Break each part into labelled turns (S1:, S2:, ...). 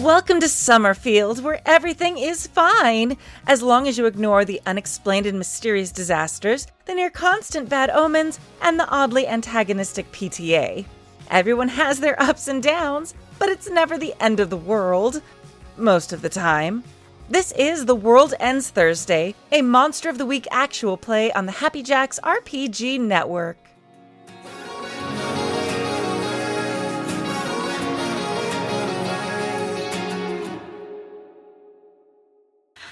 S1: Welcome to Summerfield, where everything is fine, as long as you ignore the unexplained and mysterious disasters, the near constant bad omens, and the oddly antagonistic PTA. Everyone has their ups and downs, but it's never the end of the world. Most of the time. This is The World Ends Thursday, a Monster of the Week actual play on the Happy Jacks RPG Network.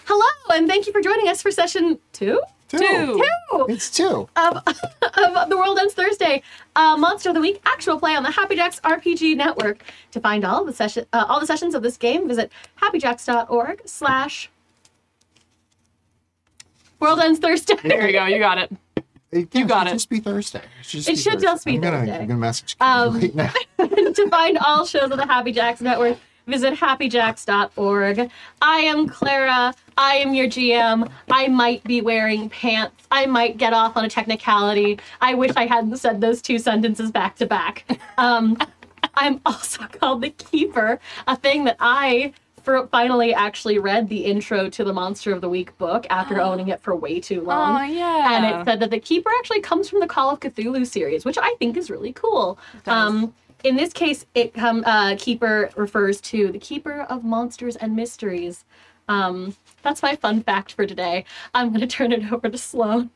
S2: Hello, and thank you for joining us for session two
S3: Two.
S4: Two.
S2: Two
S3: It's two.
S4: Uh,
S2: of, of The World Ends Thursday, uh, Monster of the Week actual play on the Happy Jacks RPG Network. To find all the session, uh, all the sessions of this game, visit happyjacks.org slash World Ends Thursday.
S4: There you go. You got it.
S3: It, yeah,
S4: got
S3: should
S4: it.
S3: Just be Thursday. should just,
S2: It should just be
S3: I'm gonna,
S2: Thursday.
S3: I'm gonna message
S2: Um,
S3: um, right now.
S2: to find all shows of the Happy Jacks Network, visit happyjacks.org. I am Clara. I am your GM. I might be wearing pants. I might get off on a technicality. I wish I hadn't said those two sentences back to back. Um, I'm also called the Keeper, a thing that I fir- finally actually read the intro to the Monster of the Week book after owning it for way too long.
S4: Oh, yeah.
S2: And it said that the Keeper actually comes from the Call of Cthulhu series, which I think is really cool. Um, in this case, it come uh, Keeper refers to the Keeper of Monsters and Mysteries. Um, that's my fun fact for today. I'm going to turn it over to Sloan.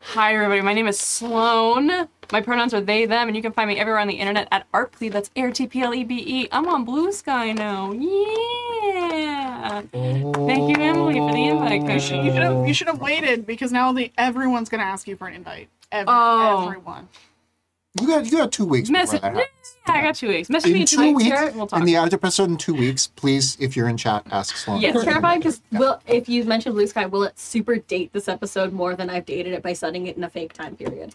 S4: Hi, everybody. My name is Sloan. My pronouns are they, them, and you can find me everywhere on the internet at Artplebe. That's A R T P L E B E. I'm on Blue Sky now. Yeah. Thank you, Emily, for the invite.
S3: You
S4: code.
S3: should-
S5: You should have. You should have waited because now the, everyone's gonna ask you for an invite. Every,
S4: Oh.
S5: Everyone.
S3: You got you got two weeks. before
S4: Message.
S3: that
S4: Yeah,
S3: happens.
S4: I got two weeks. Message me
S3: In two weeks,
S4: Eric, We'll talk.
S3: in the other episode in two weeks, please, if you're in chat, ask Sloan.
S4: Yes.
S2: It's terrifying because will if you mention Blue Sky, will it super date this episode more than I've dated it by setting it in a fake time period?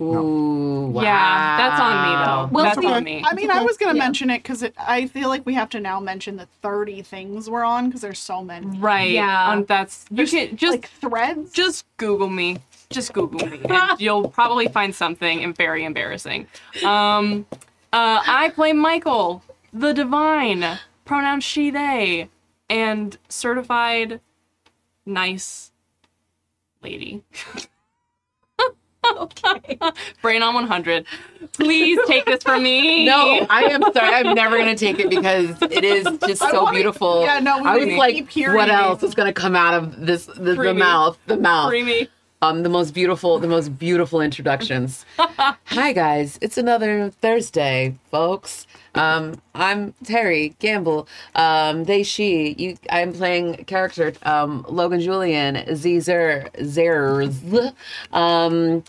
S6: Ooh, wow.
S4: Yeah, that's on me though.
S2: Well,
S4: that's
S2: see,
S4: on me.
S5: I mean, I
S3: okay.
S5: was gonna
S2: Yeah.
S5: mention it because I feel like we have to now mention the thirty things we're on because there's so many.
S4: right.
S2: Yeah.
S4: Um, that's you can just
S5: like threads.
S4: Mm-hmm. just Google me. Just Google me. and you'll probably find something and very embarrassing. Um, uh, I play Michael, the Divine, pronoun she, they, and certified nice lady. Brain on 100. Please take this from me.
S6: No, I am sorry. I'm never gonna take it because it is just
S5: I
S6: so
S5: wanna-
S6: beautiful.
S5: yeah, no, we
S6: I was
S5: keep
S6: like,
S5: hearing
S6: what
S5: it.
S6: else is gonna come out of this? The,
S4: Free
S6: the
S4: me.
S6: mouth, the mouth.
S4: Free me.
S6: Um, the most beautiful, the most beautiful introductions. Hi guys, it's another Thursday, folks. Um, I'm Terry Gamble. Um, they, she. You, I'm playing character um, Logan Julian Zer Zers. Um,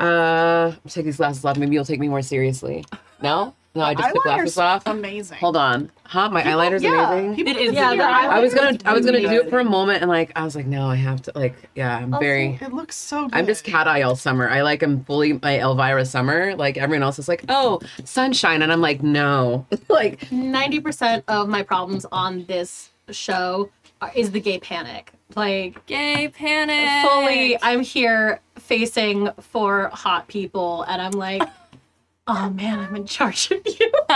S6: uh, take these glasses off. Maybe you'll take me more seriously. No, no, I just
S5: Eyeliner's
S6: took glasses off.
S5: Amazing.
S6: Hold on, huh? My eyeliner's
S5: yeah,
S6: amazing.
S5: people
S4: It is
S5: can
S4: Yeah,
S5: see
S2: the
S5: your
S2: eyeliner
S6: I was gonna,
S2: is
S6: I was gonna
S2: really
S6: do it
S2: good.
S6: for a moment, and like, I was like, no, I have to, like, yeah, I'm very.
S5: It looks so good.
S6: I'm just cat eye all summer. I like am fully my Elvira summer. Like everyone else is like, oh, sunshine, and I'm like, no, like
S2: Ninety percent of my problems on this show are, is the gay panic. Like
S4: Gay panic.
S2: fully i'm here facing four hot people and i'm like oh man i'm in charge of you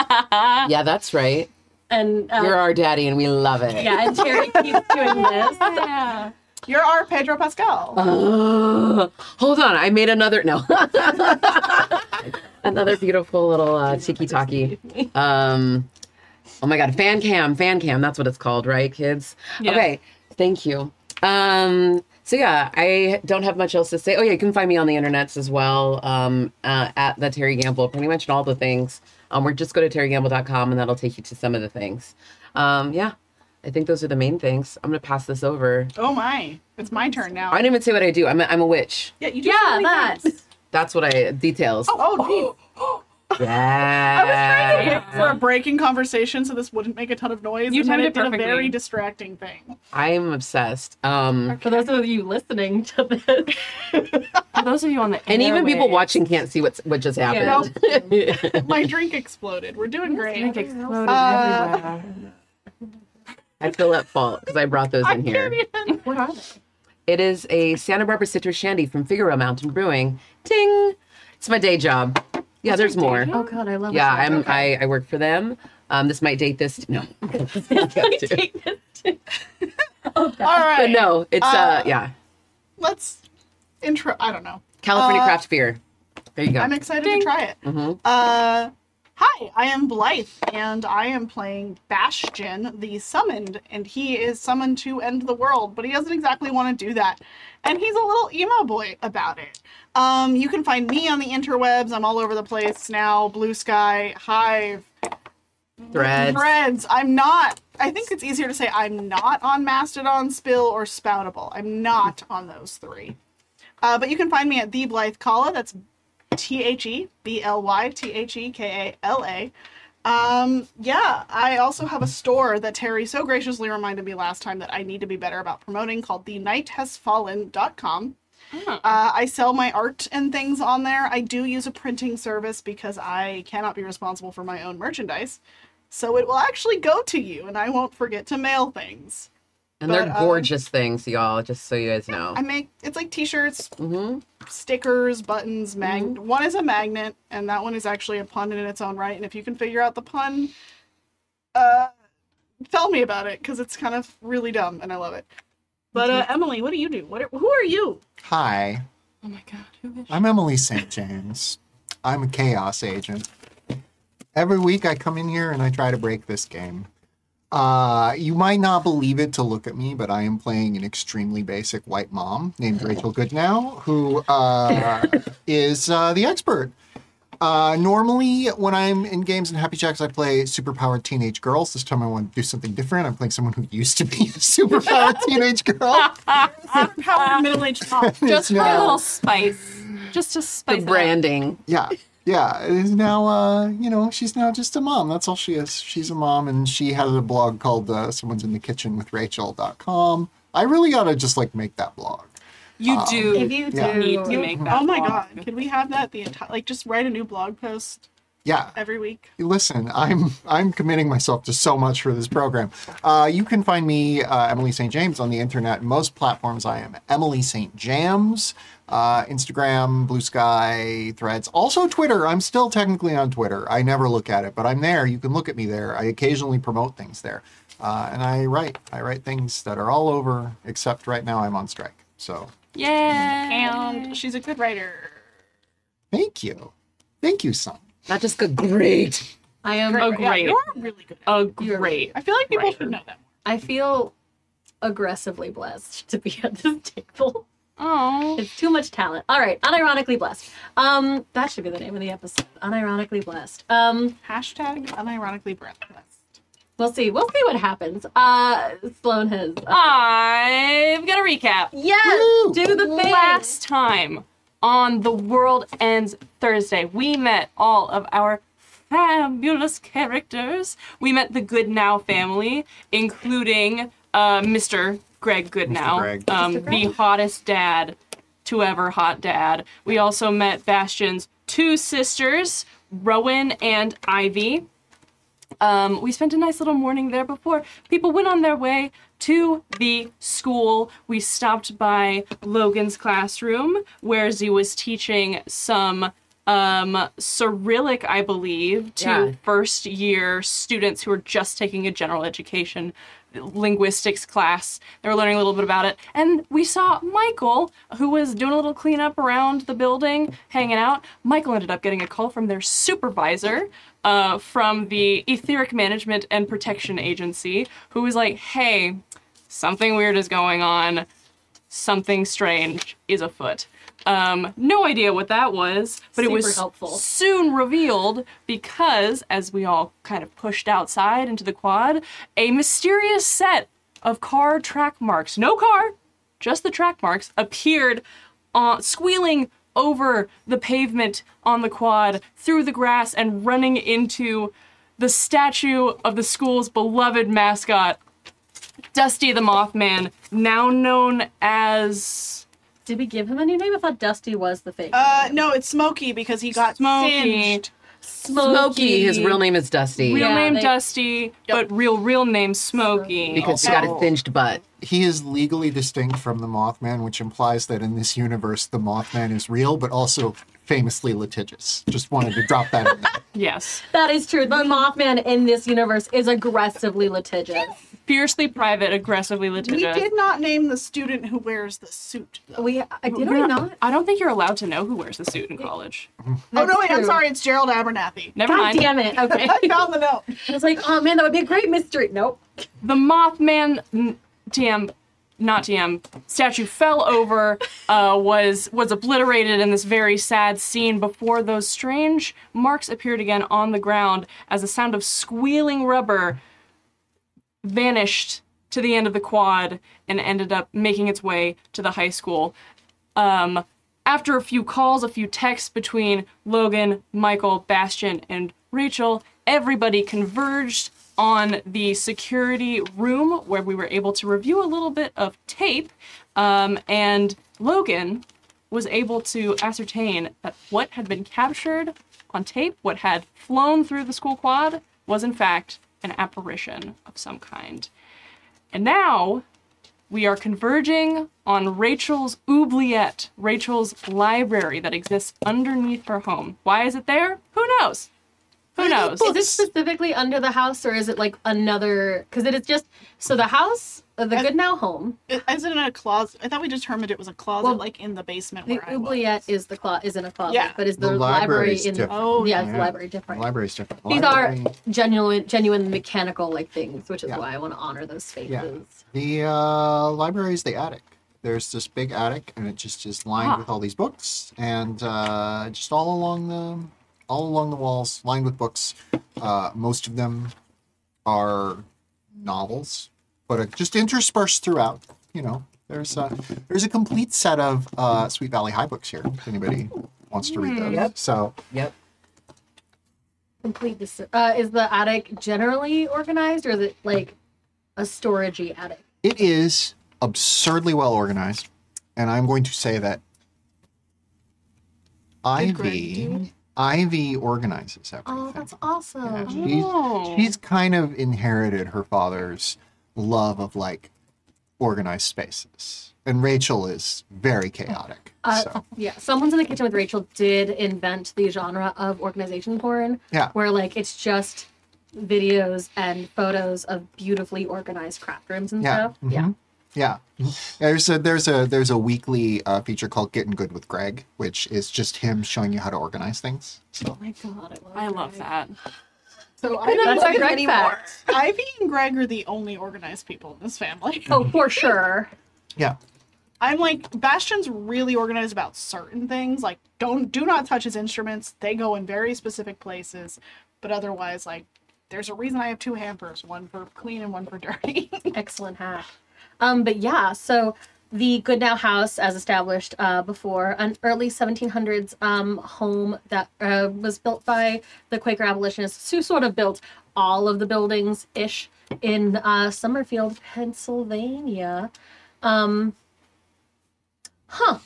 S6: yeah, that's right.
S2: and uh,
S6: You're our daddy, and we love it.
S2: yeah and terry keeps doing this
S4: Yeah.
S5: You're our Pedro Pascal.
S6: Uh-huh. Ugh. hold on, I made another no, another beautiful little uh, tiki talkie. Um, oh my god, fan cam, fan cam. That's what it's called, right, kids?
S4: Yeah.
S6: Okay, thank you. Um, so yeah, I don't have much else to say. Oh yeah, you can find me on the internets as well um, uh, at the Terry Gamble, pretty much in all the things. Um, or just go to terrygamble.com and that'll take you to some of the things. Um, yeah, I think those are the main things. I'm gonna pass this over.
S5: oh my, it's my turn now.
S6: I didn't even say what I do. I'm a, I'm a witch.
S5: yeah, you do so
S2: yeah
S5: many
S2: that
S5: things.
S6: That's what I details.
S5: Oh, geez.
S6: Yeah.
S5: Wait for a break in conversation so this wouldn't make a ton of noise.
S4: You
S5: and then
S4: timed
S5: it
S4: it
S5: did a very
S4: perfectly.
S5: distracting thing.
S6: I'm obsessed. Um
S2: for those of you listening to this
S4: For those of you on the
S6: and even people
S4: airwaves,
S6: watching can't see what's what just happened.
S2: Yeah.
S5: My drink exploded. We're doing great.
S4: drink exploded
S2: Oh,
S5: Uh,
S4: everywhere.
S6: I feel at fault because I brought those in here.
S5: Uh,
S2: what are they?
S6: It is a Santa Barbara citrus shandy from Figaro Mountain Brewing. Ting! It's my day job. Yeah, there's more.
S2: oh god i love
S6: Yeah,
S2: it
S6: I'm I, I work for them. Um, this might date this. No.
S5: All right.
S6: But no, it's, uh, yeah,
S5: Let's intro. I don't know.
S6: California craft beer. There you go.
S5: I'm excited to try it. Uh, hi, I am Blythe, and I am playing Bastion, the summoned, and he is summoned to end the world, but he doesn't exactly want to do that. And he's a little emo boy about it. Um, you can find me on the interwebs. I'm all over the place now. Blue Sky, Hive,
S6: Threads.
S5: Threads. I'm not. I think it's easier to say I'm not on Mastodon, Spill, or Spoutable. I'm not on those three. Uh, but you can find me at The Blythe Kala. That's T H E B L Y T H E K A L A. Um, yeah, I also have a store that Terry so graciously reminded me last time that I need to be better about promoting called thenighthasfallen.com. Uh, I sell my art and things on there. I do use a printing service because I cannot be responsible for my own merchandise. So it will actually go to you and I won't forget to mail things.
S6: And they're
S5: But, um,
S6: gorgeous things, y'all, just so you guys know.
S5: I make it's like t-shirts,
S6: Mhm.
S5: stickers, buttons, mag
S4: Mm-hmm.
S5: one is a magnet and that one is actually a pun in its own right and if you can figure out the pun uh tell me about it cuz it's kind of really dumb and I love it. But
S4: Mm-hmm.
S5: uh, Emily, what do you do? What are, who are you?
S3: Hi,
S4: Oh my god, who is
S3: I'm Emily St. James. I'm a chaos agent. Every week I come in here and I try to break this game. Uh, you might not believe it to look at me, but I am playing an extremely basic white mom named Rachel Goodnow, who uh, is uh, the expert. Uh, normally, when I'm in games and Happy Jacks, I play superpowered teenage girls. This time I want to do something different. I'm playing someone who used to be a superpowered teenage girl.
S5: Power middle-aged mom.
S4: Just for a
S3: Yeah.
S4: little spice. Just to spice it
S6: the
S4: up.
S6: branding.
S3: yeah yeah it is now uh you know she's now just a mom that's all she is she's a mom and she has a blog called uh, someone's in the kitchen with rachel.com i really ought to just like make that blog
S4: You do.
S2: If you
S4: yeah.
S2: do-
S4: need to make that.
S5: oh my
S4: blog.
S5: god, can we have that the entire like just write a new blog post
S3: yeah
S5: every week?
S3: listen i'm i'm committing myself to so much for this program uh, you can find me uh, emily st james on the internet most platforms i am emily st james uh, instagram blue sky threads also twitter i'm still technically on twitter i never look at it but i'm there you can look at me there i occasionally promote things there uh, and i write i write things that are all over except right now i'm on strike so
S4: Yay.
S5: And she's a good writer.
S3: thank you thank you son
S6: Not just good, great.
S2: I am.
S4: a
S5: Yeah,
S4: great,
S5: you're really good. At it.
S4: a great.
S5: I feel like people
S4: writer.
S5: should know that.
S2: I feel aggressively blessed to be at this table.
S4: Oh,
S2: It's too much talent. All right, unironically blessed. Um, that should be the name of the episode. Unironically blessed. Um,
S5: Hashtag unironically breathless.
S2: we'll see. We'll see what happens. Uh, Sloan has. Uh,
S4: I've got a recap.
S2: yes,
S3: Woo!
S2: do the thing.
S4: Last time on The World Ends Thursday, we met all of our fabulous characters. We met the Goodnow family, including uh, Mr. Greg Goodnow,
S3: Greg.
S4: Um,
S2: Mr.
S4: the
S2: Greg.
S4: hottest dad to ever hot dad. We also met Bastion's two sisters, Rowan and Ivy. Um, we spent a nice little morning there before people went on their way to the school. We stopped by Logan's classroom where Z was teaching some um, Cyrillic, I believe, to
S6: Yeah.
S4: first year students who are just taking a general education linguistics class. They were learning a little bit about it. And we saw Michael, who was doing a little cleanup around the building, hanging out. Michael ended up getting a call from their supervisor uh, from the Etheric Management and Protection Agency, who was like, hey, something weird is going on something strange is afoot. Um, no idea what that was, but it was
S2: Super helpful.
S4: soon revealed because as we all kind of pushed outside into the quad, a mysterious set of car track marks, no car, just the track marks, appeared uh, squealing over the pavement on the quad, through the grass, and running into the statue of the school's beloved mascot, Dusty the Mothman, now known as
S2: Did we give him a new name? I thought Dusty was the fake.
S5: Uh, no, it's Smokey because he got
S4: Smokey.
S5: singed
S2: Smokey.
S6: Smokey. His real name is Dusty
S4: Real
S2: Yeah,
S4: name
S2: they-
S4: Dusty, but real real name Smokey.
S6: because he
S4: Also-
S6: got a singed butt.
S3: He is legally distinct from the Mothman, which implies that in this universe, the Mothman is real, but also famously litigious. Just wanted to drop that in there.
S4: yes,
S2: That is true. The Mothman in this universe is aggressively litigious.
S4: fiercely private, aggressively litigious.
S5: We did not name the student who wears the suit. Though.
S2: We I did
S4: You're
S2: we not?
S4: I don't think you're allowed to know who wears the suit in college.
S5: Oh no,
S2: That's
S5: wait, I'm
S2: true.
S5: sorry. It's Gerald Abernathy.
S4: Never
S2: God
S4: mind.
S2: damn it. Okay.
S5: I found the note.
S2: I was like, oh man, that would be a great mystery. Nope.
S4: The Mothman n- TM not TM statue fell over, uh, was was obliterated in this very sad scene before those strange marks appeared again on the ground as the sound of squealing rubber vanished to the end of the quad and ended up making its way to the high school. Um, after a few calls, a few texts between Logan, Michael, Bastion, and Rachel, everybody converged on the security room where we were able to review a little bit of tape. Um, and Logan was able to ascertain that what had been captured on tape, what had flown through the school quad, was in fact an apparition of some kind. And now we are converging on Rachel's oubliette, Rachel's library that exists underneath her home. Why is it there? Who knows? Who knows?
S2: Is this specifically under the house or is it like another? Because it is just so the house, uh, the Good Now home,
S5: It- Is it in a closet? I thought we determined it was a closet,
S2: Well,
S5: like in the basement
S2: the
S5: where I was.
S2: oubliette is the clo- is in a closet,
S5: Yeah.
S2: but is the,
S3: The
S2: library
S3: library's
S2: in?
S3: different.
S5: Oh,
S2: yeah, it's
S3: yeah.
S2: the library different.
S3: Library's different.
S2: These are
S3: Library-
S2: genuine, genuine mechanical like things, which is
S3: Yeah.
S2: why I want to honor those spaces.
S3: Yeah. The uh, library is the attic. There's this big attic, and it just is lined
S4: Ah.
S3: with all these books, and uh, just all along the all along the walls, lined with books. Uh, most of them are novels, but uh, just interspersed throughout. You know, there's a there's a complete set of uh, Sweet Valley High books here. If anybody wants to read those,
S6: Yep.
S3: so
S6: Yep.
S2: Complete. Dis- uh, is the attic generally organized, or is it like a storagey attic?
S3: It is absurdly well organized, and I'm going to say that
S5: Good grade,
S3: Ivy Ivy organizes everything.
S2: Oh, that's awesome.
S3: Yeah,
S4: Oh.
S3: she's, she's kind of inherited her father's love of like organized spaces, and Rachel is very chaotic.
S2: Uh,
S3: so
S2: Yeah, someone's in the kitchen with Rachel did invent the genre of organization porn,
S3: yeah,
S2: where like it's just videos and photos of beautifully organized craft rooms and
S3: yeah,
S2: stuff. Yeah,
S3: mhm, yeah. There's a there's a there's a weekly uh, feature called Getting Good with Greg, which is just him showing you how to organize things. So
S2: Oh God, I love.
S4: I love that.
S5: So
S2: That's
S5: Ivy,
S2: our Greg fact.
S5: Ivy and Greg are the only organized people in this family.
S2: Oh, for sure.
S3: yeah,
S5: I'm like Bastion's really organized about certain things. Like don't do not touch his instruments. They go in very specific places. But otherwise, like there's a reason I have two hampers, one for clean and one for dirty.
S2: Excellent hack. Um, but yeah, so the Good Now House, as established uh, before, an early 1700s um, home that uh, was built by the Quaker abolitionists who sort of built all of the buildings ish in uh, Summerfield, Pennsylvania. Um, huh.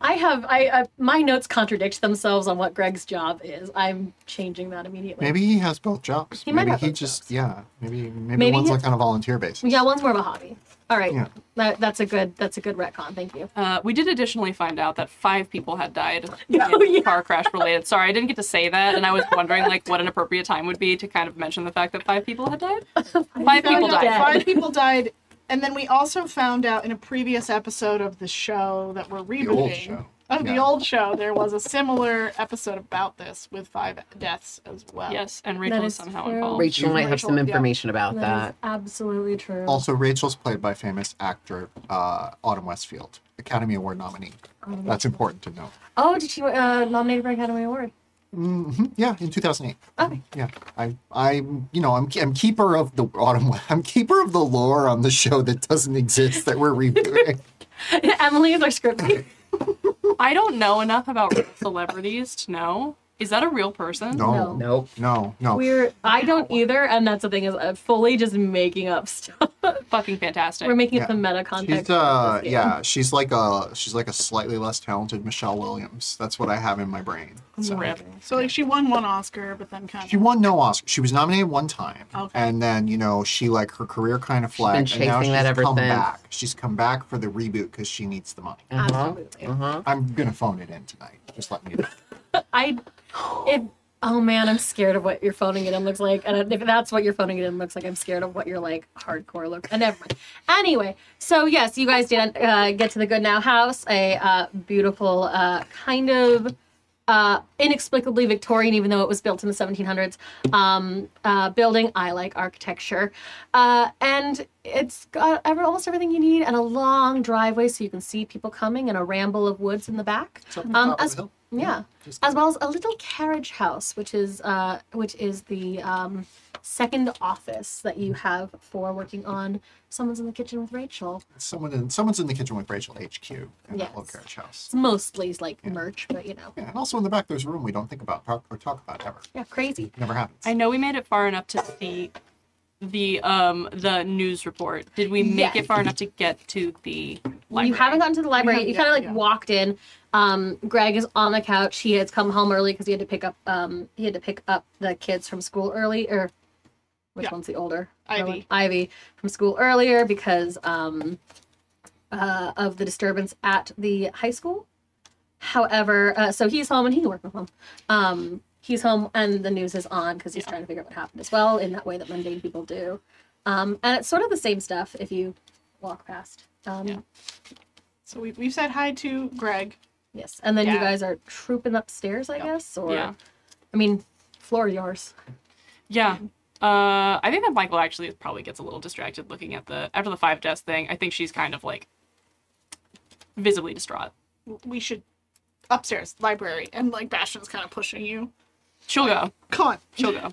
S2: I have I uh, my notes contradict themselves on what Greg's job is. I'm changing that immediately.
S3: Maybe he has both jobs.
S2: He might
S3: maybe
S2: have
S3: he
S2: both
S3: just
S2: jobs.
S3: yeah. Maybe maybe,
S2: Maybe
S3: one's
S2: he-
S3: like on a volunteer basis.
S2: Yeah, one's more of a hobby. All right,
S3: Yeah.
S2: that, that's a good that's a good retcon. Thank you.
S4: Uh, we did additionally find out that five people had died
S2: Oh,
S4: in
S2: yeah.
S4: car crash related. Sorry, I didn't get to say that, and I was wondering like what an appropriate time would be to kind of mention the fact that five people had died. Five people
S5: Found out
S4: died.
S5: Five people died. And then we also found out in a previous episode of the show that we're rebooting.
S3: The old show.
S5: Of the
S3: Yeah.
S5: old show, there was a similar episode about this with five deaths as well.
S4: Yes, and Rachel
S2: That
S4: is
S2: is
S4: somehow
S2: true.
S4: involved.
S6: Rachel might have
S5: Rachel,
S6: some
S5: yeah.
S6: information about
S2: That
S6: that.
S2: is absolutely true.
S3: Also, Rachel's played by famous actor uh, Autumn Westfield, Academy Award nominee. That's important to know.
S2: oh, did she uh, nominated for Academy Award?
S3: hmm Yeah, in 2008.
S2: Okay.
S3: Yeah, I, I, you know, I'm, I'm keeper of the Autumn. I'm keeper of the lore on the show that doesn't exist that we're rebooting.
S2: Emily is our script. lead.
S4: I don't know enough about real celebrities to know. Is that a real person?
S3: No, no,
S6: Nope.
S3: no.
S2: We're I don't either, and that's the thing is I'm fully just making up stuff.
S4: Fucking fantastic.
S2: We're making
S3: Yeah.
S2: up the meta context.
S3: She's uh, yeah, she's like a she's like a slightly less talented Michelle Williams. That's what I have in my brain. So.
S4: Rip.
S5: So like she won one Oscar, but then kind
S3: She
S5: of
S3: won no Oscar. She was nominated one time,
S5: Okay.
S3: and then you know she like her career kind of flagged, and now she's
S6: chasing that ever
S3: come
S6: since.
S3: back. She's come back for the reboot because she needs the money.
S2: Absolutely.
S6: Uh-huh.
S3: I'm gonna phone it in tonight. Just let me know.
S2: I it oh man, I'm scared of what your phoning it in looks like. And if that's what your phoning it in looks like, I'm scared of what your like hardcore look. And never mind. Anyway, so yes, you guys did uh, get to the Good Now house, a uh, beautiful uh, kind of uh, inexplicably Victorian, even though it was built in the 1700s. Um, uh, building, I like architecture, uh, and it's got ever, almost everything you need, and a long driveway so you can see people coming, and a ramble of woods in the back.
S3: up on
S2: Um,
S3: top of
S2: as,
S3: the hill.
S2: yeah,
S3: Just-
S2: as well as a little carriage house, which is uh, which is the um, second office that you
S3: Mm-hmm.
S2: have for working on. Someone's in the kitchen with Rachel.
S3: Someone in someone's in the kitchen with Rachel HQ in that
S2: Yes.
S3: little carriage house.
S2: It's mostly like merch, but you know,
S3: Yeah, and also in the back there's a room we don't think about talk, or talk about ever.
S2: yeah, crazy.
S3: It never happens.
S4: I know we made it far enough to see the um the news report. Did we make
S2: Yes.
S4: it far enough to get to the library?
S2: You haven't gotten to the library.
S5: haven't
S2: you
S5: yet,
S2: kind of like
S5: yeah.
S2: walked in. Um, Greg is on the couch. He has come home early because he had to pick up um, he had to pick up the kids from school early. Or which
S5: Yeah.
S2: one's the older?
S5: Ivy.
S2: Rowan? Ivy from school earlier because um, uh, of the disturbance at the high school. However, uh, so he's home and he can work from home. Um, he's home and the news is on because he's trying to figure out what happened as well in that way that mundane people do. Um, and it's sort of the same stuff if you walk past. Um,
S4: Yeah.
S5: so we we've said hi to Greg.
S2: Yes, and then you
S5: Yeah.
S2: guys are trooping upstairs, I guess, or
S4: Yeah.
S2: I mean, floor yours.
S4: Yeah. Uh, I think that Michael actually probably gets a little distracted looking at the after the five deaths thing. I think she's kind of like visibly distraught.
S5: We should upstairs library, and like Bastion's kind of pushing you.
S4: She'll go.
S5: Come on.
S4: She'll go.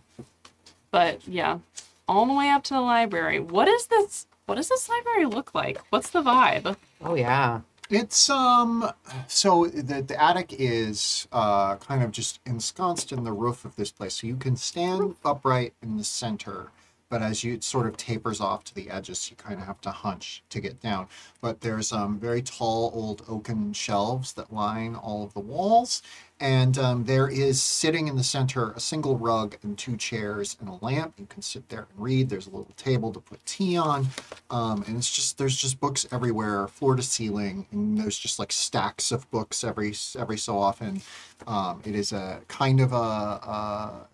S4: But yeah, all the way up to the library. What is this? What does this library look like? What's the vibe?
S6: Oh yeah.
S3: It's um so the the attic is uh kind of just ensconced in the roof of this place. So you can stand upright in the center, but as you it sort of tapers off to the edges, you kind of have to hunch to get down. But there's um very tall old oaken shelves that line all of the walls, and um, there is sitting in the center a single rug and two chairs and a lamp. You can sit there and read. There's a little table to put tea on. Um, and it's just there's just books everywhere, floor to ceiling, and there's just like stacks of books every every so often. Um, it is a kind of a, a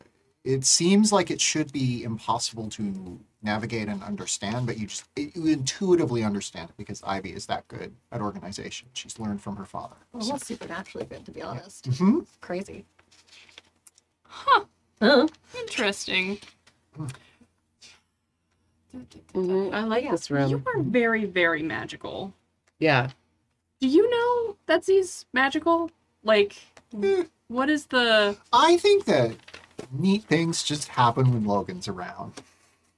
S3: it seems like it should be impossible to navigate and understand, but you just you intuitively understand it because Ivy is that good at organization. She's learned from her father. So-
S2: Almost supernaturally good, to be honest.
S3: Mhm.
S2: Crazy.
S4: Interesting.
S6: Mhm, I like this room.
S4: You are very, very magical.
S6: Yeah.
S4: Do you know that he's magical? Like, what is the
S3: I think that neat things just happen when Logan's around.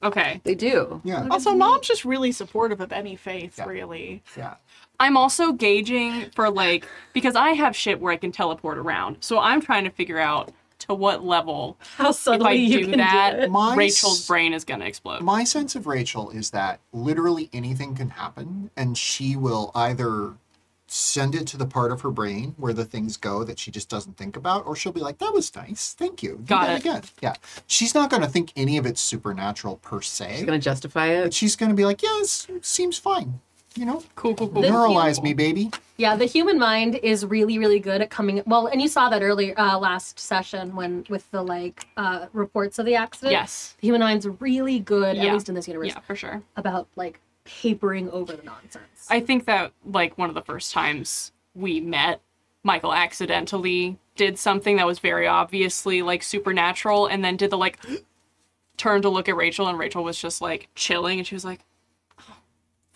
S4: okay?
S6: They do.
S3: Yeah,
S5: Also, mom's just really supportive of any faith,
S3: Yeah.
S5: really.
S3: yeah.
S4: I'm also gauging for like because I have shit where I can teleport around, so I'm trying to figure out to what level
S2: How
S4: if I
S2: subtly you
S4: do
S2: can
S4: that,
S2: do it.
S3: My
S4: Rachel's brain is gonna explode.
S3: My sense of Rachel is that literally anything can happen, and she will either send it to the part of her brain where the things go that she just doesn't think about, or she'll be like, "That was nice, thank you." Do
S4: Got
S3: that
S4: it.
S3: Again, yeah. She's not going to think any of it's supernatural per se,
S6: She's gonna justify
S3: but
S6: it.
S3: she's going to be like, "Yeah, this seems fine." You know,
S4: Cool, cool, cool.
S2: This-
S3: neuralize me, baby.
S2: Yeah, the human mind is really, really good at coming. Well, and you saw that earlier uh, last session when with the like uh, reports of the accident.
S4: Yes,
S2: the human mind's really good, at
S4: Yeah.
S2: least in this universe,
S4: yeah, for sure.
S2: about like papering over the nonsense.
S4: I think that like one of the first times we met, Michael accidentally did something that was very obviously like supernatural and then did the like turn to look at Rachel and Rachel was just like chilling and she was like, Oh,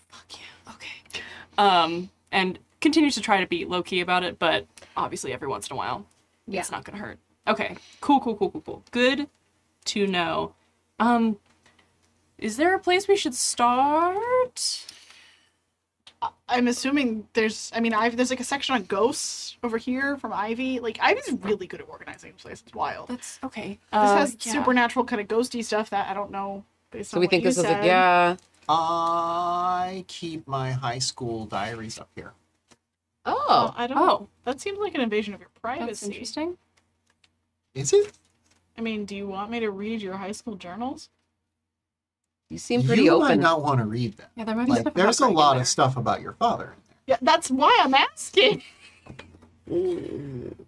S4: fuck yeah, okay. Um and continues to try to be low key about it, but obviously every once in a while
S2: yeah.
S4: it's not gonna hurt. Okay. Cool, cool, cool, cool, cool. Good to know. Um is there a place we should start?
S5: I'm assuming there's. I mean, I've there's like a section on ghosts over here from Ivy. Like Ivy's really good at organizing this place. It's wild. This
S4: That's okay. Uh,
S5: has supernatural kind of ghosty stuff that I don't know. Based
S6: So
S5: on
S6: we
S5: what
S6: think
S5: you
S6: this is
S5: said.
S6: a yeah.
S3: I keep my high school diaries up here.
S5: Oh,
S6: Oh,
S5: I don't.
S4: Oh.
S5: that seems like an invasion of your privacy.
S4: That's interesting.
S3: Is it?
S5: I mean, do you want me to read your high school journals?
S6: you seem pretty
S3: you might
S6: open.
S3: not want to read that.
S4: Yeah, there might be
S3: Like,
S4: stuff.
S3: there's a
S4: about Greg in
S3: lot
S4: there.
S3: of stuff about your father. in there.
S5: Yeah, that's why I'm asking.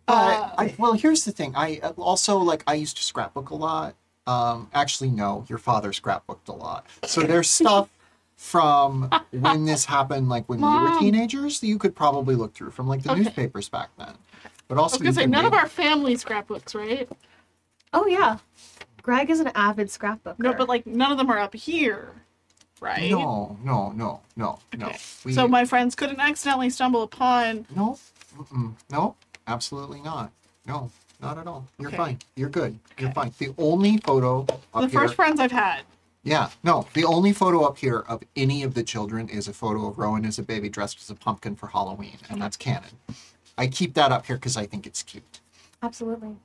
S3: Uh, I, well, here's the thing. I uh, also like I used to scrapbook a lot. Um, actually, no, your father scrapbooked a lot. So there's stuff from when this happened, like when we were
S5: Mom.
S3: teenagers, that you could probably look through from like the
S5: Okay.
S3: newspapers back then. But
S5: I
S3: also,
S5: was gonna
S3: you
S5: say
S3: can
S5: none of
S3: read-
S5: our family scrapbooks, right?
S2: Oh yeah, Greg is an avid scrapbooker.
S5: No, but like none of them are up here, right?
S3: No, no, no, no, no.
S5: Okay. so my friends couldn't accidentally stumble upon.
S3: no, mm-mm, no, absolutely not. No, not at all. You're
S5: Okay.
S3: fine. You're good. You're
S5: Okay.
S3: fine. The only photo up
S5: the
S3: here.
S5: first friends I've had.
S3: Yeah, no. The only photo up here of any of the children is a photo of Rowan as a baby dressed as a pumpkin for Halloween, and that's canon. I keep that up here because I think it's cute.
S2: absolutely.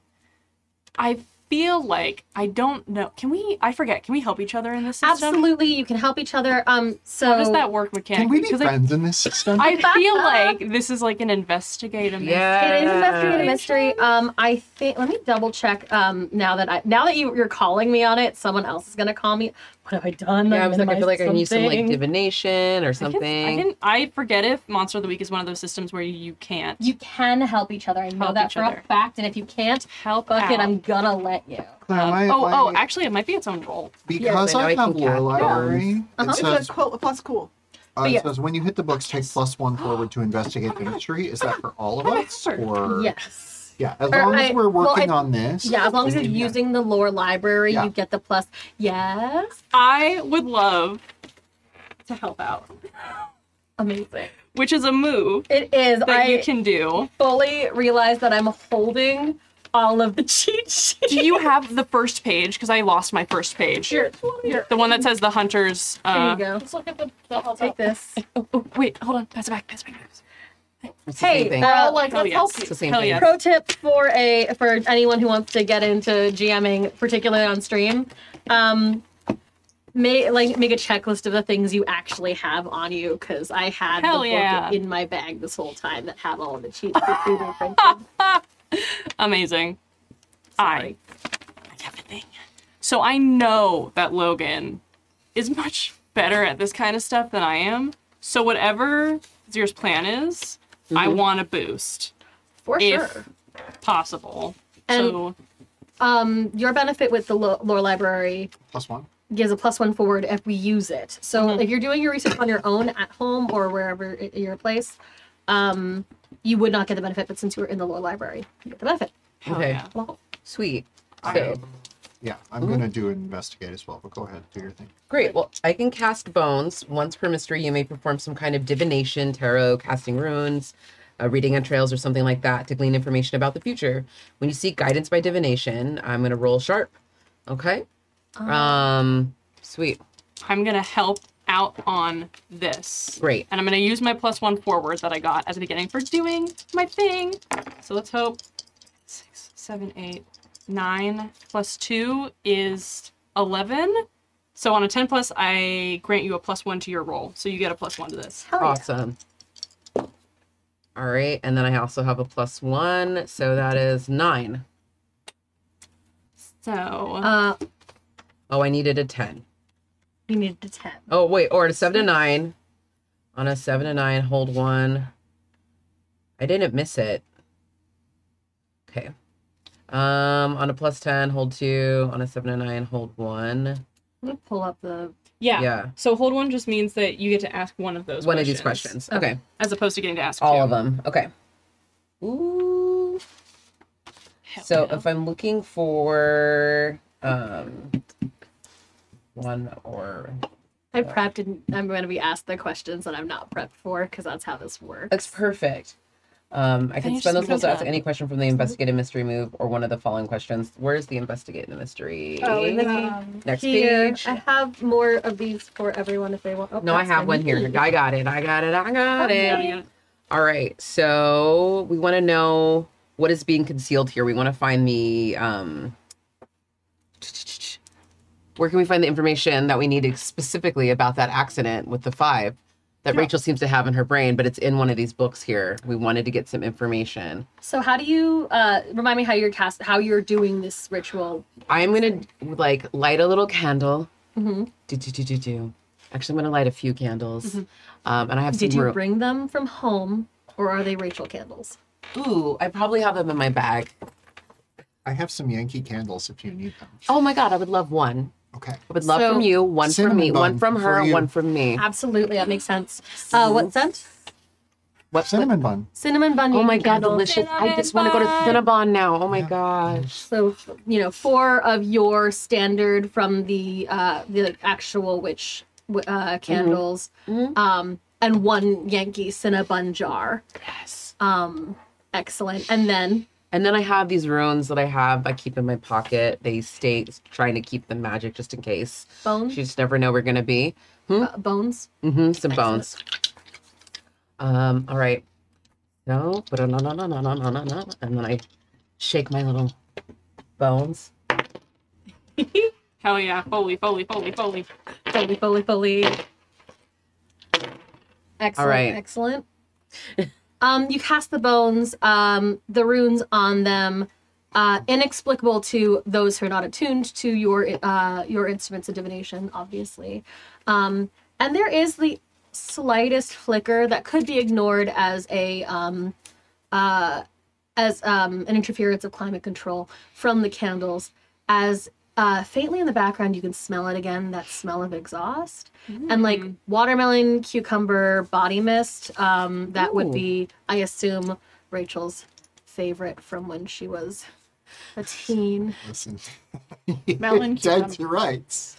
S4: I feel like I don't know. Can we? I forget. Can we help each other in this system?
S2: Absolutely, you can help each other. Um, so
S4: How does that work
S3: Can we
S4: mechanically?
S3: be
S4: 'Cause
S3: friends in this system?
S4: I, I feel like this is like an investigative.
S6: yeah.
S2: It is investigating a mystery. Um, I think. Let me double check. Um, now that I now that you, you're calling me on it, someone else is gonna call me. What have I done?
S6: Yeah, I was like, I feel like I can use some like
S2: something.
S6: divination or
S4: I can-
S6: something.
S4: I can. I forget if Monster of the Week is one of those systems where you can't.
S2: You can help each other. I know
S4: Help
S2: that
S4: each
S2: for
S4: other.
S2: a fact. And if you can't,
S4: help
S2: fuck it,
S4: out.
S2: I'm gonna let you.
S3: Claire, am I-
S4: oh,
S3: am
S4: oh,
S3: I-
S4: actually, it might be its own role.
S3: because
S6: Yeah,
S3: I
S6: I know, I
S3: have
S6: can
S3: Lore
S6: cap-
S3: Library,
S2: Uh-huh.
S3: it
S5: It's
S3: says
S5: a quote plus cool.
S3: Uh,
S2: Yeah.
S3: It says when you hit the books, take plus one forward to investigate the mystery. Is that for all of us?
S4: remembered.
S3: Or
S2: Yes.
S3: yeah, as
S2: Or
S3: long as
S2: I-
S3: we're
S2: well,
S3: working
S2: I-
S3: on this.
S2: Yeah, as long as
S3: we
S2: you're
S3: can-
S2: using the lore library,
S3: Yeah.
S2: you get the plus. Yes.
S4: I would love to help out,
S2: Amazing.
S4: which is a move
S2: It is.
S4: that
S2: I
S4: you can do.
S2: fully realize that I'm holding all of the cheat sheets.
S4: Do you have the first page? Because I lost my first page.
S2: Here,
S4: The one that says the hunters.
S2: There
S4: Uh,
S2: you go.
S5: Let's look at the. the whole
S2: Take this.
S4: oh, wait, hold on. Pass it back. Pass it back. Pass it
S6: It's the
S2: Hey,
S6: same thing.
S2: uh,
S5: Oh, like
S4: oh,
S5: let's
S4: yes.
S5: help
S6: it's
S5: you.
S6: the
S4: back.
S6: same
S4: Hell
S6: thing.
S4: yeah.
S2: pro tip for a for anyone who wants to get into GMing, particularly on stream, um, make like make a checklist of the things you actually have on you because I had
S4: Hell
S2: the book
S4: yeah.
S2: in my bag this whole time that had all of the cheat sheets we were printed.
S4: Amazing.
S2: Sorry.
S4: I, I have a thing. So I know that Logan is much better at this kind of stuff than I am. So whatever Zier's plan is, I
S6: Mm-hmm.
S4: want to boost
S2: For
S4: if
S2: sure.
S4: possible.
S2: And-
S4: so
S2: Um, your benefit with the lo- lore library
S3: plus one.
S2: gives a plus one forward if we use it. So
S6: Mm-hmm.
S2: if you're doing your research on your own at home or wherever i- your place, um, you would not get the benefit. But since you were in the lore library, you get the benefit.
S4: hell
S6: Okay.
S4: oh, yeah.
S6: Sweet. So,
S3: I'm- yeah, I'm gonna do an investigate as well, but go ahead, do your thing.
S6: great. Well, I can cast bones. Once per mystery, you may perform some kind of divination, tarot, casting runes, uh, reading entrails, or something like that to glean information about the future. When you seek guidance by divination, I'm going to roll sharp. Okay. Um. Sweet.
S4: I'm gonna help out on this.
S6: Great.
S4: And I'm gonna use my plus one forward that I got at the beginning for doing my thing. So let's hope six, seven, eight, nine plus two is eleven. So on a ten plus, I grant you a plus one to your roll. So you get a plus one to this.
S2: Hell yeah.
S6: Awesome. All right. And then I also have a plus one. So that is nine.
S4: So
S2: Uh,
S6: Oh, I needed a 10.
S2: you needed a ten.
S6: Oh, wait. Or a seven to nine. On a seven to nine, hold one. I didn't miss it. Okay. Um, on a plus 10, hold two. On a seven to nine, hold one.
S2: Let me pull up the.
S4: yeah.
S6: yeah.
S4: So hold one just means that you get to ask one of those.
S6: One of
S4: questions,
S6: these questions. Okay.
S4: as opposed to getting to ask
S6: All
S4: two.
S6: of them. Okay. Ooh.
S4: Hell
S6: So
S4: yeah.
S6: if I'm looking for um one or
S2: I prepped and I'm going to be asked the questions that I'm not prepped for because that's how this works.
S6: that's perfect. Um, I can
S4: you just
S6: spend those
S4: move
S6: spells to ask
S4: that?
S6: any question from the investigative mystery move or one of the following questions. Where's the investigative mystery?
S5: Oh,
S2: in the-
S5: um,
S6: Next
S2: Here,
S6: page.
S2: I have more of these for everyone if they want. Oh,
S6: No, I
S2: that's
S6: have one here.
S2: need.
S6: I got it. I got it. I got
S2: Okay.
S6: it. All right. So we want to know what is being concealed here. We want to find the um where can we find the information that we need specifically about that accident with the five that Rachel seems to have in her brain, but it's in one of these books here. We wanted to get some information.
S2: So how do you uh, remind me how you're cast how you're doing this ritual?
S6: I'm gonna like light a little candle.
S2: Mhm.
S6: Do do do do do. Actually, I'm gonna light a few candles, um, and I have
S2: Mm-hmm.
S6: some
S2: Did you
S6: room-
S2: bring them from home, or are they Rachel candles?
S6: Ooh, I probably have them in my bag.
S3: I have some Yankee candles if you need them.
S6: Oh my god, I would love one.
S3: Okay.
S6: I would love
S2: So-
S6: from you, one from
S3: Cinnamon
S6: me, one
S3: bun
S6: from her,
S3: for you.
S6: one from me.
S2: Absolutely, that makes sense. Uh, what scent?
S6: What?
S3: Cinnamon bun.
S2: Cinnamon bun.
S6: Oh my
S2: Yankee
S6: god,
S2: candles.
S6: delicious! I just want to go to Cinnabon now. Oh my gosh.
S2: So you know, four of your standard from the uh, the actual witch w-
S6: Mm-hmm.
S2: uh, candles,
S6: Mhm.
S2: um, and one Yankee Cinnabon jar.
S6: Yes.
S2: Um, excellent. And then
S6: And then I have these runes that I have. I keep in my pocket. They stay trying to keep the magic just in case.
S2: bone
S6: You just never know where we're gonna be.
S2: uh, bones.
S6: Mm-hmm. Some bones. Um. All right. No. But no. No. No. No. No. No. No. no. And then I shake my little bones.
S4: Hell yeah. Foley, Foley, Foley, Foley.
S2: Foley, Foley, Foley. Excellent.
S6: right.
S2: Excellent. um, you cast the bones, um, the runes on them, uh, inexplicable to those who are not attuned to your uh, your instruments of divination, obviously. Um, and there is the slightest flicker that could be ignored as a um, uh, as um, an interference of climate control from the candles. As uh, faintly in the background, you can smell it again that smell of exhaust and like watermelon, cucumber, body mist. Um, that would
S6: Ooh.
S2: be, I assume, Rachel's favorite from when she was a teen.
S3: Listen.
S5: Melon
S3: Dead
S5: cucumber.
S3: to rights.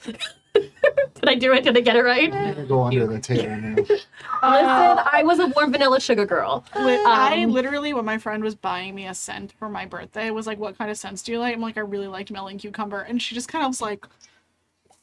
S2: Did I do it? Did I get it right? Ah.
S3: I'm gonna go under the table now.
S2: Listen, I was a warm vanilla sugar girl.
S5: Li- I
S2: Um,
S5: literally, when my friend was buying me a scent for my birthday, was like, "What kind of scents do you like?" I'm like, "I really liked melon cucumber," and she just kind of was like,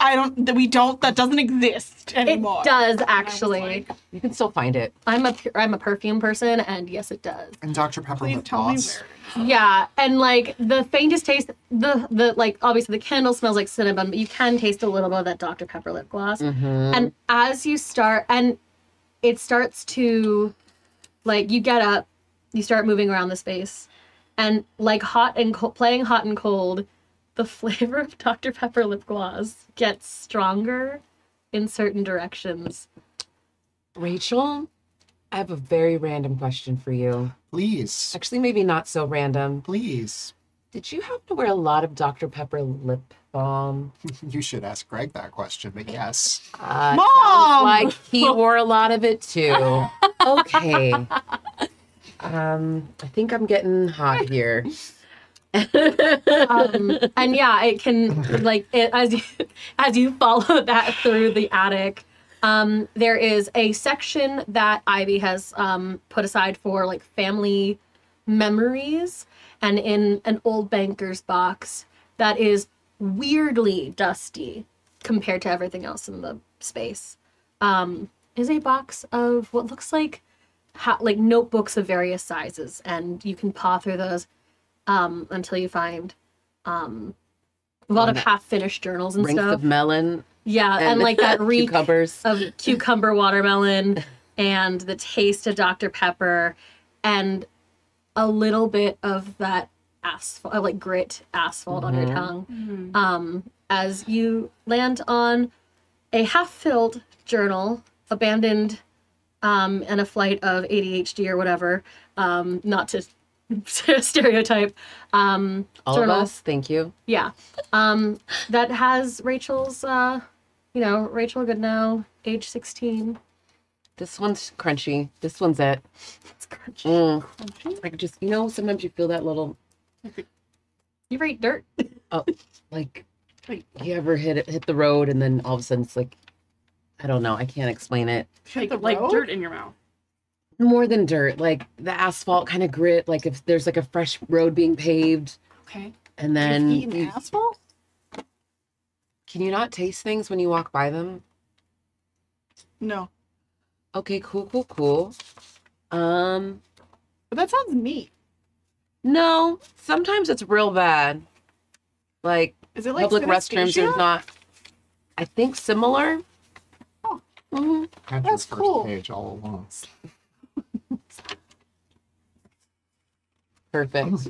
S5: "I don't. That we don't. That doesn't exist
S2: It
S5: anymore."
S2: does actually.
S5: like-
S6: You can still find it.
S2: I'm a pu- I'm a perfume person, and yes, it does.
S3: And Dr. Pepper
S5: Please
S3: lip
S5: tell me
S3: gloss.
S5: where.
S2: Yeah, and like the faintest taste, the the like obviously the candle smells like cinnamon, but you can taste a little bit of that Dr Pepper lip gloss.
S6: Mm-hmm.
S2: And as you start, and it starts to, like, you get up, you start moving around the space, and like hot and cold, playing hot and cold, the flavor of Dr. Pepper lip gloss gets stronger in certain directions.
S6: Rachel, I have a very random question for you.
S3: Please.
S6: Actually, maybe not so random.
S3: Please.
S6: Did you happen to wear a lot of Dr. Pepper lip balm?
S3: You should ask Greg that question, but yes.
S6: Uh,
S5: Mom!
S6: sounds like he wore a lot of it too. Okay. Um, I think I'm getting hot here.
S2: Um, and yeah, it can like it, as you as you follow that through the attic. Um, there is a section that Ivy has um, put aside for like family memories, and in an old banker's box that is weirdly dusty compared to everything else in the space um, is a box of what looks like ha- like notebooks of various sizes, and you can paw through those um, until you find um, a lot
S6: Oh,
S2: of
S6: that-
S2: half finished journals and
S6: Rings
S2: stuff.
S6: of melon
S2: yeah, and, like that reek
S6: cucumbers.
S2: of cucumber watermelon and the taste of Dr Pepper, and a little bit of that asphalt, uh, like grit asphalt on your tongue um, as you land on a half filled journal, abandoned, um, and a flight of ADHD or whatever, um, not to stereotype. Um,
S6: All
S2: journal.
S6: of us, thank you.
S2: Yeah. Um, that has Rachel's, uh, you know, Rachel Goodnow, age 16.
S6: This one's crunchy. This one's it.
S2: It's crunchy.
S6: Mm. I could just, you know, sometimes you feel that little
S2: You ever eat dirt?
S6: like you ever hit it, hit the road and then all of a sudden it's like I don't know, I can't explain it.
S5: Hit the
S4: like
S5: road?
S4: dirt in your mouth.
S6: more than dirt, like the asphalt kind of grit. Like if there's like a fresh road being paved,
S4: Okay.
S6: and
S5: You've
S6: then
S5: eaten
S6: you-
S5: asphalt?
S6: can you not taste things when you walk by them?
S5: No.
S6: Okay, cool, cool, cool. Um,
S5: But that sounds neat.
S6: no, sometimes it's real bad. Like
S5: Is it like
S6: public restrooms
S5: synesthesia?
S6: are not. I think similar.
S5: Oh.
S6: Mhm.
S3: That's,
S5: That's
S3: first
S5: cool.
S3: page all along.
S6: Perfect.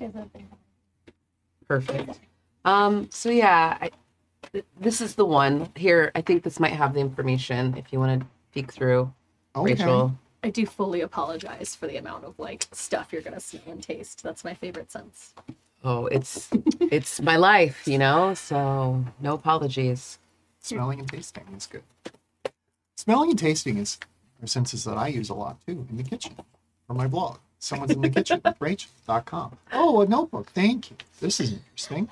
S6: Perfect. Um, so yeah, I, th- this is the one here. I think this might have the information if you want to peek through,
S3: Okay.
S6: Rachel.
S2: I do fully apologize for the amount of like stuff you're gonna smell and taste. That's my favorite sense.
S6: Oh, it's it's my life, you know. So no apologies.
S3: Smelling and tasting is good. Smelling and tasting is are senses that I use a lot too in the kitchen for my blog. Someone's in the kitchen with Rachel.com. Oh, a notebook. Thank you. This is interesting.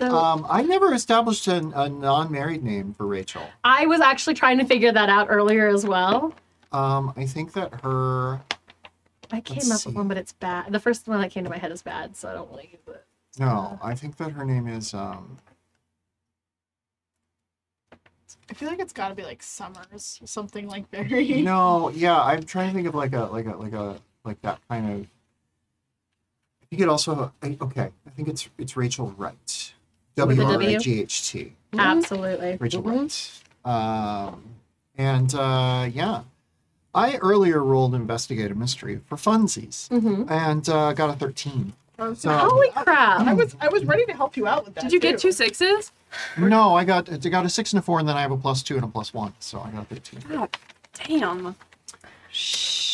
S2: So
S3: Um, I never established an, a non married name for Rachel.
S2: I was actually trying to figure that out earlier as well.
S3: Um, I think that her
S2: I came
S3: Let's
S2: up
S3: see.
S2: with one, but it's bad. The first one that came to my head is bad, so I don't want to use it.
S3: no, I think that her name is um
S5: I feel like it's got to be like summers, something like very.
S3: no, yeah, I'm trying to think of like a like a like a like that kind of you could also I- okay, I think it's it's Rachel Wright.
S2: a
S3: W
S2: W? Mm-hmm.
S3: R I G H T.
S2: Absolutely.
S3: Rachel Wright. Um, and uh, yeah, I earlier rolled investigative mystery for funsies
S2: Mm-hmm.
S3: and uh, got a 13.
S5: Oh,
S3: So,
S2: Holy
S5: I
S2: crap!
S5: was I was ready to help you out with that.
S4: Did you get
S5: too.
S4: two sixes?
S3: no, I got I got a six and a four, and then I have a plus two and a plus one, so I got a 13.
S4: God damn.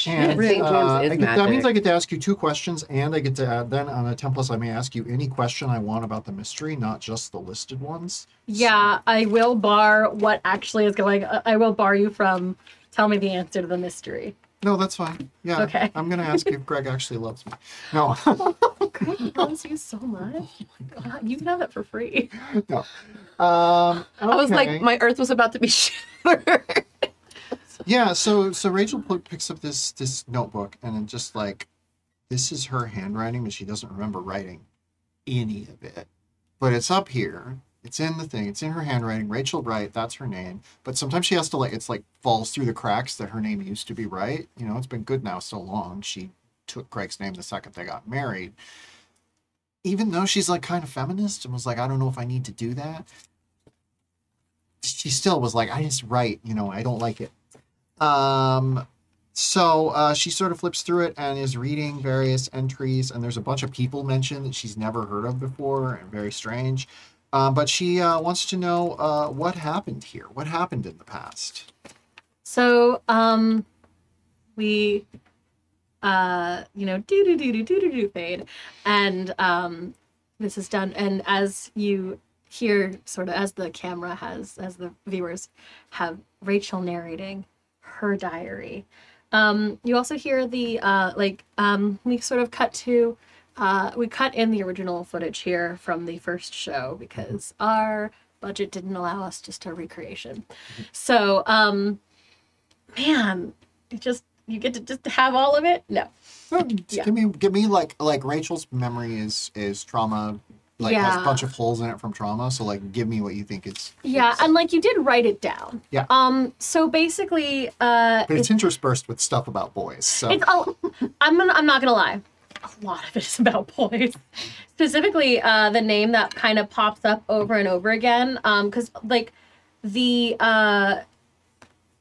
S3: And,
S6: St. James
S3: uh,
S6: is
S3: I get- that means I
S6: magic.
S3: get to ask you two questions, and I get to add then on a 10 plus, I may ask you any question I want about the mystery, not just the listed ones.
S2: Yeah, I will bar what actually is going. I will bar you from. Tell me the answer to the mystery.
S3: No, that's fine. Yeah.
S2: Okay.
S3: I'm going to ask you if Greg actually loves me. No.
S2: Greg loves you so much. Oh God, you can have it for free.
S3: no. Um,
S6: I was
S3: okay.
S6: like, my Earth was about to be shattered.
S3: Yeah, so so Rachel pl- picks up this this notebook and then just like this is her handwriting, but she doesn't remember writing any of it. But it's up here. It's in the thing. It's in her handwriting. Rachel Wright, that's her name. But sometimes she has to like it's like falls through the cracks that her name used to be Wright. You know, it's been good now so long. She took Craig's name the second they got married. Even though she's like kind of feminist and was like, I don't know if I need to do that. She still was like, I just write, you know, I don't like it. Um, so uh, she sort of flips through it and is reading various entries, and there's a bunch of people mentioned that she's never heard of before, and very strange. Um, but she uh, wants to know uh, what happened here. What happened in the past?
S2: So, um, we, uh, you know, do do do do do do do fade, and um, this is done. And as you hear, sort of, as the camera has, as the viewers have Rachel narrating her diary. Um, you also hear the uh, like um, we sort of cut to. Uh, we cut in the original footage here from the first show because our budget didn't allow us just a recreation. So, um, man, you just you get to just have all of it. No, Yeah.
S3: Give me, give me like like Rachel's memory is is trauma, like has a
S2: Yeah.
S3: bunch of holes in it from trauma. So like, give me what you think is.
S2: yeah,
S3: is-
S2: and like you did write it down.
S3: Yeah.
S2: Um. So basically, uh,
S3: but it's interspersed with stuff about boys. So
S2: It's a, I'm gonna, I'm not gonna lie. A lot of it is about boys. Specifically, uh, the name that kind of pops up over and over again. Um, because like the uh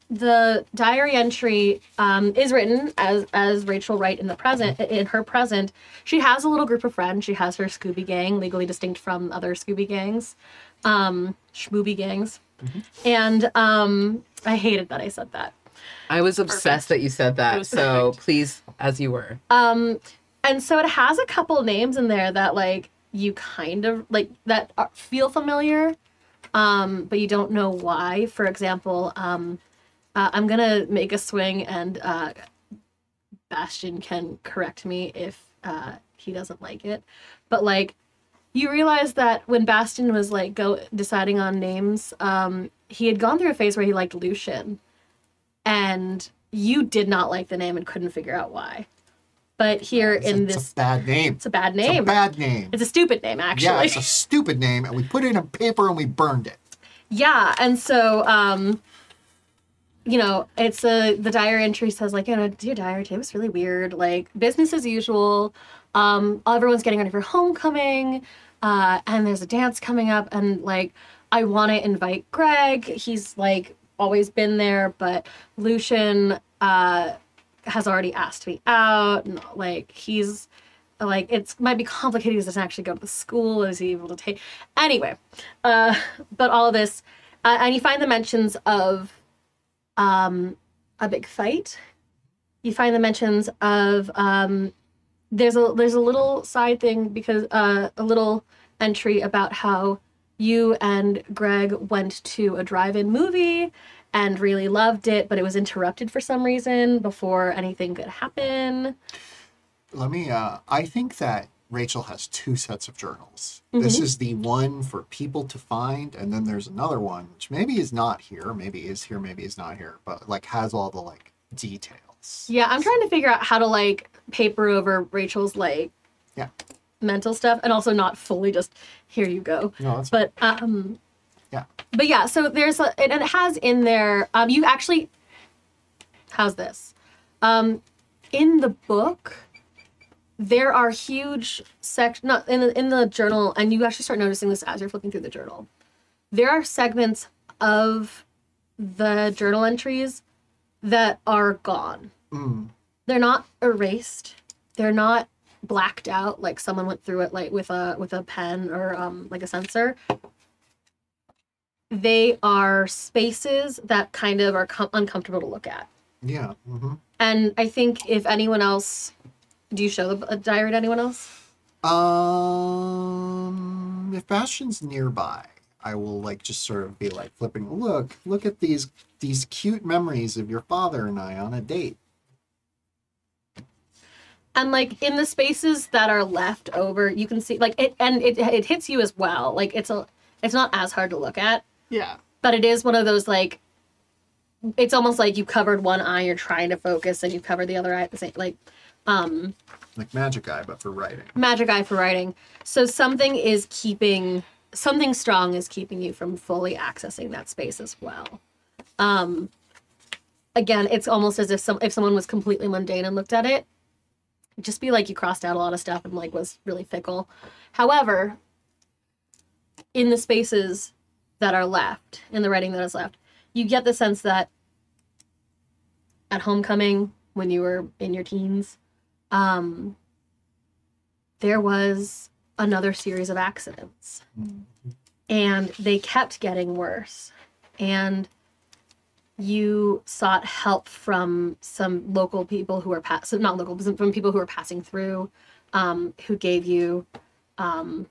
S2: the diary entry um, is written as as Rachel Wright in the present in her present. She has a little group of friends. She has her Scooby gang, legally distinct from other Scooby gangs, um, Schmooby gangs, and um, I hated that I said that.
S6: I was obsessed that you said
S4: It
S6: that.
S4: was
S6: So please, as you were.
S2: Um, and so it has a couple names in there that like you kind of like that are, feel familiar, um, but you don't know why. For example, um, uh, I'm gonna make a swing, and uh, Bastion can correct me if uh, he doesn't like it. But like, you realize that when Bastion was like go deciding on names, um, he had gone through a phase where he liked Lucian, and you did not like the name and couldn't figure out why. But here in
S3: it's
S2: this,
S3: a bad name.
S2: it's a bad
S3: It's a
S2: name.
S3: bad name.
S2: It's a stupid name, actually.
S3: yeah, it's a stupid name, and we put it in paper and we burned it.
S2: Yeah, and so um you know, it's a the diary entry says like, you know, dear diary, today was really weird, like business as usual. Um everyone's getting ready for homecoming, uh and there's a dance coming up and like I want to invite Greg. He's like always been there, but Lucian uh has already asked me out and like he's like it's might be complicated because he doesn't actually go to the school is he able to take anyway uh but all of this uh, and you find the mentions of um a big fight you find the mentions of um there's a there's a little side thing because uh a little entry about how you and greg went to a drive-in movie and really loved it but it was interrupted for some reason before anything could happen
S3: Let me. Uh, I think that Rachel has two sets of journals.
S2: Mm-hmm.
S3: This is the one for people to find, and then there's another one which maybe is not here, maybe is here, maybe is not here, but like has all the like details.
S2: Yeah, I'm trying to figure out how to like paper over Rachel's like
S3: Yeah.
S2: mental stuff and also not fully just here you go.
S3: No, that's
S2: But um
S3: yeah.
S2: but yeah, so there's a, and it has in there um you actually how's this? Um in the book there are huge sec not in the in the journal and you actually start noticing this as you're flipping through the journal. There are segments of the journal entries that are gone
S3: Mm,
S2: they're not erased they're not blacked out like someone went through it like with a with a pen or um like a sensor they are spaces that kind of are com- uncomfortable to look at
S3: yeah. hmm
S2: and i think if anyone else do you show the a diary to anyone else
S3: Um, if Bastion's nearby, I will like just sort of be like flipping. Look, look at these these cute memories of your father and I on a date.
S2: and like in the spaces that are left over you can see like it and it, it hits you as well like it's a it's not as hard to look at
S5: Yeah.
S2: but it is one of those like it's almost like you covered one eye you're trying to focus and you cover the other eye at the same like um
S3: Like Magic Eye, but for writing.
S2: magic eye for writing so something is keeping something strong is keeping you from fully accessing that space as well um again it's almost as if some if someone was completely mundane and looked at it it'd just be like you crossed out a lot of stuff and like was really fickle however in the spaces that are left in the writing that is left you get the sense that at homecoming when you were in your teens um there was another series of accidents. And they kept getting worse. And you sought help from some local people who were pass so not local, but from people who were passing through, um, who gave you, um,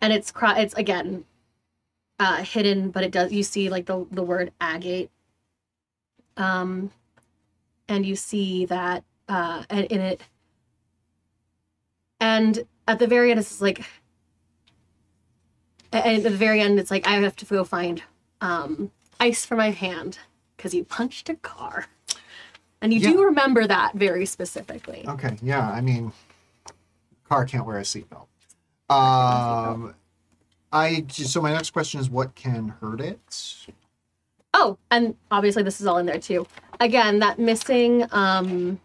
S2: and it's cro- it's again uh, hidden, but it does you see like the the word agate, um, and you see that uh, and in it and at the very end, it's like, and at the very end, it's like I have to go find um, ice for my hand because you punched a car, and you
S3: Yeah.
S2: do remember that very specifically.
S3: Okay, yeah, I mean, car can't wear a seatbelt. Um, I ju- so my next question is, what can hurt it?
S2: Oh, and obviously this is all in there too. Again, that missing, um,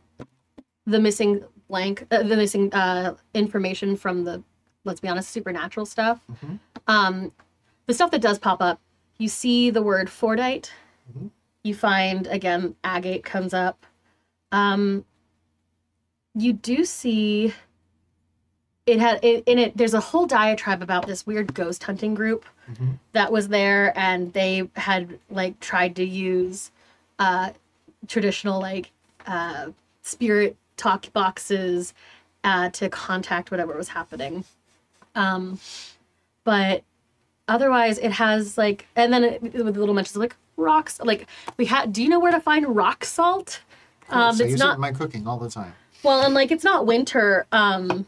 S2: the missing blank, uh, the missing uh, information from the, let's be honest, supernatural stuff.
S3: Mhm.
S2: Um, the stuff that does pop up, you see the word Fordite.
S3: Mhm.
S2: You find again agate comes up. Um, you do see. It had it, in it. There's a whole diatribe about this weird ghost hunting group
S3: Mm-hmm.
S2: that was there and they had like tried to use uh traditional like uh spirit talk boxes uh to contact whatever was happening um but otherwise it has like and then it, with the little mentions of like rocks like we had do you know where to find rock salt um
S3: Oh, so I
S2: it's
S3: use it
S2: not
S3: in my cooking all the time.
S2: well, and like it's not winter. Um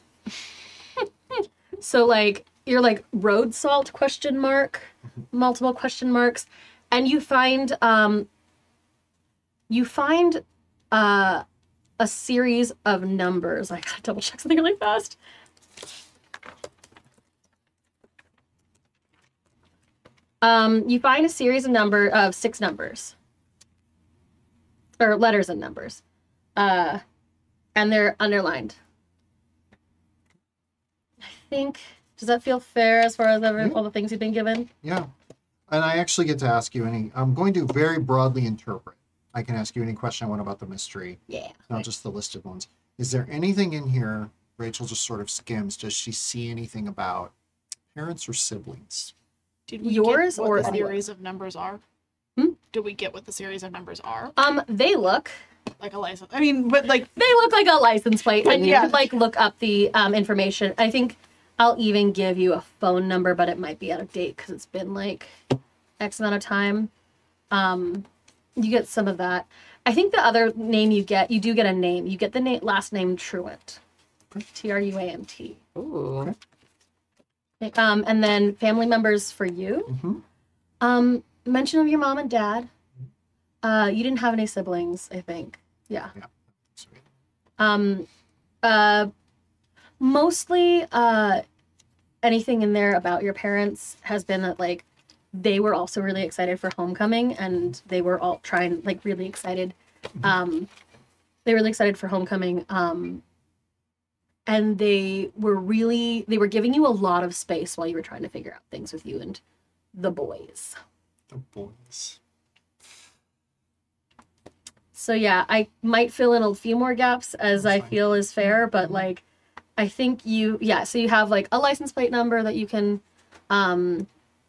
S2: so like you're like road salt question mark, multiple question marks, and you find um you find uh, a series of numbers. I gotta double check something really fast. Um, you find a series of number of six numbers, or letters and numbers, uh, and they're underlined. I think. Does that feel fair as far as every, all the things you've been given?
S3: Yeah. And I actually get to ask you any, I'm going to very broadly interpret. I can ask you any question I want about the mystery,
S2: Yeah.
S3: not just the listed ones. Is there anything in here Rachel just sort of skims? Does she see anything about parents or siblings?
S5: Did we
S2: Yours
S5: get what
S2: or
S5: the
S2: anyone?
S5: series of numbers are?
S2: Hmm?
S5: Did we get what the series of numbers are?
S2: Um, they look
S5: Like a license. I mean, but like
S2: they look like a license plate and you
S5: Yeah.
S2: could like look up the um, information i think i'll even give you a phone number but it might be out of date because it's been like x amount of time um, you get some of that i think the other name you get you do get a name you get the na- last name truant t-r-u-a-n-t
S6: Ooh.
S2: um, and then family members for you
S3: Mhm.
S2: um, mention of your mom and dad uh, you didn't have any siblings i think yeah
S3: Sweet.
S2: um uh mostly uh anything in there about your parents has been that like they were also really excited for homecoming and they were all trying like really excited um they were really excited for homecoming um and they were really they were giving you a lot of space while you were trying to figure out things with you and the boys
S3: The boys.
S2: So yeah, I might fill in a few more gaps as
S3: That's
S2: I
S3: fine. Mm-hmm.
S2: feel is fair, but like I think you yeah, so you have like a license plate number that you can um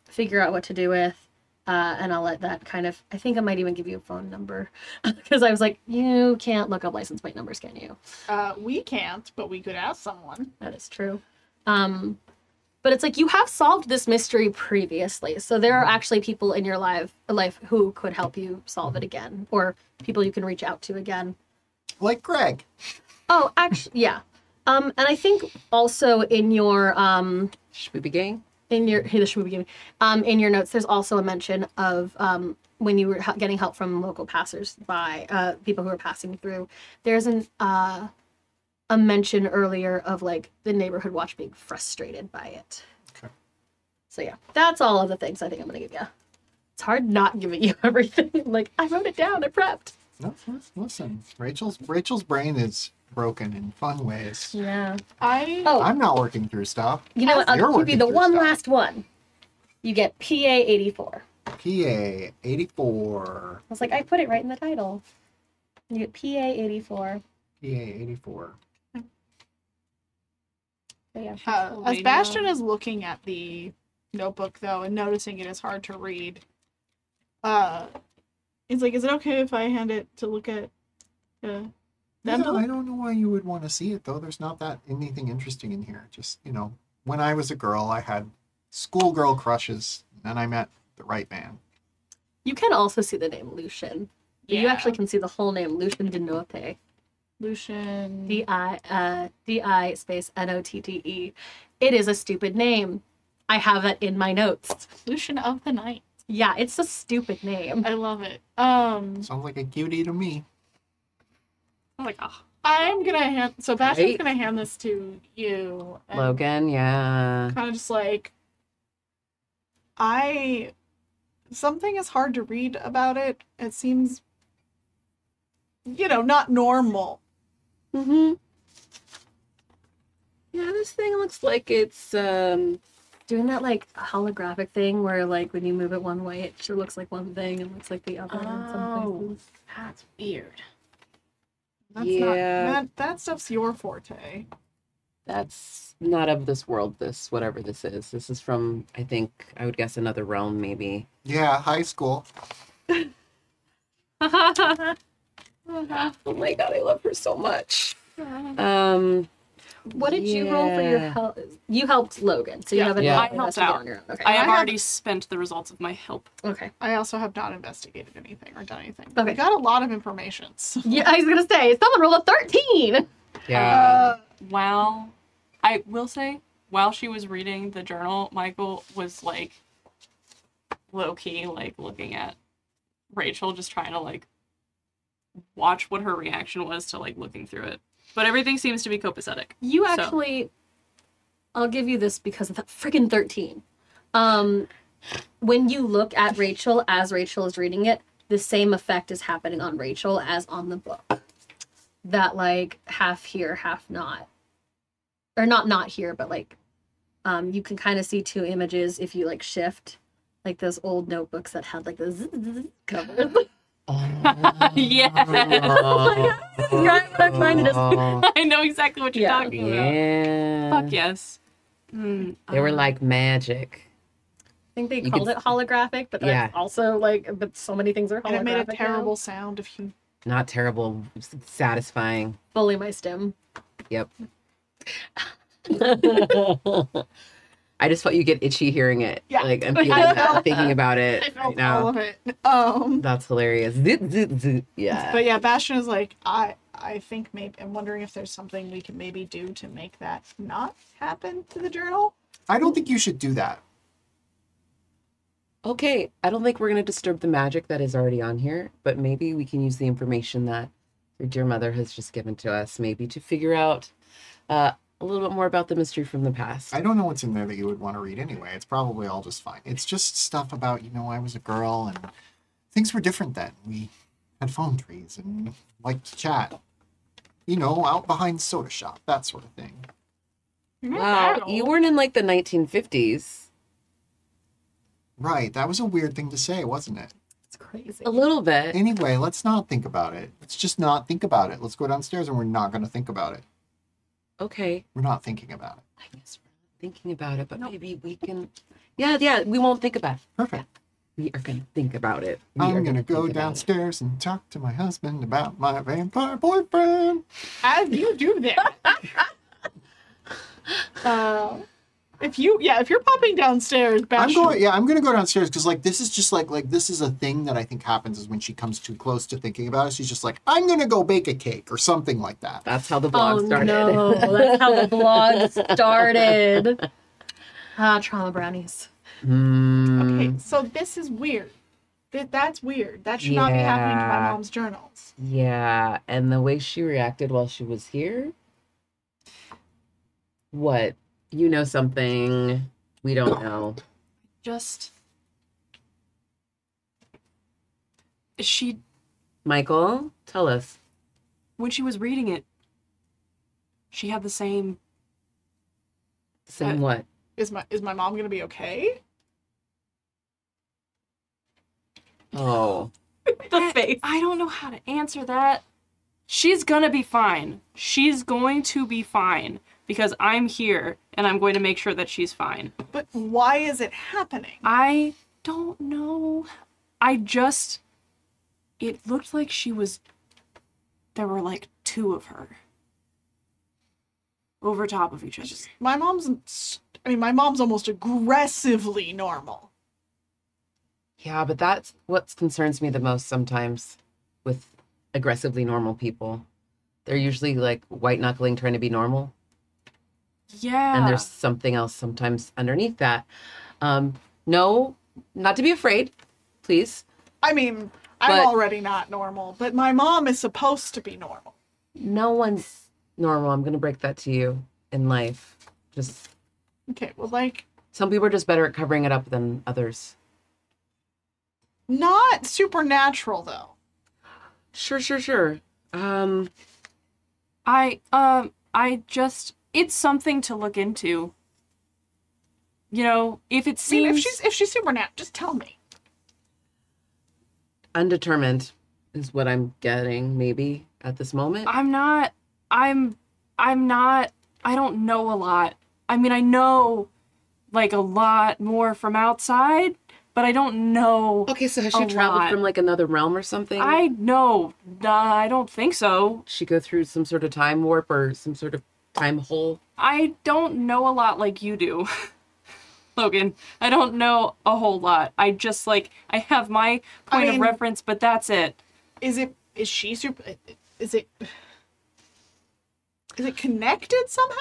S2: figure out what to do with. Uh, and I'll let that kind of. I think I might even give you a phone number because I was like, you can't look up license plate numbers, can you?
S5: uh, we can't, but we could ask someone.
S2: That is true. Um, but it's like you have solved this mystery previously, so there are
S3: Mm-hmm.
S2: actually people in your life life who could help you solve it
S3: Mm-hmm.
S2: again, or people you can reach out to again.
S3: Like Greg.
S2: Oh, actually, yeah. Um, and I think also in your um
S6: Should we begin?
S2: in your hey, this should be given. Um, in your notes, there's also a mention of um when you were h- getting help from local passersby, uh, people who are passing through. There's an uh a mention earlier of like the neighborhood watch being frustrated by it.
S3: Okay.
S2: So yeah, that's all of the things I think I'm gonna give you. It's hard not giving you everything. like I wrote it down. I prepped.
S3: No, listen, Rachel's Rachel's brain is broken in fun ways.
S2: Yeah.
S5: I
S2: Oh,
S3: I'm not working through stuff.
S2: You know what?
S3: You're
S2: I'll give you
S3: working
S2: the
S3: through
S2: one
S3: stuff.
S2: last one. You get PA 84.
S3: PA 84.
S2: I was like, I put it right in the title. You get PA 84.
S3: PA 84.
S2: So yeah.
S5: Uh, as
S4: Pennsylvania.
S5: Bastion is looking at the notebook though and noticing it is hard to read, uh, he's like, "Is it okay if I hand it to look at uh, them?" to
S3: No,
S5: look
S3: I don't know why you would want to see it though. There's not that anything interesting in here. Just you know, when I was a girl, I had schoolgirl crushes, and then I met the right man.
S2: You can also see the name Lucian. You
S5: Yeah.
S2: actually can see the whole name Lucian Denote.
S5: Lucian.
S2: D I uh D I space N O T T E. It is a stupid name. I have that in my notes.
S5: Lucian of the night.
S2: Yeah, it's a stupid name.
S5: I love it. Um,
S3: Sounds like a cutie to me.
S5: I'm like,
S4: "Ah."
S5: oh, I'm gonna hand. So Bastion's
S6: Right.
S5: gonna hand this to you, and
S6: Logan, yeah.
S5: Kind of just like, I. Something is hard to read about it. It seems, you know, not normal.
S6: Mm-hmm. Yeah, this thing looks like it's um
S2: Doing that like holographic thing where like when you move it one way, it sure looks like one thing and looks like the other. in some
S5: Oh.
S2: places.
S5: That's weird. That's not,
S6: Yeah.
S5: that, that stuff's your forte.
S6: that's not of this world, this whatever this is. This is from I think I would guess another realm maybe.
S3: Yeah, high school.
S6: Oh my god, I love her so much. Um
S2: What did you roll for your
S6: Yeah.
S2: help? You helped Logan, so you
S5: Yeah.
S2: have a
S6: Yeah.
S2: yeah.
S6: I
S2: helped
S4: helped
S2: out.
S4: out.
S2: On your own. Okay.
S4: I have
S5: have-
S4: already spent the results of my help.
S2: okay.
S5: I also have not investigated anything or done anything.
S2: Okay.
S5: We got a lot of information. so-
S2: Yeah, I was gonna say someone rolled a thirteen.
S6: yeah.
S4: While I will say, while she was reading the journal, Michael was like low key, like looking at Rachel, just trying to like watch what her reaction was to like looking through it. But everything seems to be copacetic.
S2: You
S4: So-
S2: actually, I'll give you this because of that friggin' 13. Um, when you look at Rachel as Rachel is reading it, the same effect is happening on Rachel as on the book. That, like, half here, half not. Or not not here, but like, um, you can kind of see two images if you like shift, like those old notebooks that had like the zzz, zzz, zzz covers.
S4: yeah,
S2: Right, what I'm trying to
S6: just.
S4: I know exactly what you're
S2: Yeah.
S4: talking
S6: Yeah.
S4: about. Fuck yes. Hmm,
S6: They were
S4: um,
S6: like magic.
S2: I think they
S6: You
S2: called
S6: could-
S2: it holographic, but that's also like, but so many things are holographic.
S5: And it made a terrible
S2: now.
S5: sound if you
S6: Not terrible, s- satisfying.
S2: Bully my stem.
S6: Yep. I just felt you get itchy hearing it.
S5: Yeah.
S6: Like I'm feeling that, thinking about it
S5: I felt
S6: right now.
S5: all of it. Um
S6: That's hilarious. Zoot, zoot, zoot. Yeah.
S5: But yeah, Bastion is like, I I think maybe I'm wondering if there's something we can maybe do to make that not happen to the journal.
S3: I don't think you should do that.
S6: Okay, I don't think we're going to disturb the magic that is already on here, but maybe we can use the information that your dear mother has just given to us, maybe to figure out uh, a little bit more about the mystery from the past.
S3: I don't know what's in there that you would want to read anyway. It's probably all just fine. It's just stuff about, you know, I was a girl and things were different then. We had phone trees and liked to chat. You know, out behind soda shop, that sort of thing.
S6: Wow, you weren't in like the 1950s.
S3: Right, that was a weird thing to say, wasn't it?
S2: It's crazy.
S6: A little bit.
S3: Anyway, let's not think about it. Let's just not think about it. Let's go downstairs and we're not going to think about it.
S6: Okay,
S3: We're not thinking about it.
S6: I guess we're not thinking about it, but maybe we can. Yeah, yeah, we won't think about it.
S3: Perfect.
S6: We are going to think about it. We are
S3: I'm going to
S6: think
S3: go
S6: about it.
S3: downstairs and talk to my husband about my vampire boyfriend.
S5: As you do that. uh, if you yeah, if you're popping downstairs,
S3: I'm
S5: Bastion
S3: going. Yeah, I'm going to go downstairs because like this is just like like this is a thing that I think happens is when she comes too close to thinking about it. She's just like, I'm going to go bake a cake or something like that.
S6: That's how the blog
S2: Oh
S6: started.
S2: no, that's how the blog started. Ah, trauma brownies.
S6: Mm,
S5: Okay, so this is weird. That that's weird. That should not be happening to my
S6: Yeah.
S5: mom's journals.
S6: Yeah, and the way she reacted while she was here. What? You know something we don't know.
S4: just she
S6: Michael, tell us.
S4: when she was reading it she had the same
S6: Same what?
S5: Is my is my mom gonna be okay?
S6: Oh.
S2: The face.
S4: Eh, i don't know how to answer that she's gonna be fine she's going to be fine because i'm here and i'm going to make sure that she's fine
S5: But why is it happening?
S4: I don't know. I just. It looked like she was. There were like two of her. Over top of each other.
S5: My mom's s- I mean, my mom's almost aggressively normal.
S6: Yeah, but that's what concerns me the most sometimes with aggressively normal people. They're usually like white knuckling trying to be normal.
S4: Yeah.
S6: and there's something else sometimes underneath that. Um, no, not to be afraid, please.
S5: I mean, I'm
S6: But-
S5: already not normal, but my mom is supposed to be normal.
S6: No one's normal. I'm gonna break that to you in life. Just
S5: Okay, well like
S6: some people are just better at covering it up than others.
S5: not supernatural though.
S6: Sure, sure, sure. Um,
S4: I, um, I just. It's something to look into. You know, if it
S5: I mean,
S4: seems.
S5: if she's if she's supernatural, just tell me.
S6: undetermined is what I'm getting maybe at this moment.
S4: I'm not. I'm. I'm not. I don't know a lot. I mean, I know, like a lot more from outside, but I don't know.
S6: Okay, so has
S4: A
S6: she traveled
S4: lot.
S6: from like another realm or something?
S4: I know. Nah, I don't think so.
S6: she go through some sort of time warp or some sort of time hole.
S4: I don't know a lot like you do, Logan. I don't know a whole lot. I just like I have my
S5: I
S4: point of
S5: mean-
S4: reference, but that's it.
S5: Is it is she super is it is it connected somehow?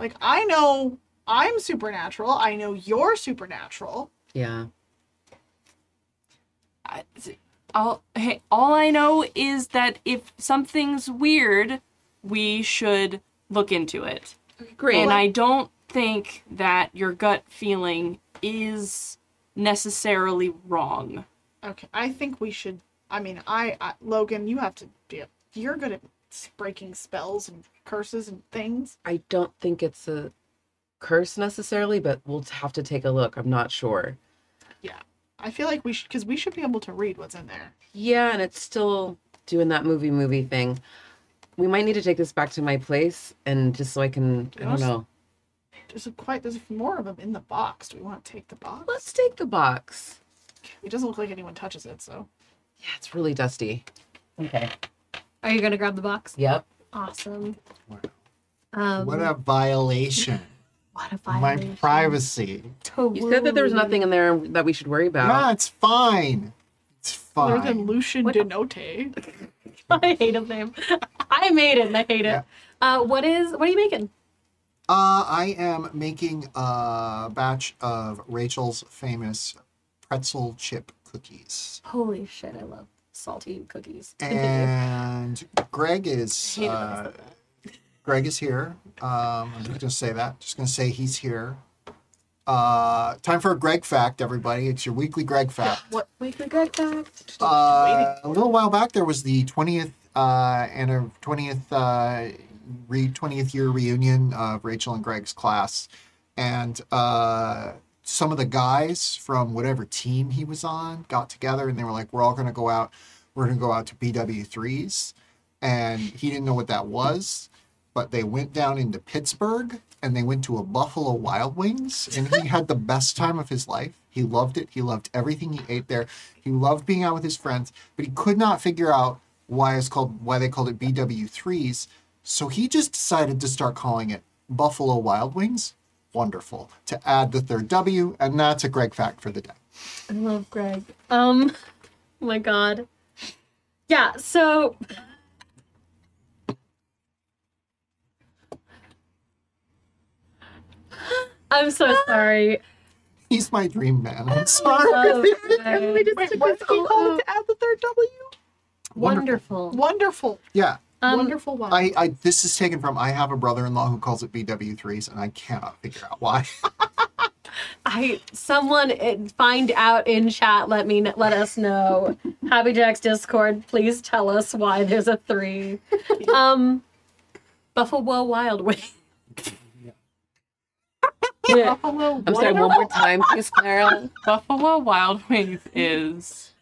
S5: Like I know I'm supernatural, I know you're supernatural.
S6: Yeah.
S4: I- all, hey, all I know is that if something's weird, we should look into it.
S6: Great.
S4: And I don't think that your gut feeling is necessarily wrong.
S5: Okay, I think we should. I mean, I, I Logan, you have to be. You're good at breaking spells and curses and things.
S6: I don't think it's a curse necessarily, but we'll have to take a look. I'm not sure.
S5: I feel like we should, because we should be able to read what's in there.
S6: Yeah, and it's still doing that movie movie thing. We might need to take this back to my place and just so I can I don't
S5: Yes.
S6: know.
S5: There's a, quite. There's more of them in the box. Do we want to take the box?
S6: Let's take the box.
S5: It doesn't look like anyone touches it, so.
S6: Yeah, it's really dusty. Okay.
S2: Are you gonna grab the box?
S6: Yep.
S2: Awesome.
S3: Wow.
S2: Um,
S3: What a violation.
S2: what a
S3: My
S2: violation.
S3: privacy.
S2: Totally.
S6: You said that there was nothing in there that we should worry
S3: No,
S6: about.
S3: it's fine. It's
S5: Other than
S3: fine.
S5: Lucian
S2: What-
S5: Denote.
S2: I hate his name. I made it and I hate it.
S3: Yeah.
S2: Uh, what is? What are you making?
S3: Uh, I am making a batch of Rachel's famous pretzel chip cookies.
S2: Holy shit! I love salty cookies.
S3: And Greg is
S2: I hated when I
S3: uh, Greg is here. Um, I'm just gonna say that. Just gonna say he's here. Uh, time for a Greg fact, everybody. It's your weekly Greg fact.
S5: What?
S2: Weekly good fact.
S3: Uh, a little while back, there was the 20th uh, and a 20th uh, re 20th year reunion of Rachel and Greg's class, and uh, some of the guys from whatever team he was on got together and they were like, "We're all going to go out. We're going to go out to BW threes," and he didn't know what that was. But they went down into Pittsburgh and they went to a Buffalo Wild Wings, and he had the best time of his life. He loved it. He loved everything he ate there. He loved being out with his friends, but he could not figure out why it's called why they called it BW3s. So he just decided to start calling it Buffalo Wild Wings. Wonderful. To add the third W, and that's a Greg fact for the day.
S2: I love Greg. Um, oh my god. Yeah. So. I'm so sorry.
S3: He's my dream man. I'm sorry.
S2: Oh, Greg.
S5: Wait, what's he called to add the third W?
S2: Wonderful.
S5: Wonderful.
S3: Yeah.
S2: Um,
S5: Wonderful one.
S3: I, I this is taken from I have a brother-in-law who calls it BW3s, and I cannot figure out why.
S2: I someone uh, find out in chat. Let me kn- let us know. Happy Jack's Discord, please tell us why there's a three. Um, Buffalo Wild Wings.
S5: Buffalo Wild
S6: I'm sorry, one more time, please, Clara.
S4: Buffalo Wild Wings is.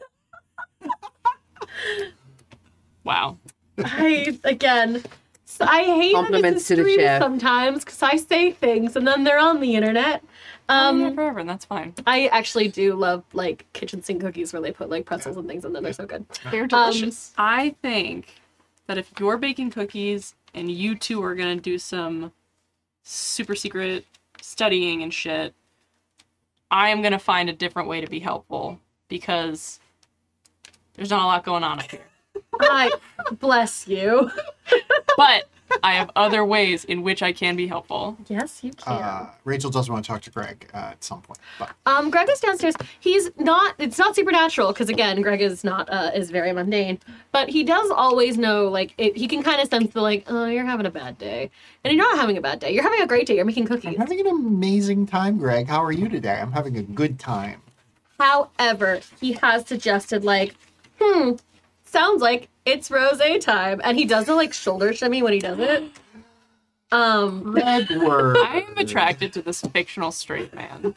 S4: Wow.
S2: I again, so I hate that
S6: Compliments
S2: this
S6: to the
S2: is streamed
S6: chef.
S2: sometimes because I say things and then they're on the internet. Um,
S4: yeah, forever, and that's fine.
S2: I actually do love like kitchen sink cookies where they put like pretzels and things in them. They're so good.
S5: They're delicious.
S4: I think that if you're baking cookies and you two are gonna do some super secret studying and shit, I am gonna find a different way to be helpful because there's not a lot going on up here.
S2: I bless you.
S4: But I have other ways in which I can be helpful.
S2: Yes, you can.
S6: Ah.
S3: Uh, Rachel does want to talk to Greg uh, at some point, but
S2: Um, Greg is downstairs. He's not. It's not supernatural because again, Greg is not uh, is very mundane. But he does always know. Like it, he can kind of sense the like, oh, you're having a bad day, and you're not having a bad day. You're having a great day. You're making
S3: I'm
S2: cookies.
S3: having an amazing time, Greg. How are you today? I'm having a good time.
S2: However, he has suggested like, hmm, sounds like it's rose time, and he does the like shoulder shimmy when he does it. Um,
S3: Edward.
S4: I am attracted to this fictional straight man.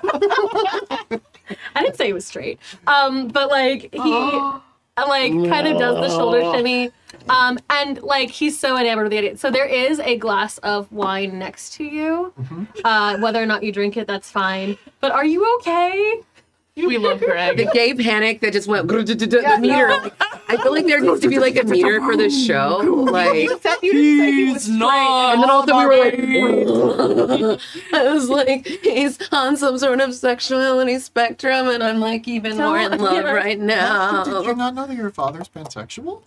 S2: I didn't say he was straight. Um, but like he like kind of does the shoulder shimmy. Um, and like he's so enamored with the idea. So there is a glass of wine next to you. Uh, whether or not you drink it, that's fine. But are you okay?
S4: We love
S6: The
S4: Greg.
S6: gay panic that just went grrr, duh, duh, duh,
S5: Yeah,
S6: the meter.
S5: no.
S6: I feel like there needs to be like a meter for this show. Like
S5: You said you didn't say he was
S4: He's not.
S6: and then all of a sudden we were like I was like, he's on some sort of sexuality spectrum and I'm like even more in
S2: Don't
S6: love
S2: ever-
S6: right
S3: Did you
S6: now.
S3: not know that your father's pansexual?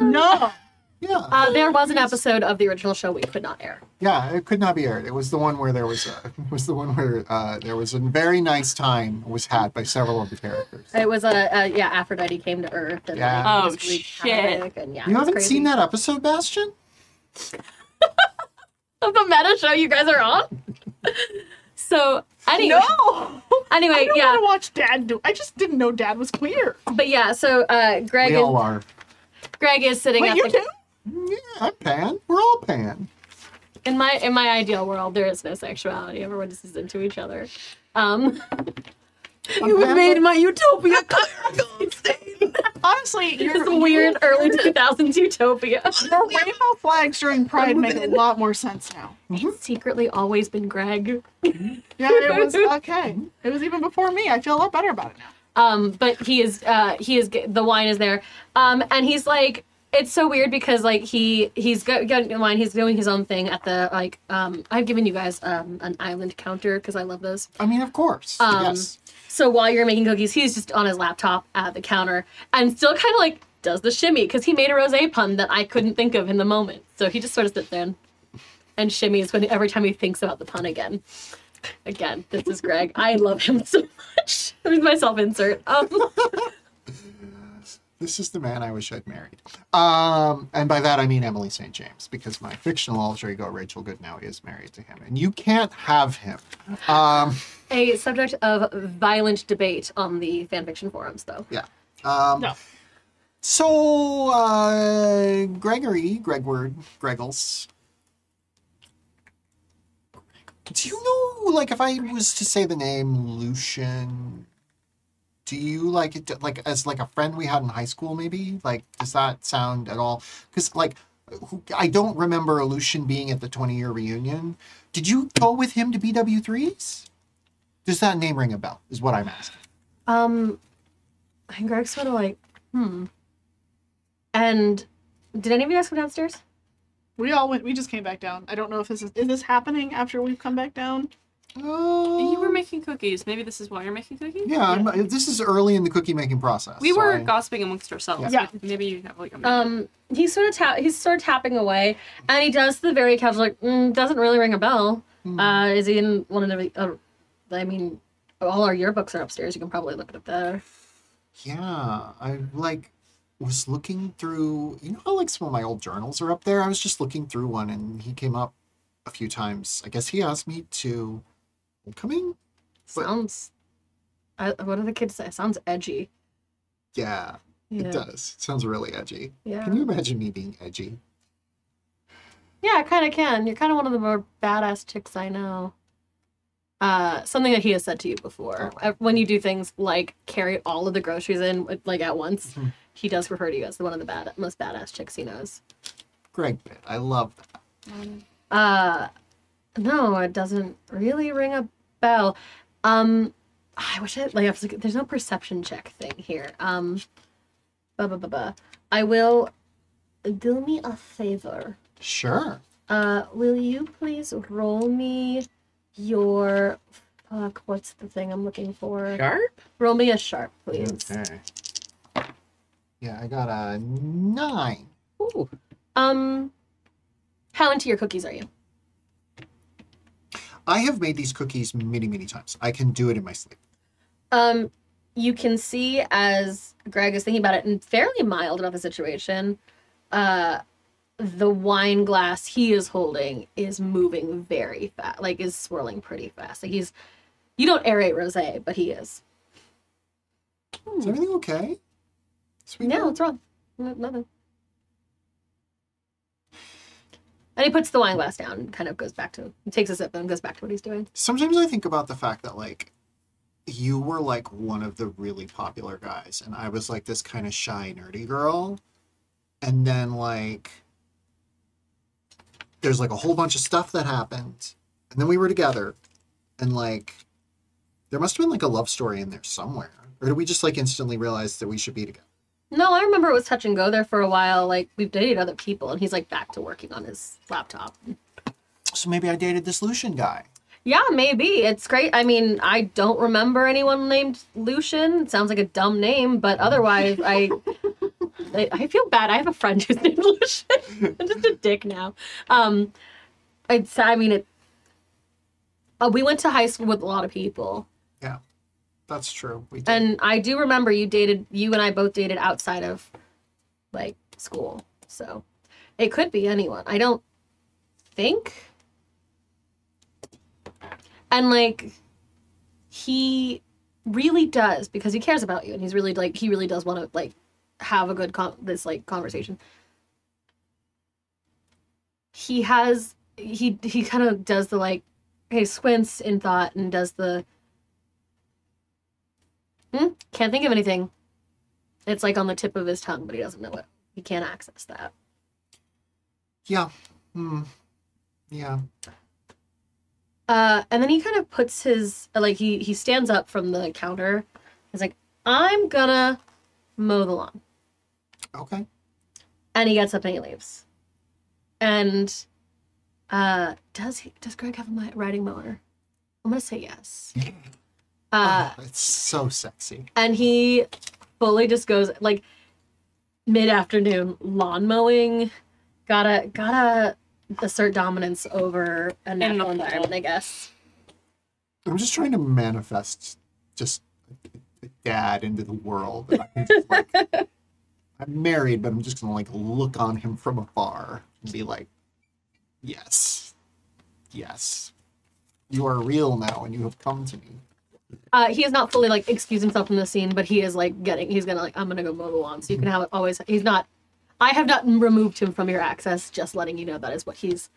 S5: No.
S3: Yeah.
S2: Uh, there was an episode of the original show we could not air.
S3: Yeah, it could not be aired. It was the one where there was a, it was the one where uh, there was a very nice time was had by several of the characters.
S2: It was a, a yeah, Aphrodite came to Earth and
S3: Yeah.
S2: like,
S4: Oh,
S2: just wreaked
S4: shit.
S2: havoc and yeah,
S3: You
S2: it was
S3: haven't
S2: crazy.
S3: seen that episode, Bastion?
S2: of the meta show you guys are on. so anyway,
S5: No. I
S2: anyway,
S5: don't
S2: yeah,
S5: want to watch Dad do. I just didn't know Dad was queer.
S2: but yeah. So uh, Greg
S3: We
S2: is
S3: all are.
S2: Greg is sitting
S5: Wait,
S2: at
S5: you
S2: the
S5: do?
S3: Yeah, I'm pan. We're all pan.
S2: in my in my ideal world there is no sexuality. Everyone just is into each other. Um,
S6: You have made my utopia clear.
S5: Honestly,
S2: this
S5: your
S2: weird early 2000s utopia.
S5: Your rainbow flags during Pride make a lot more sense now.
S2: It's secretly always been Greg.
S5: Yeah, it was okay. It was even before me. I feel a lot better about it now.
S2: um but he is uh he is the wine is there um and he's like it's so weird because like he he's go- getting the wine he's doing his own thing at the like um i've given you guys um an island counter because i love those
S3: I mean, of course.
S2: Um,
S3: yes.
S2: so while you're making cookies he's just on his laptop at the counter and still kind of like does the shimmy because he made a rose pun that i couldn't think of in the moment so he just sort of sits there and, and shimmies when every time he thinks about the pun again again this is greg i love him so much there's my self-insert um
S3: This is the man I wish I'd married. Um, and by that I mean Emily St. James, because my fictional alter ego Rachel Goodnow is married to him, and you can't have him. Um,
S2: a subject of violent debate on the fanfiction forums, though.
S3: yeah. Um,
S5: No.
S3: So uh, Gregory, Gregward, Gregles. Do you know, like, if I was to say the name Lucian, do you like it, like as like a friend we had in high school? Maybe like, does that sound at all? Because like, who- I don't remember Lucian being at the twenty-year reunion. Did you go with him to BW threes? Does that name ring a bell? Is what I'm asking.
S2: Um, and Greg's sort of like, hmm. And did any of you guys go downstairs?
S5: We all went. We just came back down. I don't know if this is is this happening after we've come back down.
S4: You were making cookies. Maybe this is why you're making cookies.
S3: Yeah, I'm, this is early in the cookie making process.
S4: We
S3: so
S4: were
S3: I-
S4: gossiping amongst ourselves.
S5: Yeah.
S4: Maybe you have like a minute.
S2: Um, he's sort of ta- he's sort of tapping away, and he does the very casual like mm, doesn't really ring a bell. Uh, is he in one of the? Uh, I mean, all our yearbooks are upstairs. You can probably look it up there.
S3: yeah, I like was looking through. You know how like some of my old journals are up there. I was just looking through one, and he came up a few times. I guess he asked me to coming. What?
S2: Sounds. I, what do the kids say? Sounds edgy.
S3: Yeah,
S2: Yeah.
S3: it does. It sounds really edgy.
S2: Yeah.
S3: Can you imagine me being edgy?
S2: Yeah, I kind of can. You're kind of one of the more badass chicks I know. Uh, something that he has said to you before. Uh, When you do things like carry all of the groceries in with- like at once, he does refer to you as the one of the bad, most badass chicks he knows.
S3: Greg bit. I love that.
S2: Uh, no, it doesn't really ring a bell. Um, I wish I like. I was like there's no perception check thing here. Um, ba ba ba ba. I will do me a favor.
S3: Sure.
S2: Uh, will you please roll me your fuck? What's the thing I'm looking for?
S6: Sharp?
S2: Roll me a sharp, please.
S3: Okay. Yeah, I got a nine.
S6: Ooh.
S2: Um, how into your cookies are you?
S3: I have made these cookies many, many times. I can do it in my sleep.
S2: Um, you can see as Greg is thinking about it and fairly mild about the situation. Uh, the wine glass he is holding is moving very fast, like is swirling pretty fast. Like he's, you don't aerate rosé, but he is.
S3: Is everything okay? Sweet.
S2: Hmm. No,
S3: girl?
S2: what's wrong? No- nothing. And he puts the wine glass down and kind of goes back to, he takes a sip and goes back to what he's doing.
S3: Sometimes I think about the fact that like you were like one of the really popular guys and I was like this kind of shy nerdy girl. And then like there's like a whole bunch of stuff that happened. And then we were together and like there must have been like a love story in there somewhere. Or did we just like instantly realize that we should be together?
S2: No, I remember it was touch and go there for a while. Like, we've dated other people, and he's like back to working on his laptop.
S3: So maybe I dated this Lucian guy.
S2: Yeah, maybe. It's great. I mean, I don't remember anyone named Lucian. It sounds like a dumb name, but otherwise, I I, I feel bad. I have a friend who's named Lucian. I'm just a dick now. Um, it's. I mean, it. Uh, we went to high school with a lot of people,
S3: Yeah, that's true. We did.
S2: and I do remember you dated. You and I both dated outside of, like, school. So, it could be anyone. I don't think. And like, he really does because he cares about you, and he's really like he really does want to like have a good con- this like conversation. He has he he kind of does the like he squints in thought and does the hmm, can't think of anything. It's like on the tip of his tongue, but he doesn't know it. He can't access that.
S3: yeah. Hmm. Yeah.
S2: Uh, and then he kind of puts his like he he stands up from the counter. He's like, "I'm gonna mow the lawn,"
S3: Okay.
S2: and he gets up and he leaves. And uh, does he? Does Greg have a mi- riding mower? I'm gonna say yes. Uh,
S3: Oh, It's so sexy.
S2: and he fully just goes like mid afternoon lawn mowing. Gotta gotta assert dominance over a
S4: Enough
S2: natural
S4: time.
S2: environment, I guess.
S3: I'm just trying to manifest just a dad into the world. that I can just, like- I'm married, but I'm just gonna like look on him from afar and be like, "Yes, yes, you are real now, and you have come to me."
S2: Uh, he has not fully like excused himself from the scene, but he is like getting. He's gonna like I'm gonna go mow the lawn, so you can have always. He's not. I have not removed him from your access. Just letting you know that is what he's.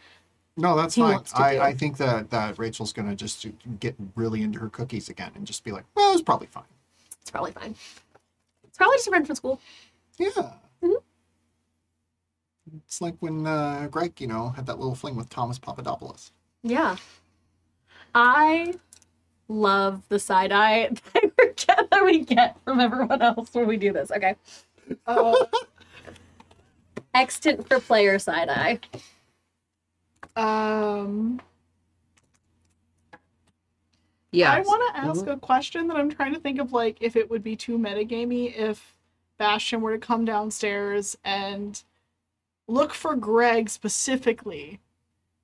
S3: No, that's
S2: He
S3: fine.
S2: wants to
S3: I,
S2: do.
S3: I think that that Rachel's gonna just get really into her cookies again and just be like, "Well, it's probably fine."
S2: It's probably fine. It's probably just a friend from school.
S3: Yeah. It's like when uh, Greg, you know, had that little fling with Thomas Papadopoulos.
S2: Yeah. I love the side eye that we're get- that we get from everyone else when we do this. Okay.
S6: Oh.
S2: Uh, extant for player side eye.
S5: Um,
S6: Yeah.
S5: I want to ask a question that I'm trying to think of, like if it would be too metagamey if Bastion were to come downstairs and look for Greg specifically,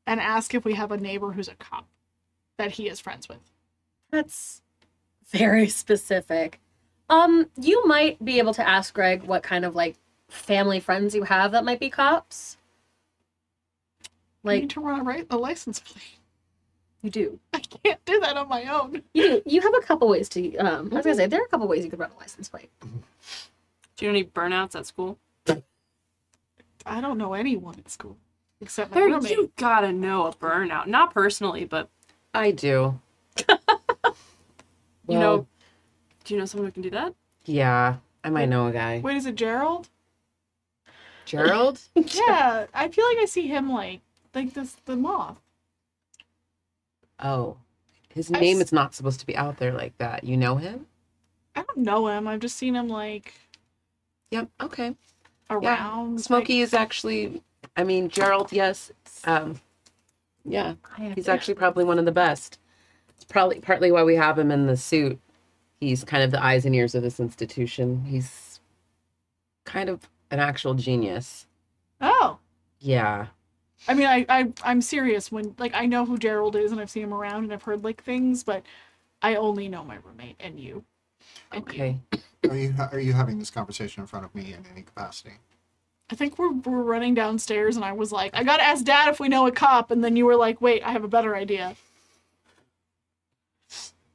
S5: and ask if we have a neighbor who's a cop that he is friends with.
S2: That's very specific. Um, you might be able to ask Greg what kind of like family friends you have that might be cops.
S5: Like, need
S2: Like
S5: to run a, right, a license plate.
S2: you do.
S5: I can't do that on my own.
S2: You do. You have a couple ways to um I was gonna
S6: Mm-hmm.
S2: say there are a couple ways you could run a license plate.
S4: Do you know any burnouts at school?
S5: I don't know anyone at school except my
S4: There,
S5: roommate.
S4: you gotta know a burnout. Not personally, but
S6: I do.
S4: you know, do you know someone who can do that?
S6: Yeah, I might know a guy.
S5: Wait, is it Gerald?
S6: Gerald?
S5: yeah, I feel like I see him like like this the moth.
S6: Oh, his
S5: I've
S6: name
S5: s-
S6: is not supposed to be out there like that. You know him?
S5: I don't know him. I've just seen him like
S6: Yep. Okay.
S5: around. like-
S6: Smokey is actually, I mean, Gerald, yes. Um, yeah, he's actually probably one of the best. It's probably partly why we have him in the suit. He's kind of the eyes and ears of this institution. He's kind of an actual genius.
S5: Oh,
S6: Yeah.
S5: I mean, I, I I'm serious when like I know who Gerald is and I've seen him around and I've heard like things, but I only know my roommate and you. And you.
S6: Okay.
S3: Are you are you having this conversation in front of me in any capacity?
S5: I think we're we're running downstairs and I was like, I gotta ask Dad if we know a cop, and then you were like, Wait, I have a better idea.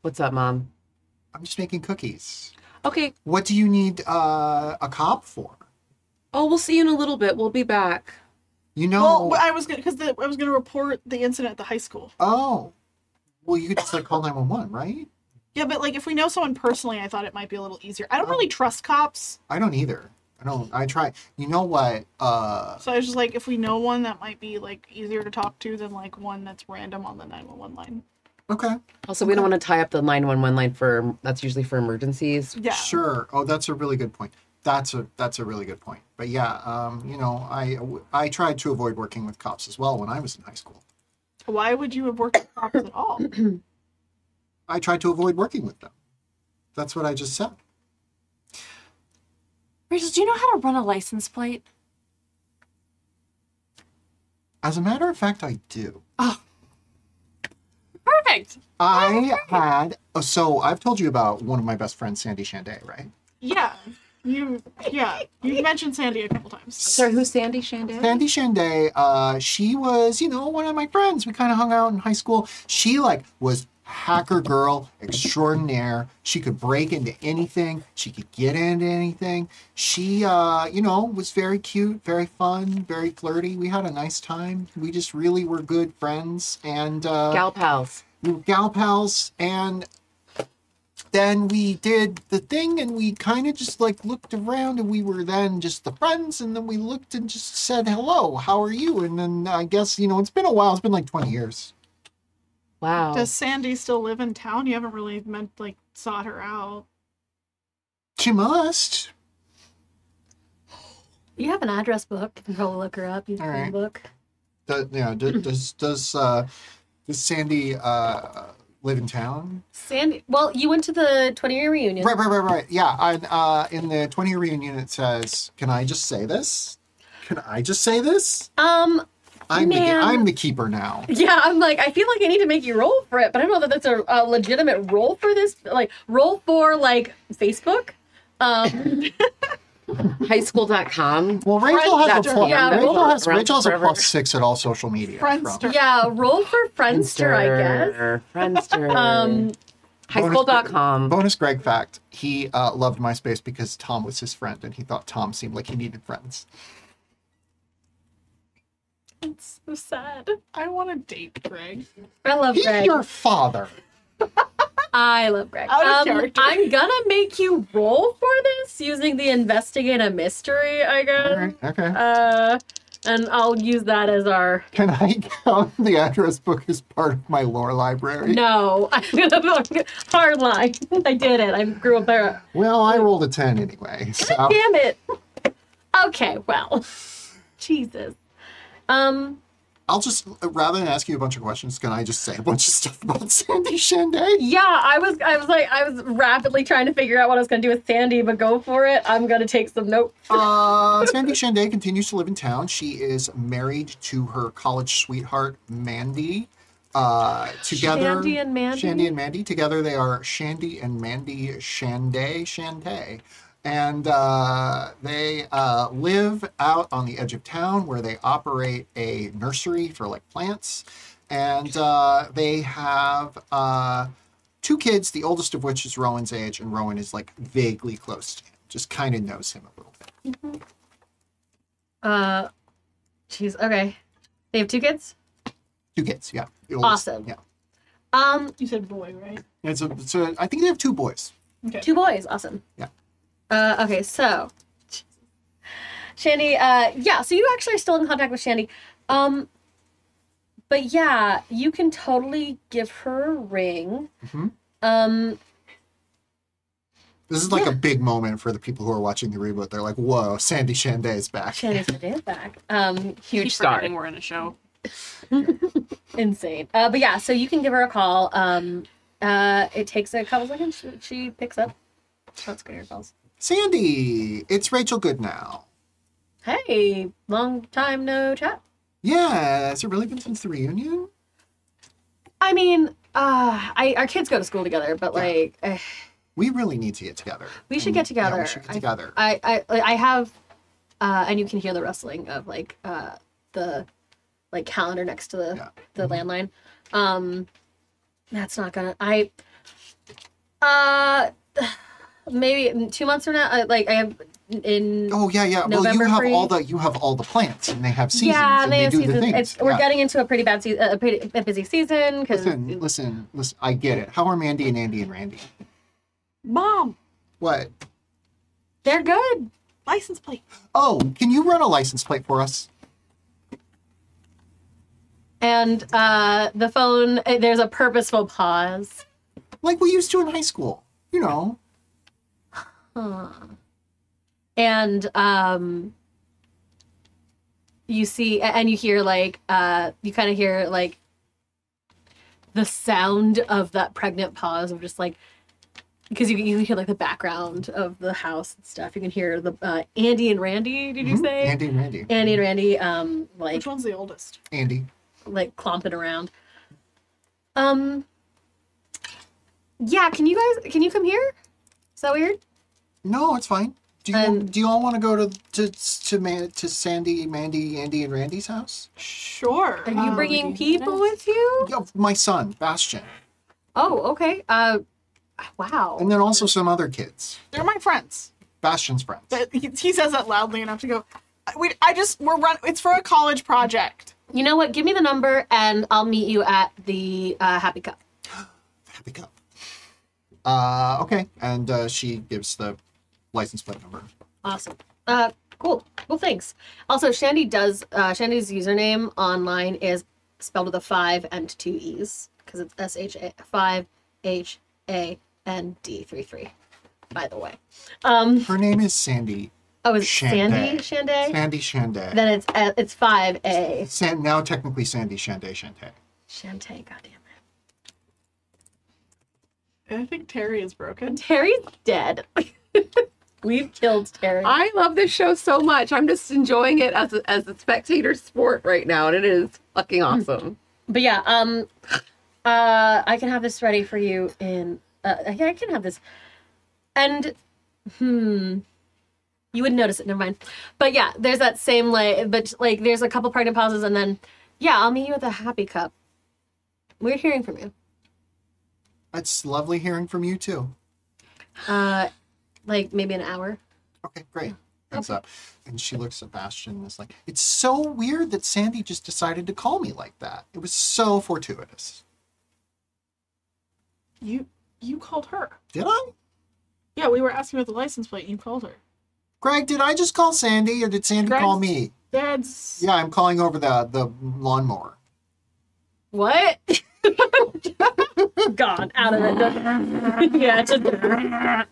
S6: What's up, mom?
S3: I'm just making cookies.
S6: Okay.
S3: What do you need uh, a cop for?
S6: Oh, we'll see you in a little bit. We'll be back.
S3: You know.
S5: Well, I was gonna because I was gonna report the incident at the high school.
S3: oh, well, you could just like call nine one one, right?
S5: Yeah, but like if we know someone personally, I thought it might be a little easier.
S4: Um,
S5: I don't really trust cops,
S3: I don't either. I don't. I try. You know what? Uh,
S5: so I was just like, if we know one, that might be like easier to talk to than like one that's random on the nine one one line.
S3: okay.
S6: Also, we don't want to tie up the 911 line for that's usually for emergencies.
S5: Yeah.
S3: Sure. Oh, that's a really good point. That's a that's a really good point. But yeah, um, you know, I I tried to avoid working with cops as well when I was in high school.
S5: Why would you have worked with cops at all?
S3: I tried to avoid working with them. That's what I just said.
S4: Rachel, do you know how to run a license plate?
S3: As a matter of fact, I do.
S4: Oh, Perfect.
S3: I had oh, so I've told you about one of my best friends, Sandy Shanday, right?
S5: Yeah. You yeah. You mentioned Sandy a couple times.
S6: Sorry, who's Sandy Shanday?
S3: Sandy Shanday, uh, she was, you know, one of my friends. We kind of hung out in high school. She like was hacker girl extraordinaire. She could break into anything. She could get into anything. She, uh, you know, was very cute, very fun, very flirty. We had a nice time. We just really were good friends. And uh,
S6: Gal pals.
S3: we were gal pals and then we did the thing and we kind of just like looked around and we were then just the friends and then we looked and just said hello how are you and then i guess you know it's been a while it's been like 20 years
S6: Wow.
S5: Does Sandy still live in town? You haven't really meant like sought her out.
S3: she must
S2: You have an address book. You can go look her up. You
S3: All
S2: can
S3: right.
S2: look.
S3: does, you know, does, does does uh does sandy uh live in town
S2: Sandy. Well, you went to the 20 year reunion.
S3: right right right right yeah and uh in the 20 reunion it says can i just say this can i just say this
S2: Um.
S3: i'm the,
S2: Ma'am.
S3: i'm the keeper now
S2: Yeah, I'm like, I feel like I need to make you roll for it, but I don't know that that's a, a legitimate roll for this. Like, roll for like Facebook. Um,
S6: Highschool.com.
S3: Well, Rachel has a
S6: Friendster.
S3: plus.
S2: Yeah,
S3: Rachel
S2: Rachel
S3: has,
S6: around
S3: Rachel has a
S6: forever.
S3: plus six at all social media.
S5: Friendster.
S2: yeah, roll for Friendster, I guess.
S6: Friendster.
S2: Um,
S6: Highschool.com.
S3: Bonus Greg fact: He uh, loved MySpace because Tom was his friend, and he thought Tom seemed like he needed friends.
S2: it's so sad.
S5: I want to date Greg.
S2: I love
S3: He's
S2: Greg.
S3: your father.
S2: I love Greg.
S5: Out of
S2: Um,
S5: character.
S2: I'm gonna make you roll for this using the investigate a mystery, I guess.
S3: All right, okay.
S2: Um, Uh, and I'll use that as our
S3: Can I count the address book as part of my lore library?
S2: no. I'm gonna hard line. I did it. I grew up there.
S3: Well, I rolled a ten anyway. So
S2: Damn it. Okay, well, Jesus. Um,
S3: I'll just rather than ask you a bunch of questions, can I just say a bunch of stuff about Sandy Shanday?
S2: yeah, I was, I was like, I was rapidly trying to figure out what I was gonna do with Sandy, but go for it. I'm gonna take some notes.
S3: Uh, Sandy Shanday continues to live in town. She is married to her college sweetheart, Mandy. Uh, together,
S2: Shandy and Mandy?
S3: Shandy and Mandy. Together, they are Shandy and Mandy Shanday Shanday. And uh, they uh, live out on the edge of town where they operate a nursery for like plants. And uh, they have uh, two kids, the oldest of which is Rowan's age, and Rowan is like vaguely close to him, just kind of knows him a little bit.
S2: Uh, jeez. Okay, they have two kids.
S3: Two kids, yeah. The
S2: Awesome.
S3: Yeah.
S2: Um,
S5: You said boy, right?
S3: And so, so I think they have two boys.
S2: two boys. Awesome.
S3: Yeah.
S2: Uh, okay, so Shandy. Uh, yeah. So you actually are still in contact with Shandy. Um, but yeah, you can totally give her a ring.
S3: Mhm.
S2: Um,
S3: This is like a big moment for the people who are watching the reboot. They're like, whoa, Sandy Shanday is back.
S2: Shandy's a dance back. Um, huge
S4: Keep
S2: star.
S4: forgetting we're in a show.
S2: insane. Uh, but yeah, so you can give her a call. Um, uh, it takes a couple seconds. She, she picks up. That's good. Her calls.
S3: Sandy, it's Rachel Goodnow.
S2: Hey, long time no chat.
S3: Yeah, has it really been since the reunion?
S2: I mean, uh, I our kids go to school together, but like, eh,
S3: We really need to get together.
S2: We should
S3: And,
S2: get
S3: yeah,
S2: together.
S3: we should get
S2: I-
S3: together.
S2: I I like, I have, uh, and you can hear the rustling of like uh the, like calendar next to the
S3: Yeah. Mm-hmm.
S2: the landline. Um, that's not gonna. I, uh, maybe in two months from now. I, like I have in.
S3: Oh yeah, yeah. well, you
S2: November
S3: have
S2: free.
S3: all the you have all the plants, and they have seasons,
S2: yeah,
S3: and
S2: they
S3: they,
S2: have
S3: do the
S2: seasons.
S3: things.
S2: It's, we're
S3: Yeah.
S2: getting into a pretty bad season, a pretty a busy season because
S3: Listen, listen, listen. I get it. How are Mandy and Andy and Randy?
S5: Mom,
S3: What?
S2: they're good.
S5: license plate.
S3: Oh, can you run a license plate for us?
S2: And uh, the phone, uh, there's a purposeful pause.
S3: Like we used to in high school. You know,
S2: and um you see a- and you hear like uh you kind of hear like the sound of that pregnant pause of just like because you, you hear like the background of the house and stuff. You can hear the uh, Andy and Randy. Did you say
S3: Andy, Randy,
S2: Andy and Randy? Um, like
S5: Which one's the oldest?
S3: Andy.
S2: like clomping around. Um. Yeah, can you guys can you come here? Is that weird?
S3: No, it's fine. Do you
S2: Um,
S3: do you all want to go to to to, Man, to Sandy, Mandy, Andy, and Randy's house?
S5: Sure.
S2: Are you
S5: Um,
S2: bringing people with you?
S3: Yeah, my son Bastion,
S2: Oh, okay. Uh, wow.
S3: and then also some other kids.
S5: They're my friends.
S3: Bastion's friends.
S5: But he, he says that loudly enough to go. We, I just we're run. It's for a college project.
S2: You know what? Give me the number and I'll meet you at the uh, Happy Cup.
S3: Happy cup. Uh, okay, and uh, she gives the license plate number.
S2: Awesome. Uh, cool. Well, thanks. Also, Shandy does. Uh, Shandy's username online is spelled with a five and two e's because it's S H A five H A N D three three. By the way, um,
S3: Her name is Sandy.
S2: oh, is it Sandy
S3: Shanday.
S2: Shanday?
S3: Sandy Shanday.
S2: Then it's uh, it's five A
S3: San, now technically Sandy Shanday Shanday.
S2: Shantae. Goddamn it,
S5: I think Terry is broken.
S2: Terry's dead. We've killed Terry.
S6: I love this show so much. I'm just enjoying it as a, as a spectator sport right now, and it is fucking awesome.
S2: But yeah, um, uh, I can have this ready for you in. Uh, I I can have this, and hmm, you wouldn't notice it. Never mind. But yeah, there's that same like, but like, there's a couple pregnant pauses, and then yeah, I'll meet you at the happy cup. We're hearing from you.
S3: It's lovely hearing from you too.
S2: Uh, like maybe an hour.
S3: Okay, great. Thanks up. And she looks at Bastion and is like, "It's so weird that Sandy just decided to call me like that. It was so fortuitous."
S5: You you called her.
S3: Did I?
S5: Yeah, we were asking about the license plate. You called her.
S3: Greg, did I just call Sandy or did Sandy
S5: Greg?
S3: call me?
S5: That's
S3: Yeah, I'm calling over the the lawnmower.
S2: What? Gone out of it. yeah, it's a,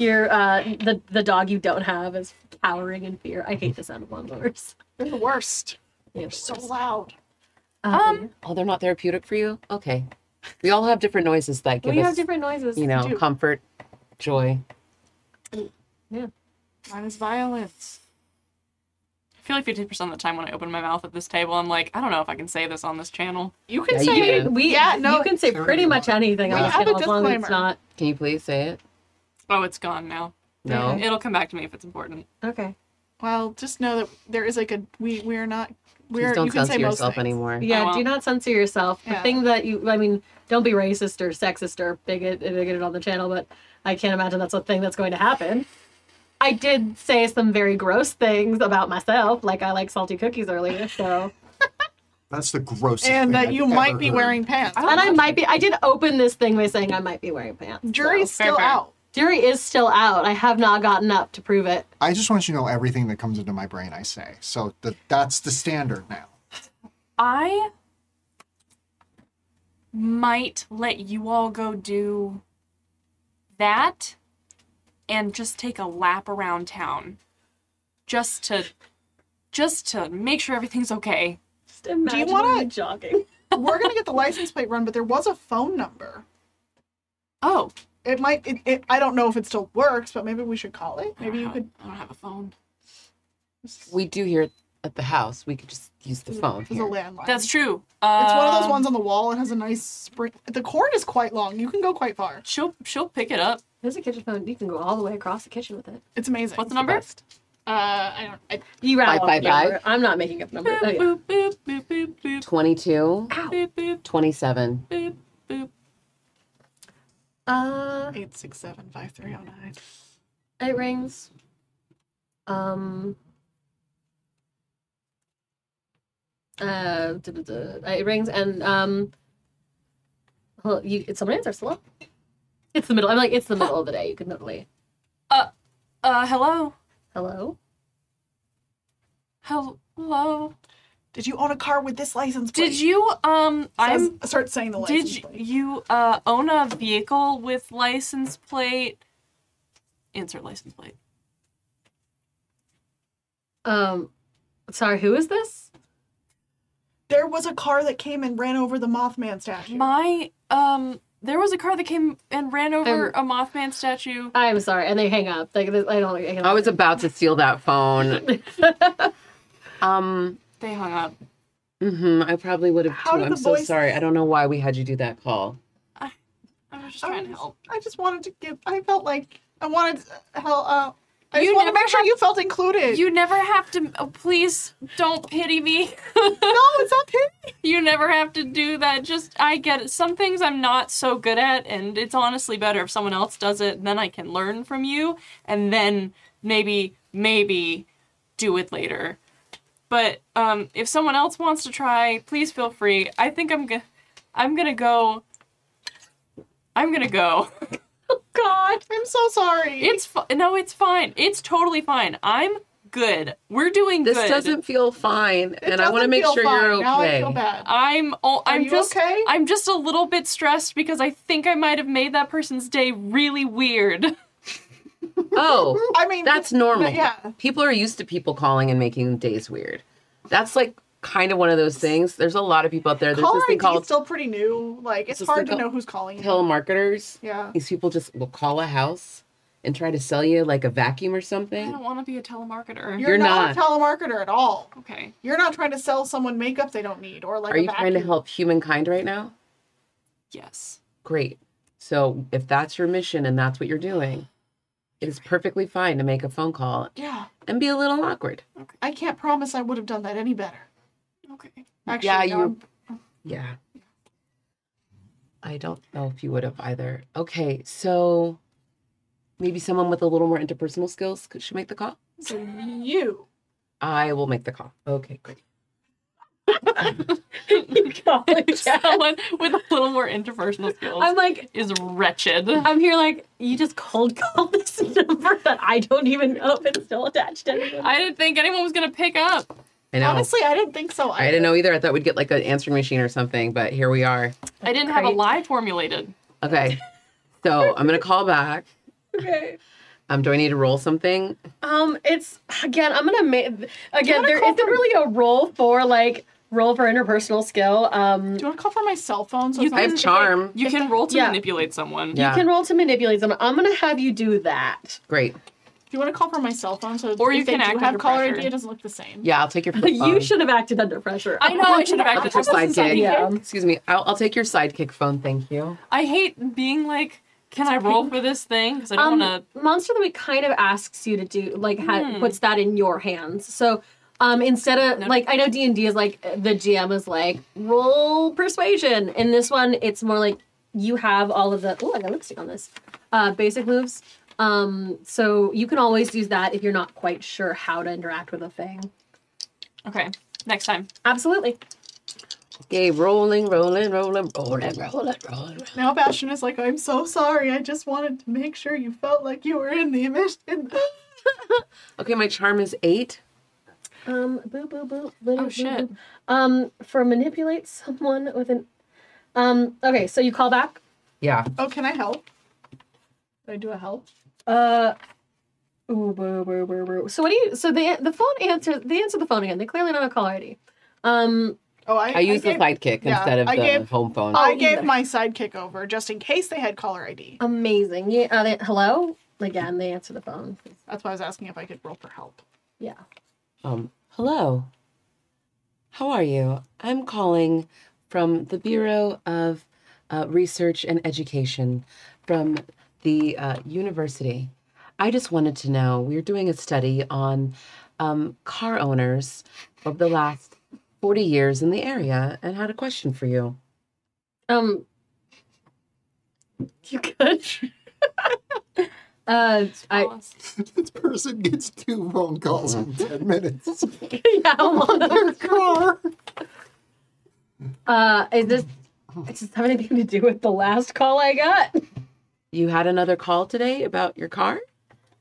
S2: your uh, the the dog you don't have is cowering in fear. I hate the sound of lawnmowers.
S5: they're the worst.
S2: Yeah,
S5: So loud.
S2: um,
S6: Oh, they're not therapeutic for you? Okay. We all have different noises that give
S2: we have
S6: us,
S2: different noises.
S6: you know,
S5: do.
S6: comfort, joy.
S5: Mine is violence.
S4: I feel like 50% of the time when I open my mouth at this table, I'm like, I don't know if I can say this on this channel.
S5: You can
S6: Yeah,
S5: say
S6: you
S5: it.
S6: can.
S2: we
S5: Yeah, no,
S2: you can say
S3: sure
S2: pretty
S3: you
S2: much
S3: want.
S2: anything on
S3: We
S2: this
S5: have a
S2: channel as long as it's
S5: disclaimer.
S2: not
S6: Can you please say it?
S4: Oh, it's gone now.
S6: No.
S4: It'll come back to me if it's important.
S2: okay.
S5: Well, just know that there is like a we we are not
S6: Please
S5: we're
S6: don't
S5: you can
S6: censor
S5: say most
S6: yourself
S5: things.
S6: anymore.
S4: I
S2: Yeah, do
S4: won't.
S2: not censor yourself. The
S5: Yeah.
S2: thing that you, I mean, don't be racist or sexist or bigot, bigoted on the channel, but I can't imagine that's a thing that's going to happen. I did say some very gross things about myself, like I like salty cookies earlier, so.
S3: That's the grossest. thing
S5: And that
S3: I've
S5: you
S3: ever
S5: might be
S3: heard.
S5: wearing pants.
S2: And I might be, I did open this thing by saying I might be wearing pants. so.
S5: Jury's
S4: fair,
S5: still
S4: fair.
S5: out.
S2: Jury is still out. I have not gotten up to prove it.
S3: I just want you to know everything that comes into my brain. I say so. That that's the standard now.
S4: I might let you all go do that and just take a lap around town just to just to make sure everything's okay.
S2: Just imagine
S5: you wanna-
S2: me jogging.
S5: we're gonna get the license plate run, but there was a phone number.
S4: Oh,
S5: It might. It, it, I don't know if it still works, but maybe we should call it.
S4: I don't
S5: Maybe you
S4: have-
S5: could.
S4: I don't have a phone.
S6: We do here at the house. We could just use the phone.
S5: There's a
S6: Here.
S5: landline.
S4: That's true.
S5: It's one of those
S4: Um,
S5: ones on the wall. It has a nice spring. The cord is quite long. You can go quite far.
S4: She'll she'll pick it up.
S2: There's a kitchen phone. You can go all the way across the kitchen with it.
S5: It's amazing.
S4: What's the number?
S5: Uh, I don't. I,
S2: You rattle
S6: Five,
S2: off
S6: five,
S2: the number. I'm not making up numbers. Oh, yeah.
S4: Boop, boop, boop, boop, boop,
S6: 22,
S4: boop, boop,
S6: 27.
S4: boop, boop.
S2: Uh,
S5: eight six seven five three zero nine.
S2: it rings. Um. Uh, duh, duh, duh. it rings and um. Well, you it's someone answers hello. It's the middle. I'm like it's the middle of the day. You can totally
S4: Uh hello.
S2: hello.
S4: Hello.
S5: Did you own a car with this license plate?
S4: Did you um I'm
S5: Says- start saying the license
S4: Did
S5: plate.
S4: you uh, own a vehicle with license plate? Insert license plate.
S2: Um, sorry, who is this?
S5: There was a car that came and ran over the Mothman statue.
S4: My um, There was a car that came and ran over
S5: Um,
S4: a Mothman statue.
S2: I'm sorry, and they hang up. Like this- I don't. I, can't-
S6: I was about to steal that phone. um,
S4: They hung up.
S6: mhm, I probably would have
S5: How
S6: too.
S5: did
S6: I'm
S5: the
S6: so
S5: voice-
S6: sorry. I don't know why we had you do that call.
S4: I was just
S5: Oh.
S4: trying to help.
S5: I just wanted to give. I felt like I wanted to help. Uh, I
S4: You
S5: just wanted to
S4: never
S5: make sure you felt included.
S4: You never have to. Oh, please don't pity me.
S5: no, it's not pity.
S4: you never have to do that. Just I get it. Some things I'm not so good at, and it's honestly better if someone else does it. And then I can learn from you, and then maybe maybe do it later. But um, if someone else wants to try, please feel free. I think I'm gonna I'm gonna go. I'm gonna go.
S5: God, I'm so sorry.
S4: It's fi- no, it's fine. It's totally fine. I'm good. We're doing
S6: This
S4: good.
S6: doesn't feel fine,
S5: It
S6: and I want to
S5: doesn't
S6: make
S5: feel
S6: sure
S5: fine.
S6: you're okay.
S5: Now I feel bad.
S4: I'm oh, I'm
S5: you
S4: just
S5: okay?
S4: I'm just a little bit stressed because I think I might have made that person's day really weird. Uh,
S6: Oh,
S5: I mean,
S6: that's normal.
S5: but yeah.
S6: People are used to people calling and making days weird. That's like kind of one of those things. There's a lot of people out there. There's
S5: caller
S6: this thing
S5: ID is
S6: called
S5: still pretty new. Like it's
S6: This
S5: hard to
S6: thing
S5: know
S6: called-
S5: who's calling. you.
S6: telemarketers.
S5: Yeah.
S6: These people just will call a house and try to sell you like a vacuum or
S4: I
S6: something.
S4: don't want to be a telemarketer.
S5: You're,
S6: You're
S5: not,
S6: not.
S5: a telemarketer at all.
S4: okay.
S5: You're not trying to sell someone makeup they don't need or like.
S6: Are
S5: a
S6: you trying to
S5: vacuum.
S6: help humankind right now?
S4: Yes.
S6: Great. So if that's your mission and that's what you're doing, it is perfectly fine to make a phone call
S5: Yeah,
S6: and be a little awkward.
S5: I can't promise I would have done that any better.
S4: Okay.
S5: Actually, um,
S6: Yeah,
S5: no,
S6: you-
S5: I'm-
S6: Yeah. I don't know if you would have either. Okay, so maybe someone with a little more interpersonal skills could- should make the call.
S5: it's you.
S6: I will make the call. Okay, great.
S4: Someone with a little more interpersonal skills
S2: I'm like
S4: is wretched.
S2: I'm here like you just cold called this number that I don't even know if it's still attached to anyone.
S4: I didn't think anyone was gonna pick up.
S6: I know.
S5: Honestly, I didn't think so.
S6: Oh. I didn't know either. I thought we'd get like an answering machine or something, but here we are.
S4: I didn't have a
S2: great.
S4: lie formulated.
S6: Okay, so I'm gonna call back.
S2: Okay.
S6: Um, do I need to roll something?
S2: Um, it's again. I'm gonna make again. There
S5: call
S2: isn't really a role for like role for interpersonal skill. Um,
S5: Do you want to call for my cell phone? So
S4: You
S5: it's
S6: I
S5: not-
S6: have charm.
S4: You can roll to
S2: Yeah.
S4: manipulate someone.
S6: Yeah.
S2: you can roll to manipulate someone. I'm gonna have you do that.
S6: Great.
S5: Do you want to call for my cell phone? So
S4: Or
S5: if
S4: you
S5: they
S4: can
S5: do
S4: act
S5: have
S4: under
S5: caller
S4: pressure.
S5: ID, it doesn't look the same.
S6: Yeah, I'll take your flip phone.
S2: You should have acted under pressure.
S4: I know I should have acted
S6: Your sidekick.
S2: Yeah.
S6: Excuse me. I'll, I'll take your sidekick phone. Thank you.
S4: I hate being like, can I roll for this thing? Because I don't
S2: Um,
S4: wanna Hmm.
S2: Monster of the Week kind of asks you to do like ha- puts that in your hands. So um, instead of like I know D and D is like the GM is like roll persuasion. In this one, it's more like you have all of the oh I got lipstick on this uh, basic moves. Um, so you can always use that if you're not quite sure how to interact with a thing.
S4: Okay. Next time.
S2: Absolutely.
S6: Okay, rolling, rolling, rolling, rolling, rolling, rolling.
S5: Now Bastion is like, I'm so sorry. I just wanted to make sure you felt like you were in the mission.
S6: Okay, my charm is eight.
S2: Um, boo, boo, boo. Little,
S4: Oh, shit.
S2: Boo, boo. Um, for manipulate someone with an. Um. Okay, so you call back.
S6: Yeah.
S5: oh, can I help? Can I do a help?
S2: Uh. ooh, boo, boo, boo, boo. So what do you? So the the phone answer. They answer the phone again. They clearly don't have caller ID. Um.
S5: Oh, I,
S6: I use the
S5: gave-
S6: sidekick
S5: yeah,
S6: instead of
S5: I
S6: the
S5: gave-
S6: home phone.
S5: I
S2: Oh,
S5: gave
S2: either.
S5: my sidekick over just in case they had caller ID.
S2: Amazing. Yeah. Uh, they, hello. Again, they answer the phone.
S5: That's why I was asking if I could roll for help.
S2: Yeah.
S6: Um, hello. How are you? I'm calling from the Bureau of uh, Research and Education from the uh, university. I just wanted to know we're doing a study on um, car owners of the last 40 years in the area and had a question for you.
S2: Um. You good? uh. I.
S3: this person gets two phone calls in 10 minutes.
S2: Yeah. well,
S3: Their car.
S2: Uh. Is this? Does this have anything to do with the last call I got?
S6: You had another call today about your car?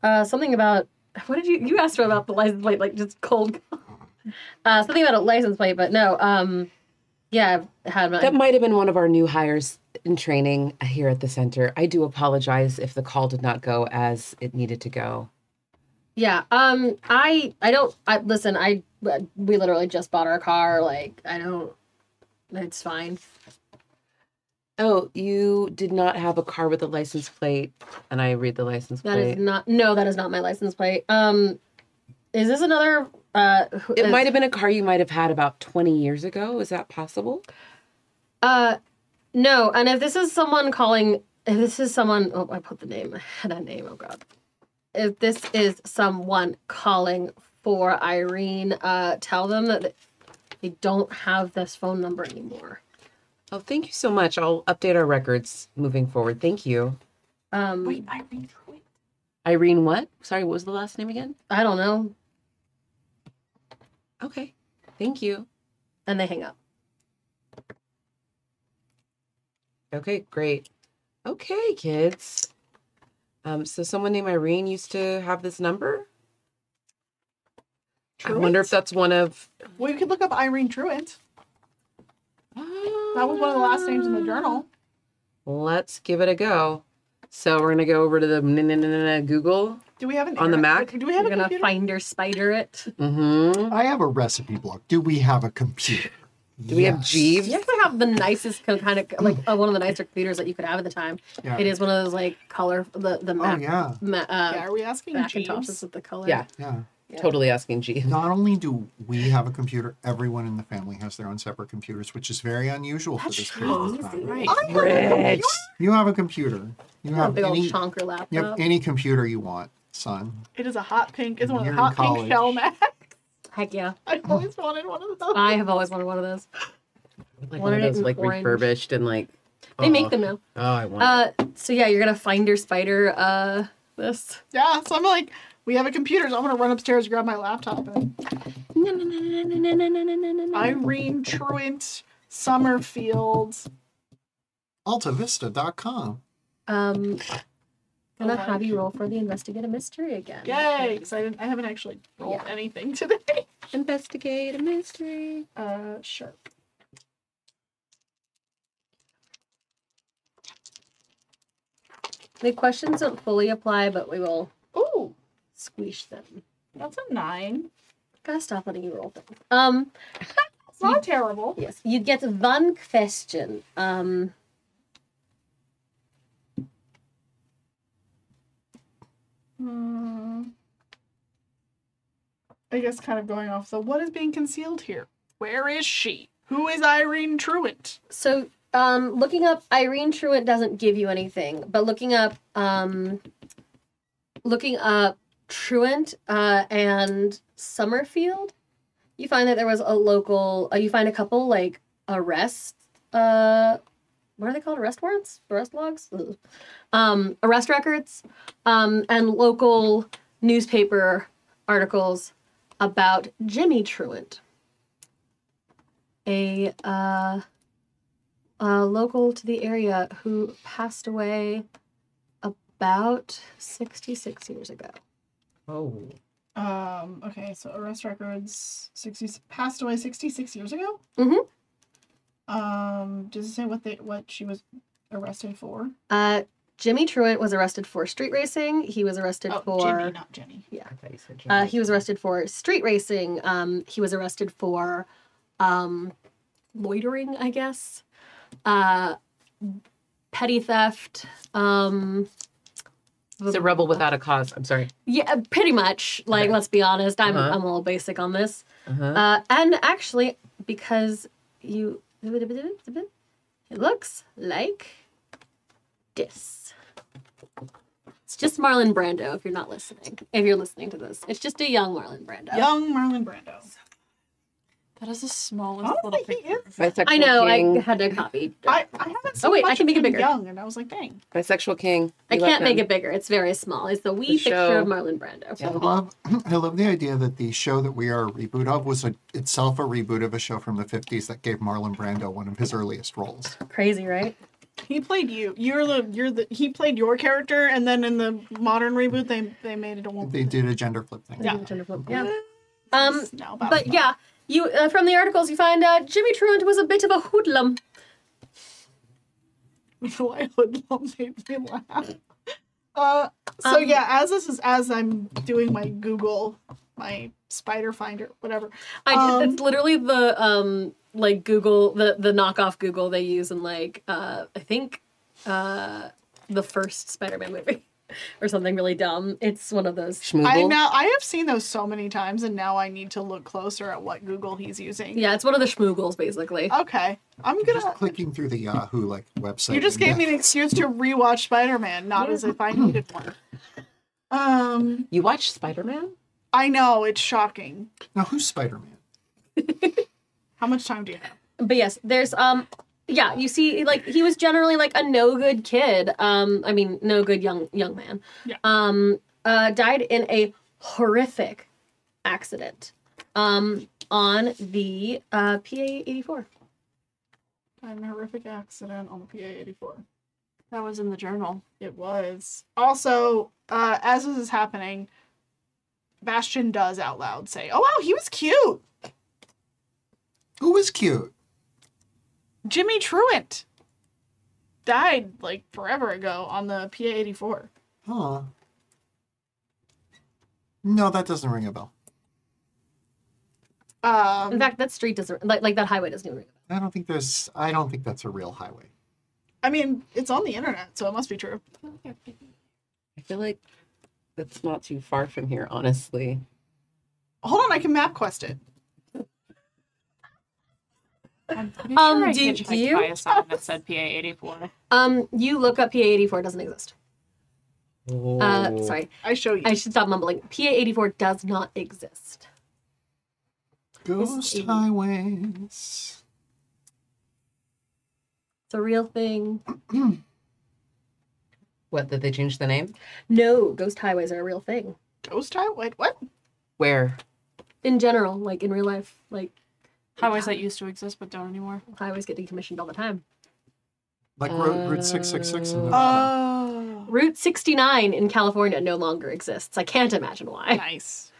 S2: Uh, something about what did you you asked her about the license plate, like just cold. uh, something about a license plate, but no. Um, yeah, I've had my.
S6: That might have been one of our new hires in training here at the center. I do apologize if the call did not go as it needed to go.
S2: yeah. Um, I I don't. I listen. I we literally just bought our car. Like I don't. It's fine.
S6: Oh, you did not have a car with a license plate, and I read the license
S2: That is
S6: plate.
S2: not. No, that is not my license plate. Um, is this another? Uh, who-
S6: it
S2: is-
S6: might have been a car you might have had about 20 years ago. Is that possible?
S2: Uh, no. And if this is someone calling, if this is someone, oh, I put the name. I had a name. Oh God. If this is someone calling for Irene, uh, tell them that they don't have this phone number anymore.
S6: Oh, thank you so much. I'll update our records moving forward. Thank you.
S2: Um,
S4: Irene
S6: Irene, what? Sorry, what was the last name again?
S2: I don't know.
S6: Okay. Thank you.
S2: And they hang up.
S6: Okay, great. Okay, kids. Um, so someone named Irene used to have this number. I wonder if that's one of.
S5: Well, you could look up Irene Truant. That was one of the last names in the journal.
S6: Let's give it a go. So we're gonna go over to the n- n- n- n- Google.
S5: Do we have an
S6: On the
S5: internet-
S6: Mac?
S5: Do we have
S2: You're
S5: a
S2: gonna
S5: computer?
S2: find her spider it.
S6: Mm-hmm.
S3: I have a recipe block. Do we have a computer?
S6: Do we have Jeeves?
S2: Yes, I have the nicest co- kind of like uh, one of the nicer computers that you could have at the time.
S3: Yeah.
S2: It is one of those like color the the
S3: Oh
S2: Mac,
S3: yeah,
S2: ma- uh,
S5: yeah, are we asking
S2: Macintoshes
S5: Jeeves?
S2: with the color.
S6: Yeah,
S3: yeah.
S6: totally asking Jeeves.
S3: Not only do we have a computer, everyone in the family has their own separate computers, which is very unusual for this period of time.
S4: Right.
S5: I have a
S6: Rich.
S5: computer.
S3: You have a computer. You
S2: A
S3: have
S2: big old
S3: any,
S2: chonker
S3: you have
S2: laptop.
S3: any computer you want, son.
S5: It is a hot pink. It's one of
S3: You're
S5: the
S3: in
S5: hot
S3: college.
S5: pink shell Mac.
S2: Heck yeah!
S5: I always wanted one of those.
S2: I have always wanted one of those.
S6: Like one
S2: Wanted
S6: of
S2: it
S6: those
S2: in
S6: like
S2: orange.
S6: refurbished and like.
S2: They make them now.
S6: Oh, I want.
S3: Uh-huh.
S2: Uh, so yeah, you're gonna find your spider. Uh, this.
S5: Yeah, so I'm like, we have a computer, so I'm gonna run upstairs, grab my laptop, and Irene Truant Summerfield.
S3: AltaVista.com.
S2: Um, gonna
S5: Oh
S3: Oh,
S5: my.
S2: have you roll for the investigate a mystery again.
S5: Yay! Because I, didn't- I haven't actually rolled
S2: Yeah.
S5: anything today.
S6: Investigate a mystery.
S5: Uh, sure.
S2: The questions don't fully apply, but we will
S5: Ooh,
S2: squish them.
S5: that's a nine.
S2: Gotta stop letting you roll things. Um.
S5: It's not terrible.
S2: Yes, you get one question. Um,
S5: Hmm. I guess kind of going off. So, what is being concealed here? Where is she? Who is Irene Truant?
S2: so um, looking up Irene Truant doesn't give you anything, but looking up um, looking up Truant uh, and Summerfield, you find that there was a local. Uh, you find a couple like arrest. Uh, what are they called? Arrest warrants? Arrest logs? Ugh. Um, arrest records, um, and local newspaper articles about Jimmy Truant. a uh, uh, local to the area who passed away about 66 years ago.
S6: Oh.
S5: Um. Okay. So arrest records. Sixty passed away sixty six years ago.
S2: Mhm.
S5: Um. Does it say what they what she was arrested for?
S2: Uh, Jimmy Truant was arrested for street racing. He was arrested
S5: Oh,
S2: for
S5: Jimmy, not Jenny.
S6: I thought you said
S2: uh, he was arrested for street racing. Um, he was arrested for um, loitering, I guess, uh, petty theft. Um,
S6: He's a rebel without a cause. I'm sorry.
S2: yeah, pretty much. Like,
S6: Okay.
S2: let's be honest. I'm
S6: Uh-huh.
S2: I'm a little basic on this.
S6: Uh-huh.
S2: Uh, and actually, because you. It looks like this. It's just Marlon Brando if you're not listening. If you're listening to this, it's just a young Marlon Brando.
S5: Young Marlon Brando.
S4: That is the smallest little
S5: Honestly, he
S4: picture.
S5: is.
S6: Bisexual
S2: I know,
S6: king.
S2: I had to copy. I,
S5: I, I haven't seen
S2: Oh, wait, I
S5: much
S2: can make
S5: of
S2: it
S5: him
S2: bigger.
S5: young, and I was like, dang.
S6: Bisexual king. We love
S2: can't make
S6: him.
S2: it bigger. It's very small. It's the wee
S6: The
S2: picture
S6: show.
S2: of Marlon Brando.
S3: I love I love the idea that the show that we are a reboot of was a, itself a reboot of a show from the 50s that gave Marlon Brando one of his earliest roles.
S2: Crazy, right?
S5: He played you. You're the you're the he played your character, and then in the modern reboot, they they made it a woman.
S3: They did a gender flip thing.
S5: Yeah.
S2: Gender flip. Yeah. Um,
S5: no, about
S2: but yeah, you uh, from the articles you find uh, Jimmy Truant was a bit of a hoodlum.
S5: Why would love made me laugh? Uh, so
S2: Um,
S5: yeah, as this is as I'm doing my Google, my Spider Finder, whatever.
S2: I did.
S5: Um,
S2: that's literally the um like Google the the knockoff Google they use in like uh I think uh the first Spider-Man movie or something really dumb. It's one of those.
S5: I
S6: Schmoogle.
S5: now I have seen those so many times, and now I need to look closer at what Google he's using.
S2: Yeah, it's one of the schmoogles basically.
S5: Okay, I'm
S3: Just
S5: gonna.
S3: clicking through the Yahoo like website.
S5: You just gave me an excuse to rewatch Spider-Man, not as if I needed one. Um,
S6: You watch Spider Man?
S5: I know it's shocking.
S3: Now who's Spider Man?
S5: How much time do you have?
S2: But yes, there's um yeah, you see like he was generally like a no good kid. Um I mean no good young young man.
S5: Yeah.
S2: Um uh died in a horrific accident. Um on the uh PA 84.
S5: An horrific accident on the PA-84.
S4: That was in the journal.
S5: It was. Also, uh, as this is happening, Bastion does out loud say, "Oh wow, he was cute."
S3: Who was cute?
S5: Jimmy Truant died like forever ago on the PA-84.
S3: Huh. No, that doesn't ring a bell.
S5: Um,
S2: In fact, that street doesn't like like that highway doesn't even ring.
S3: I don't think there's. I don't think that's a real highway.
S5: I mean, it's on the internet, so it must be true.
S6: I feel like that's not too far from here, honestly.
S5: Hold on, I can map quest it.
S4: I'm pretty
S2: Um,
S4: sure I
S2: did
S4: hitchhiked
S2: you-
S4: by a sign that said PA 84.
S2: Um, you look up PA eighty four doesn't exist.
S6: Oh.
S2: Uh, sorry,
S5: I show you.
S2: I should stop mumbling. PA eighty four does not exist.
S3: Ghost
S2: a-
S3: highways.
S2: It's a real thing.
S6: What, did they change the name?
S2: No, ghost highways are a real thing
S5: Ghost time? Wait, what?
S6: Where?
S2: in general, like in real life. Like
S4: Highways that used to exist but don't anymore.
S2: highways get decommissioned all the time.
S3: Like Road
S4: Uh,
S3: Route 666 in
S6: Oh.
S3: Nevada.
S5: Oh,
S2: Route sixty nine in California no longer exists. I can't imagine why.
S5: nice.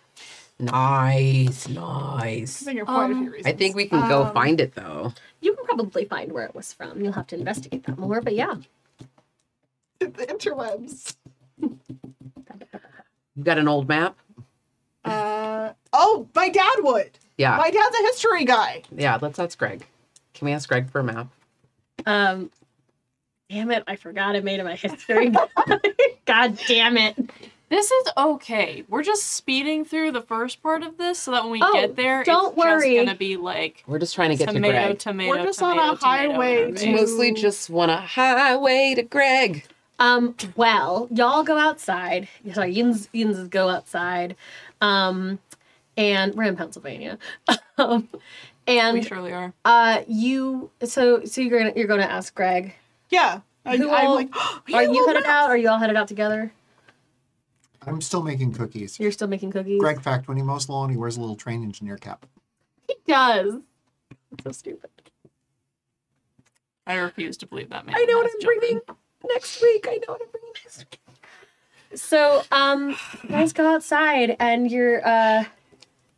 S6: Nice,
S5: I
S6: nice.
S5: think there are quite a
S2: Um,
S5: few reasons.
S6: I think we can go
S5: Um,
S6: find it though.
S2: You can probably find where it was from. You'll have to investigate that more. But yeah,
S5: the interwebs.
S6: You got an old map?
S5: Uh, oh, my dad would.
S6: Yeah,
S5: My dad's a history guy.
S6: yeah. Let's ask Greg. Can we ask Greg for a map?
S2: um, damn it, I forgot I made it my history. God damn it.
S4: This is okay. We're just speeding through the first part of this so that when we
S2: Oh,
S4: get there,
S2: don't
S4: it's
S2: worry.
S4: just gonna be like
S6: We're just trying to get to
S4: tomato,
S6: Greg.
S4: tomato.
S5: We're just on a
S4: tomato,
S5: highway
S4: tomato,
S5: to-
S6: We
S4: tomato.
S6: mostly just want a highway to Greg.
S2: Um, well, y'all go outside. Sorry, Yins, Yins go outside. Um, and we're in Pennsylvania. um,
S4: We
S2: and
S4: surely are.
S2: uh, you, so so you're gonna you're gonna ask Greg.
S5: Yeah. I,
S2: Who
S5: I'm
S2: all-
S5: like,
S2: Are you
S5: headed
S2: headed out? Are you all headed out together?
S3: I'm still making cookies.
S2: You're still making cookies.
S3: Greg fact: When he mows the lawn, he wears a little train engineer cap.
S2: He does. That's so stupid.
S4: I refuse to believe that man.
S6: I know what
S4: has
S6: I'm
S4: children.
S6: bringing next week. I know what I'm bringing next week.
S2: So, um, you guys go outside and you're uh,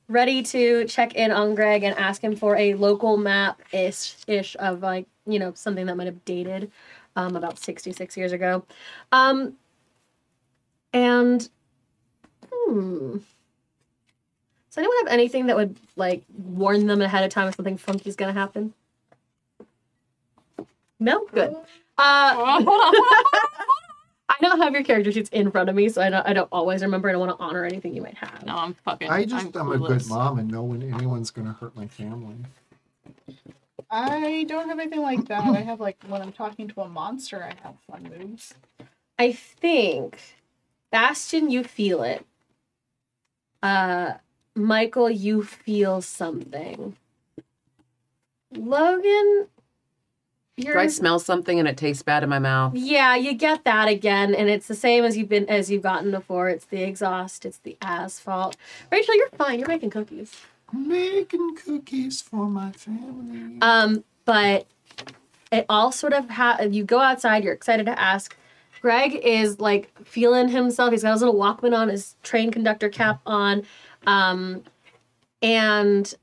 S2: ready to check in on Greg and ask him for a local map ish ish of like you know something that might have dated um, about sixty six years ago, um, and hmm. Does anyone have anything that would like warn them ahead of time if something funky's gonna happen? No, good. Uh,
S4: Oh, hold on, hold on.
S2: I don't have your character sheets in front of me, so I don't I don't always remember and I want to honor anything you might have.
S4: No, I'm fucking.
S3: I just
S4: I'm
S3: I'm, a good
S4: clueless.
S3: mom and know when anyone's gonna hurt my family.
S5: I don't have anything like that. I have like when I'm talking to a monster, I have fun moves.
S2: I think Bastion, you feel it. Uh Michael, you feel something. Logan, you're
S6: Do I smell something and it tastes bad in my mouth?
S2: yeah, you get that again, and it's the same as you've been as you've gotten before. It's the exhaust, it's the asphalt. Rachel, you're fine. You're making cookies.
S3: Making cookies for my family.
S2: Um, but it all sort of ha- you go outside, you're excited to ask. Greg is like feeling himself. He's got his little Walkman on, his train conductor cap on. Um, and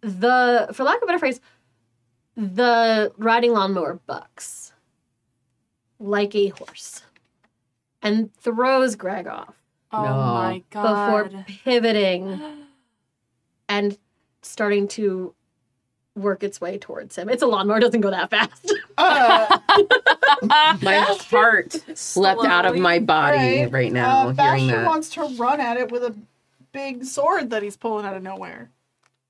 S2: the, for lack of a better phrase, the riding lawnmower bucks like a horse and throws Greg off
S4: Oh
S6: No.
S4: my god.
S2: before pivoting and starting to work its way towards him. It's a lawnmower; it doesn't go that fast.
S5: Uh,
S4: Ah,
S6: My heart leapt out of my body right, now
S5: uh,
S6: hearing
S5: Bastion
S6: that.
S5: wants to run at it with a big sword that he's pulling out of nowhere.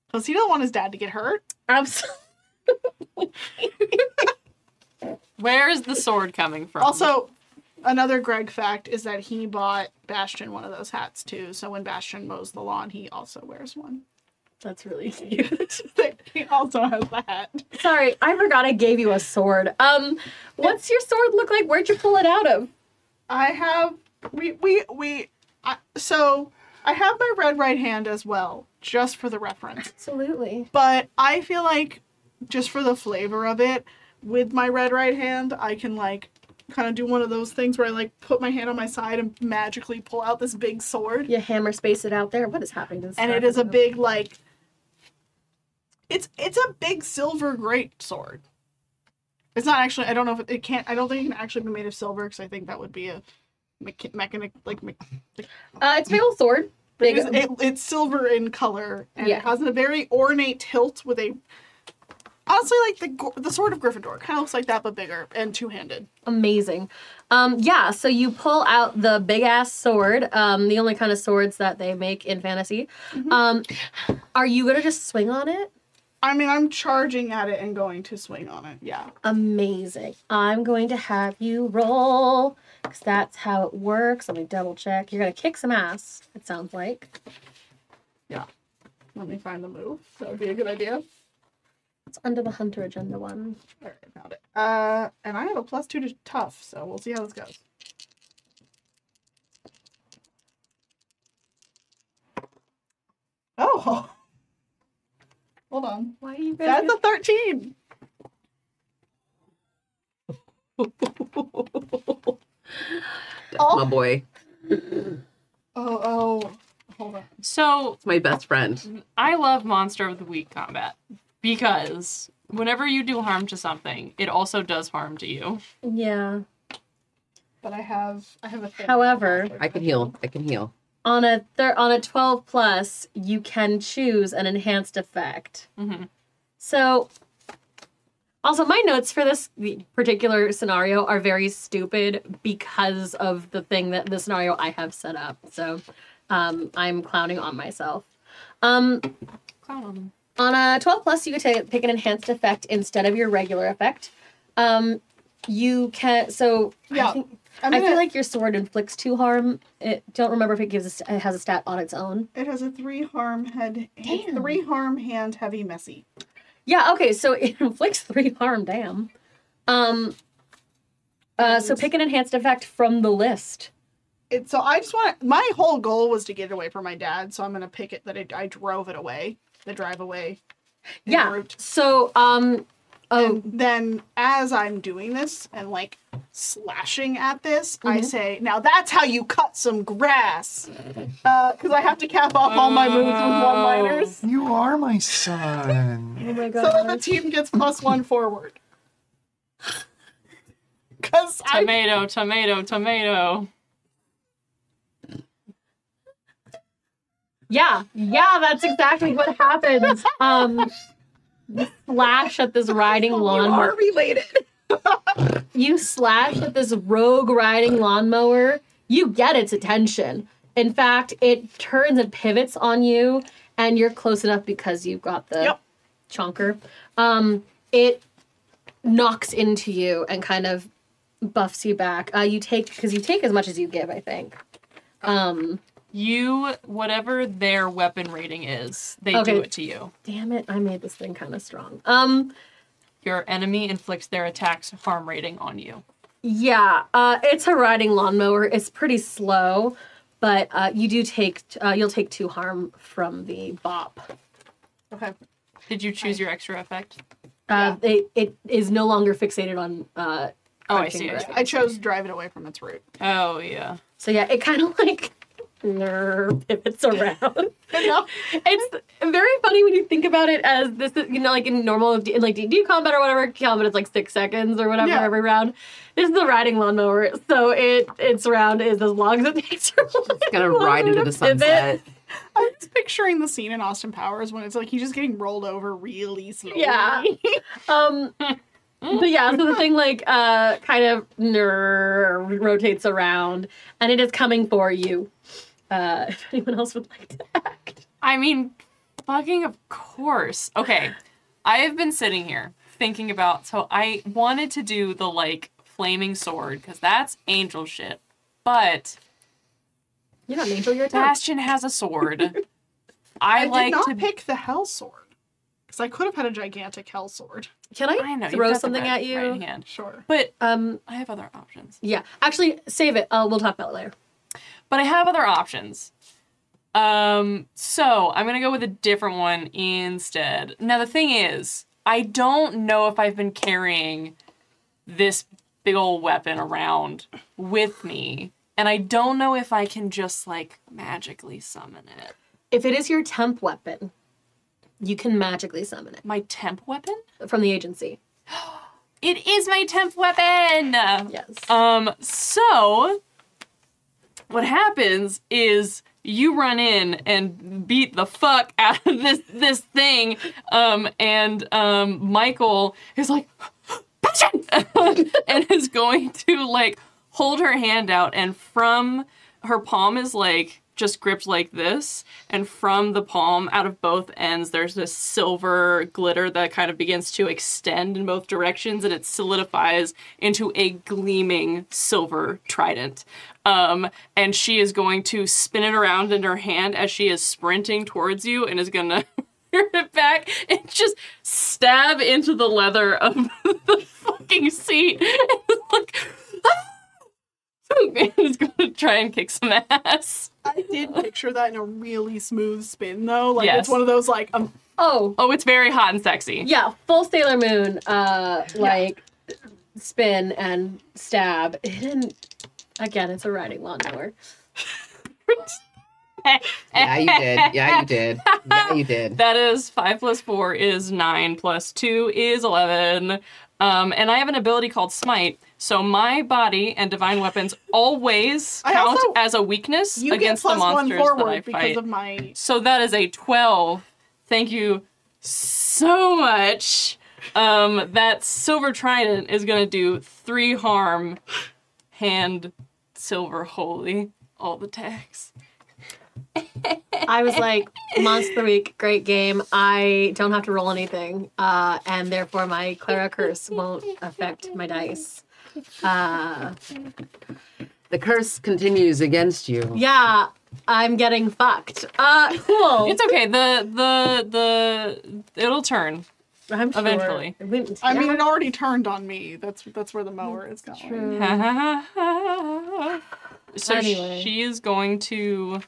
S5: Because he doesn't want his dad to get hurt.
S2: Absolutely.
S4: Where is the sword coming from?
S5: Also, another Greg fact is that he bought Bastion one of those hats too. So when Bastion mows the lawn, he also wears one.
S2: That's really cute.
S5: he also has the hat.
S2: Sorry, I forgot I gave you a sword. Um, what's your sword look like? Where'd you pull it out of?
S5: I have we we we. I, so I have my red right hand as well, just for the reference.
S2: Absolutely.
S5: but I feel like just for the flavor of it, with my red right hand, I can like kind of do one of those things where I like put my hand on my side and magically pull out this big sword.
S2: You hammer space it out there. What is happening? To this
S5: And it
S2: guy?
S5: is a big like it's it's a big silver great sword. It's not actually I don't know if it, it can't I don't think it can actually be made of silver because I think that would be a mecha- mechanic like me-
S2: Uh, it's a big old sword. Big.
S5: It's, it, it's silver in color and
S2: Yeah.
S5: it has a very ornate tilt with a honestly like the gor- the sword of Gryffindor kind of looks like that but bigger and two handed.
S2: amazing. Um, yeah, so you pull out the big ass sword, um, the only kind of swords that they make in fantasy.
S5: Mm-hmm.
S2: Um, are you gonna just swing on it?
S5: I mean, I'm charging at it and going to swing on it. Yeah,
S2: Amazing. I'm going to have you roll because that's how it works. Let me double check. You're gonna kick some ass. It sounds like
S5: let me find the move. That would be a good idea.
S2: it's under the hunter agenda one.
S5: All right, I found it. Uh, and I have a plus two to tough, so we'll see how this goes. Oh, hold on.
S2: Why are you guys?
S5: That's a thirteen.
S6: My boy,
S5: Oh, oh, hold on.
S4: so
S6: it's my best friend.
S4: I love Monster of the Week combat because whenever you do harm to something, it also does harm to you.
S2: yeah.
S5: But I have, I have a thing.
S2: However,
S6: I can heal. I can heal.
S2: on a thir- on a 12 plus you can choose an enhanced effect
S4: Mhm.
S2: so also my notes for this particular scenario are very stupid because of the thing that the scenario i have set up so um, i'm clowning on myself um,
S4: Clown on them.
S2: on a 12 plus you can ta- pick an enhanced effect instead of your regular effect um, you can so I
S5: Yeah,
S2: think-
S5: I'm
S2: I
S5: gonna,
S2: feel like your sword inflicts two harm. It don't remember if it gives a, st- it has a stat on its own.
S5: it has a three harm head,
S2: Damn.
S5: three harm hand heavy messy.
S2: Yeah, okay, so it inflicts three harm, damn. Um uh, so pick an enhanced effect from the list.
S5: It, so I just want to, my whole goal was to get it away from my dad, so I'm gonna pick it that I, I drove it away, the drive away. en
S2: Yeah.
S5: route.
S2: So um oh
S5: And then as I'm doing this and like slashing at this, I
S2: Mm-hmm.
S5: say, now that's how you cut some grass. Because I have to cap off all my moves with one liners.
S3: You are my son.
S2: oh my
S5: So
S2: god.
S5: that the team gets plus one forward. Because I
S4: Tomato, tomato, tomato.
S2: Yeah, yeah, that's exactly what happens. Um slash at this riding lawnmower.
S6: related.
S2: You slash at this rogue riding lawnmower. You get its attention. In fact, it turns and pivots on you, and you're close enough because you've got the
S5: Yep.
S2: chonker. Um, it knocks into you and kind of buffs you back. Uh, you take because you take as much as you give, I think. Um,
S4: You, whatever their weapon rating is, they
S2: Okay.
S4: do it to you.
S2: damn it, I made this thing kind of strong. Um,
S4: Your enemy inflicts their attack's harm rating on you.
S2: yeah, uh, it's a riding lawnmower. It's pretty slow, but uh, you do take uh, you'll take two harm from the bop.
S5: okay.
S4: Did you choose your extra effect?
S2: Uh, it, it is no longer fixated on. Uh,
S4: Oh, I
S2: Crunching
S4: see. I
S2: grass.
S4: see.
S5: I chose drive it away from its root.
S4: Oh, yeah.
S2: so yeah, it kind of like nerd pivots around.
S5: You know?
S2: it's very funny when you think about it as this is you know like in normal in like D&D combat or whatever combat it's like six seconds or whatever
S5: Yeah.
S2: every round this is a riding lawnmower so it its round is as long as it takes
S6: Gonna ride into the sunset.
S5: I'm just picturing the scene in Austin Powers when it's like he's just getting rolled over really slowly.
S2: Yeah. Um, but yeah, so the thing like uh, kind of ner- rotates around, and it is coming for you. Uh, if anyone else would like to act,
S4: I mean, fucking of course. Okay, I have been sitting here thinking about. So I wanted to do the like flaming sword because that's angel shit. But
S2: you know, Angel, you're attached.
S4: Bastion has a sword.
S5: I,
S4: I,
S5: did
S4: like
S5: not
S4: to.
S5: pick the Hell Sword because I could have had a gigantic Hell Sword.
S2: Can I,
S4: I know you've
S2: throw
S4: got the
S2: something
S4: right-
S2: at you?
S4: right hand.
S5: Sure.
S4: But
S2: Um,
S4: I have other options.
S2: yeah. Actually, save it. Uh, we'll talk about it later.
S4: But I have other options. Um, so I'm gonna go with a different one instead. Now the thing is, I don't know if I've been carrying this big old weapon around with me, and I don't know if I can just like magically summon it.
S2: If it is your temp weapon, you can magically summon it
S4: My temp weapon?
S2: from the agency.
S4: It is my temp weapon.
S2: Yes.
S4: Um, so what happens is you run in and beat the fuck out of this this thing. Um, and um, Michael is like "Passion!" and is going to like hold her hand out and from her palm is like just gripped like this and from the palm out of both ends there's this silver glitter that kind of begins to extend in both directions and it solidifies into a gleaming silver trident um, and she is going to spin it around in her hand as she is sprinting towards you and is gonna it back and just stab into the leather of the fucking seat. It's like, man is gonna try and kick some ass.
S5: I did picture that in a really smooth spin though. Like
S4: Yes.
S5: it's one of those like um,
S2: oh,
S4: Oh, it's very hot and sexy.
S2: yeah. Full Sailor Moon, uh, like spin and stab. And again, it's a riding lawnmower.
S6: Yeah, you did. Yeah, you did. Yeah, you did.
S4: That is five plus four is nine plus two is eleven. Um, and I have an ability called Smite, so my body and divine weapons always
S5: I
S4: count
S5: also-
S4: as a weakness
S5: you get
S4: against the
S5: plus one
S4: monsters that I fight.
S5: forward because of my
S4: So that is a 12. Thank you so much. Um, that silver trident is gonna do three harm, hand, silver, holy, all the tags.
S2: I was like, Monster of the Week, great game. I don't have to roll anything, uh, and therefore my Clara curse won't affect my dice. Uh,
S6: The curse continues against you.
S2: yeah, I'm getting fucked. Uh, cool.
S4: It's okay. The the the it'll turn.
S2: I'm sure.
S4: eventually.
S2: It wouldn't-
S5: I mean
S2: yeah.
S5: it already turned on me. That's that's where the mower is going.
S4: so
S2: Anyway.
S4: she is going to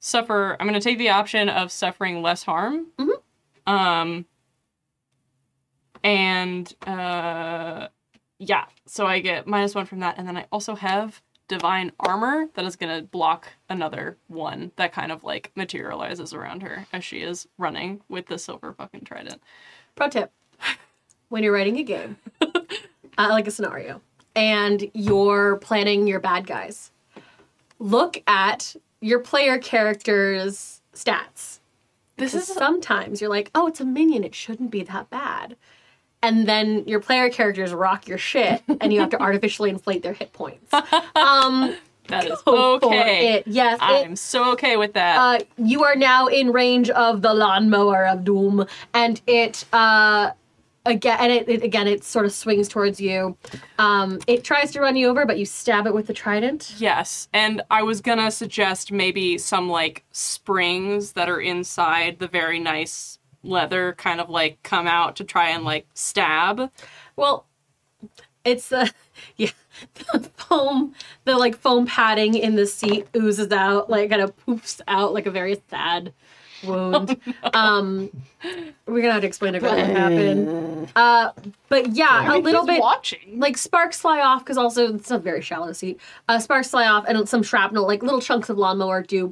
S4: suffer. I'm gonna take the option of suffering less harm.
S2: Mm-hmm.
S4: Um. And uh, yeah. So I get minus one from that, and then I also have divine armor that is gonna block another one that kind of like materializes around her as she is running with the silver fucking trident.
S2: Pro tip when you're writing a game, uh, like a scenario, and you're planning your bad guys, look at your player character's stats.
S4: This
S2: Because
S4: is
S2: sometimes you're like, oh, it's a minion, it shouldn't be that bad. And then your player characters rock your shit, and you have to artificially inflate their hit points. Um,
S4: that is
S2: go for
S4: okay.
S2: it. Yes, it
S4: I'm so okay with that.
S2: uh, you are now in range of the lawnmower of doom, and it uh, again, and it, it again, it sort of swings towards you. Um, it tries to run you over, but you stab it with the trident.
S4: Yes, and I was gonna suggest maybe some like springs that are inside the very nice leather kind of like come out to try and like stab.
S2: Well, it's the yeah, the foam, the like foam padding in the seat oozes out, like kind of poofs out like a very sad wound. Um, we're gonna have to explain it what happened. Uh, but yeah, a little
S5: He's
S2: bit.
S5: watching.
S2: like sparks fly off because also it's a very shallow seat. Uh, sparks fly off and some shrapnel, like little chunks of lawnmower, do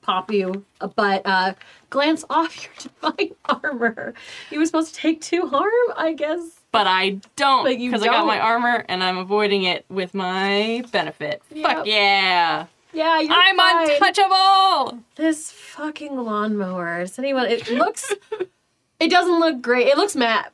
S2: pop you. But uh, glance off your divine armor. You were supposed to take two harm, I guess.
S4: But I don't
S2: But you
S4: because I got
S2: don't.
S4: my armor and I'm avoiding it with my benefit.
S2: Yep.
S4: Fuck yeah.
S2: Yeah, you're
S4: I'm
S2: fine.
S4: untouchable.
S2: This fucking lawnmower. Is anyone? It looks. it doesn't look great. It looks mad.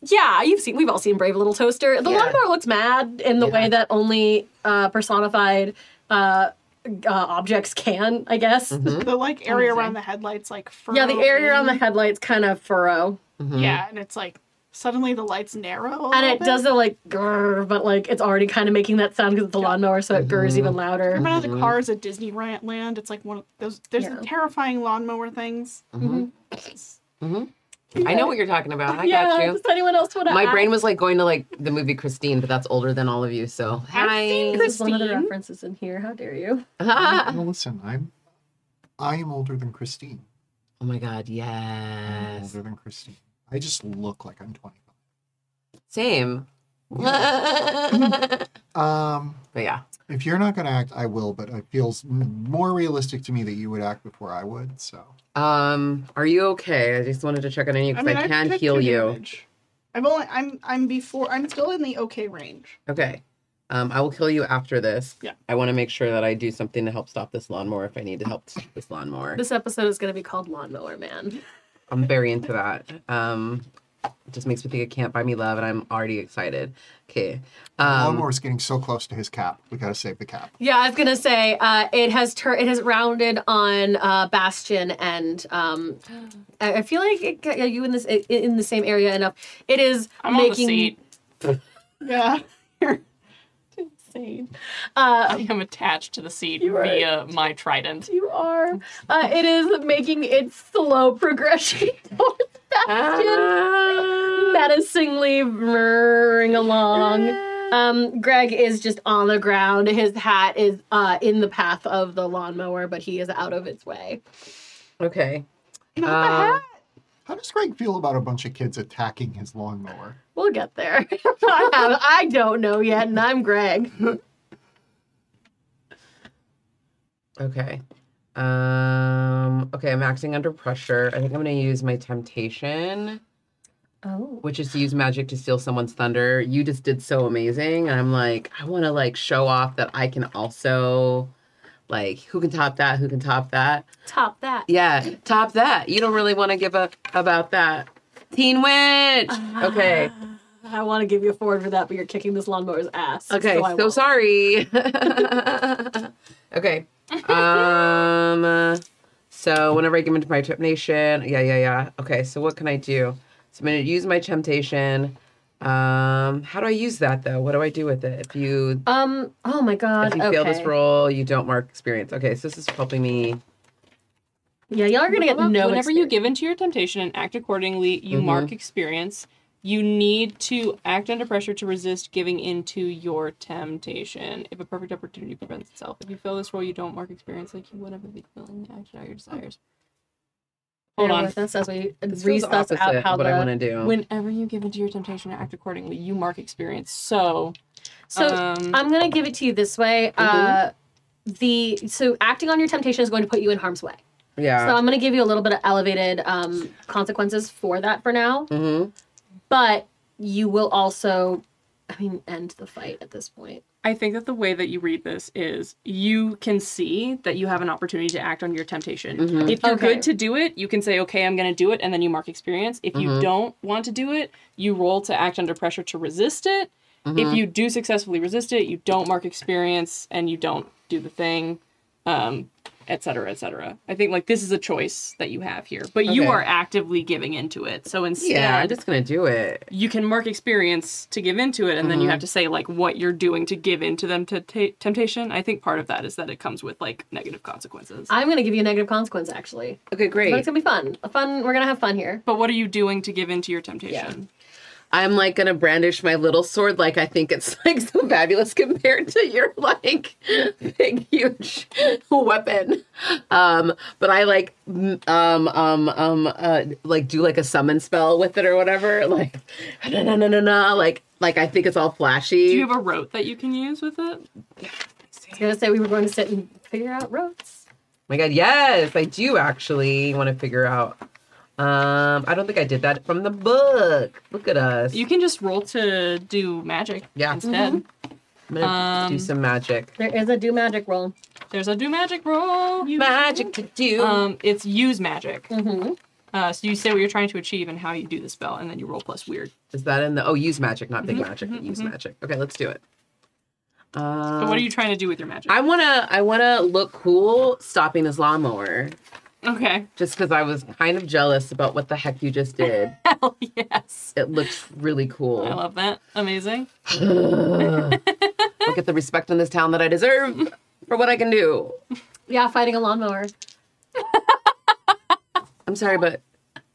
S2: Yeah, you've seen. We've all seen Brave Little Toaster. The
S6: Yeah.
S2: lawnmower looks mad in the way that only uh, personified uh, uh, objects can. I guess.
S5: The like area around the headlights like furrow.
S2: Yeah, the area around the
S5: in.
S2: headlights kind of furrow,
S6: Mm-hmm.
S5: Yeah, and it's like suddenly the lights narrow. a
S2: and
S5: little
S2: it
S5: bit.
S2: does the like grrr, but like it's already kind of making that sound because it's the lawnmower, so it gurrs even louder.
S5: Remember
S6: Mm-hmm.
S5: how the cars at Disney Land? It's like one of those. There's the
S2: Yeah.
S5: terrifying lawnmower things.
S6: I know what you're talking about. I
S2: yeah.
S6: got you.
S2: Does anyone else want to?
S6: My brain was like going to like the movie Christine, but that's older than all of you. So hi.
S2: This is one of the
S5: Christine.
S2: references in here. How dare you?
S6: oh
S3: Well, listen, I'm I am older than Christine.
S6: my god,
S3: I'm
S6: yes.
S3: older than Christine. I just look like I'm 25.
S6: Same. but
S3: Um,
S6: yeah.
S3: if you're not going to act, I will, but it feels m- more realistic to me that you would act before I would. So,
S6: Um, are you okay? I just wanted to check on you because I,
S5: I've
S6: can
S5: took
S6: heal
S5: two
S6: you.
S5: damage. I'm only. I'm. I'm before. I'm still in the okay range.
S6: Okay. Um, I will kill you after this.
S5: Yeah.
S6: I want to make sure that I do something to help stop this lawnmower if I need to help stop this lawnmower.
S2: This episode is going to be called Lawnmower Man.
S6: I'm very into that. Um, it just makes me think of Can't Buy Me Love, and I'm already excited. Okay. Um,
S3: Lawnmower's getting so close to his cap. We got to save the cap.
S2: Yeah, I was going to say uh, it has tur- it has rounded on uh, Bastion and um, I I feel like it, got- yeah, you in this i- in the same area enough. It is
S4: I'm on the
S2: making
S4: seat.
S5: Yeah.
S2: insane. Uh,
S4: I am attached to the seat
S2: You are-
S4: via my trident.
S2: you are. Uh, it is making its slow progression towards Ah. Bastion, menacingly murring along. Um, Greg is just on the ground. His hat is uh, in the path of the lawnmower, but he is out of its way.
S6: okay.
S5: Not the
S6: Uh,
S5: hat.
S3: How does Greg feel about a bunch of kids attacking his lawnmower?
S2: We'll get there. I, have- I don't know yet, and I'm Greg.
S6: Okay. Um, okay, I'm acting under pressure. I think I'm going to use my temptation,
S2: Oh.
S6: which is to use magic to steal someone's thunder. You just did so amazing. And I'm like, I want to like show off that I can also like who can top that? Who can top that?
S2: Top that.
S6: Yeah, top that. You don't really want to give up about that. Teen witch. Okay.
S2: I want to give you a forward for that, but you're kicking this lawnmower's ass.
S6: Okay,
S2: so I
S6: so,
S2: won't.
S6: sorry. okay. Um. uh, So whenever I give into my temptation, yeah, yeah, yeah. Okay, so what can I do? So I'm gonna use my temptation. Um, how do I use that though? What do I do with it? If you
S2: Um. Oh my
S6: if
S2: god.
S6: you
S2: okay.
S6: fail this roll, you don't mark experience. Okay, so this is helping me.
S2: Yeah, y'all are gonna get no.
S4: Whenever
S2: experience.
S4: you
S2: Mm-hmm.
S4: give into your temptation and act accordingly, you
S6: Mhm.
S4: mark experience. You need to act under pressure to resist giving into your temptation. If a perfect opportunity presents itself, if you fail this roll, you don't mark experience like you would have if you fulfilling the action out your desires. Hold
S2: Bear
S4: on.
S2: with us as we
S6: This feels
S2: recess out
S6: opposite
S2: how
S6: what
S2: the.
S6: I want to do.
S4: Whenever you give into your temptation and act accordingly, you mark experience. So,
S2: so
S4: um,
S2: I'm gonna give it to you this way. Uh,
S6: Mm-hmm.
S2: the so acting on your temptation is going to put you in harm's way. So
S6: yeah.
S2: I'm gonna give you a little bit of elevated um, consequences for that for now.
S6: mm-hmm.
S2: but you will also i mean end the fight at this point
S4: I think that the way that you read this is you can see that you have an opportunity to act on your temptation.
S6: Mm-hmm.
S4: If you're
S2: Okay.
S4: good to do it, you can say, okay, I'm going to do it, and then you mark experience. If
S6: Mm-hmm.
S4: you don't want to do it, you roll to act under pressure to resist it.
S6: Mm-hmm.
S4: If you do successfully resist it, you don't mark experience and you don't do the thing, um, et cetera, et cetera. I think like this is a choice that you have here, but you
S6: Okay.
S4: are actively giving into it. So instead,
S6: Yeah, I'm just gonna do it.
S4: you can mark experience to give into it, and then you have to say like what you're doing to give into them to ta temptation. I think part of that is that it comes with like negative consequences.
S2: i'm gonna give you a negative consequence actually
S6: Okay,
S2: but
S6: great.
S2: it's gonna be fun a fun we're gonna have fun here
S4: but what are you doing to give into your temptation?
S6: I'm like gonna brandish my little sword like I think it's like so fabulous compared to your like big huge weapon. Um, but I like m- um um um uh like do like a summon spell with it or whatever. Like na na na na na. Like like I think it's all flashy.
S4: Do you have a rote that you can use with it?
S2: i was gonna say we were going to sit and figure out roads
S6: Oh my God, yes, I do actually want to figure out. Um, I don't think I did that from the book. Look at us.
S4: You can just roll to do magic
S6: Yeah.
S4: instead.
S6: I'm gonna
S4: um,
S6: do some magic.
S2: There is a do magic roll.
S4: There's a do magic roll.
S6: Magic to do.
S4: Um, it's use magic.
S2: Mm-hmm.
S4: Uh, so you say what you're trying to achieve and how you do the spell, and then you roll plus weird.
S6: Is that in the? Oh, use magic, not big
S4: Mm-hmm,
S6: magic. but use magic. Okay, let's do it. Uh,
S4: So what are you trying to do with your magic?
S6: I wanna, I wanna look cool stopping his lawnmower,
S4: okay.
S6: just because I was kind of jealous about what the heck you just did.
S4: Hell yes.
S6: it looks really cool.
S4: I love that. Amazing.
S6: Look at the respect in this town that I deserve for what I can do.
S2: Yeah, fighting a lawnmower.
S6: I'm sorry, but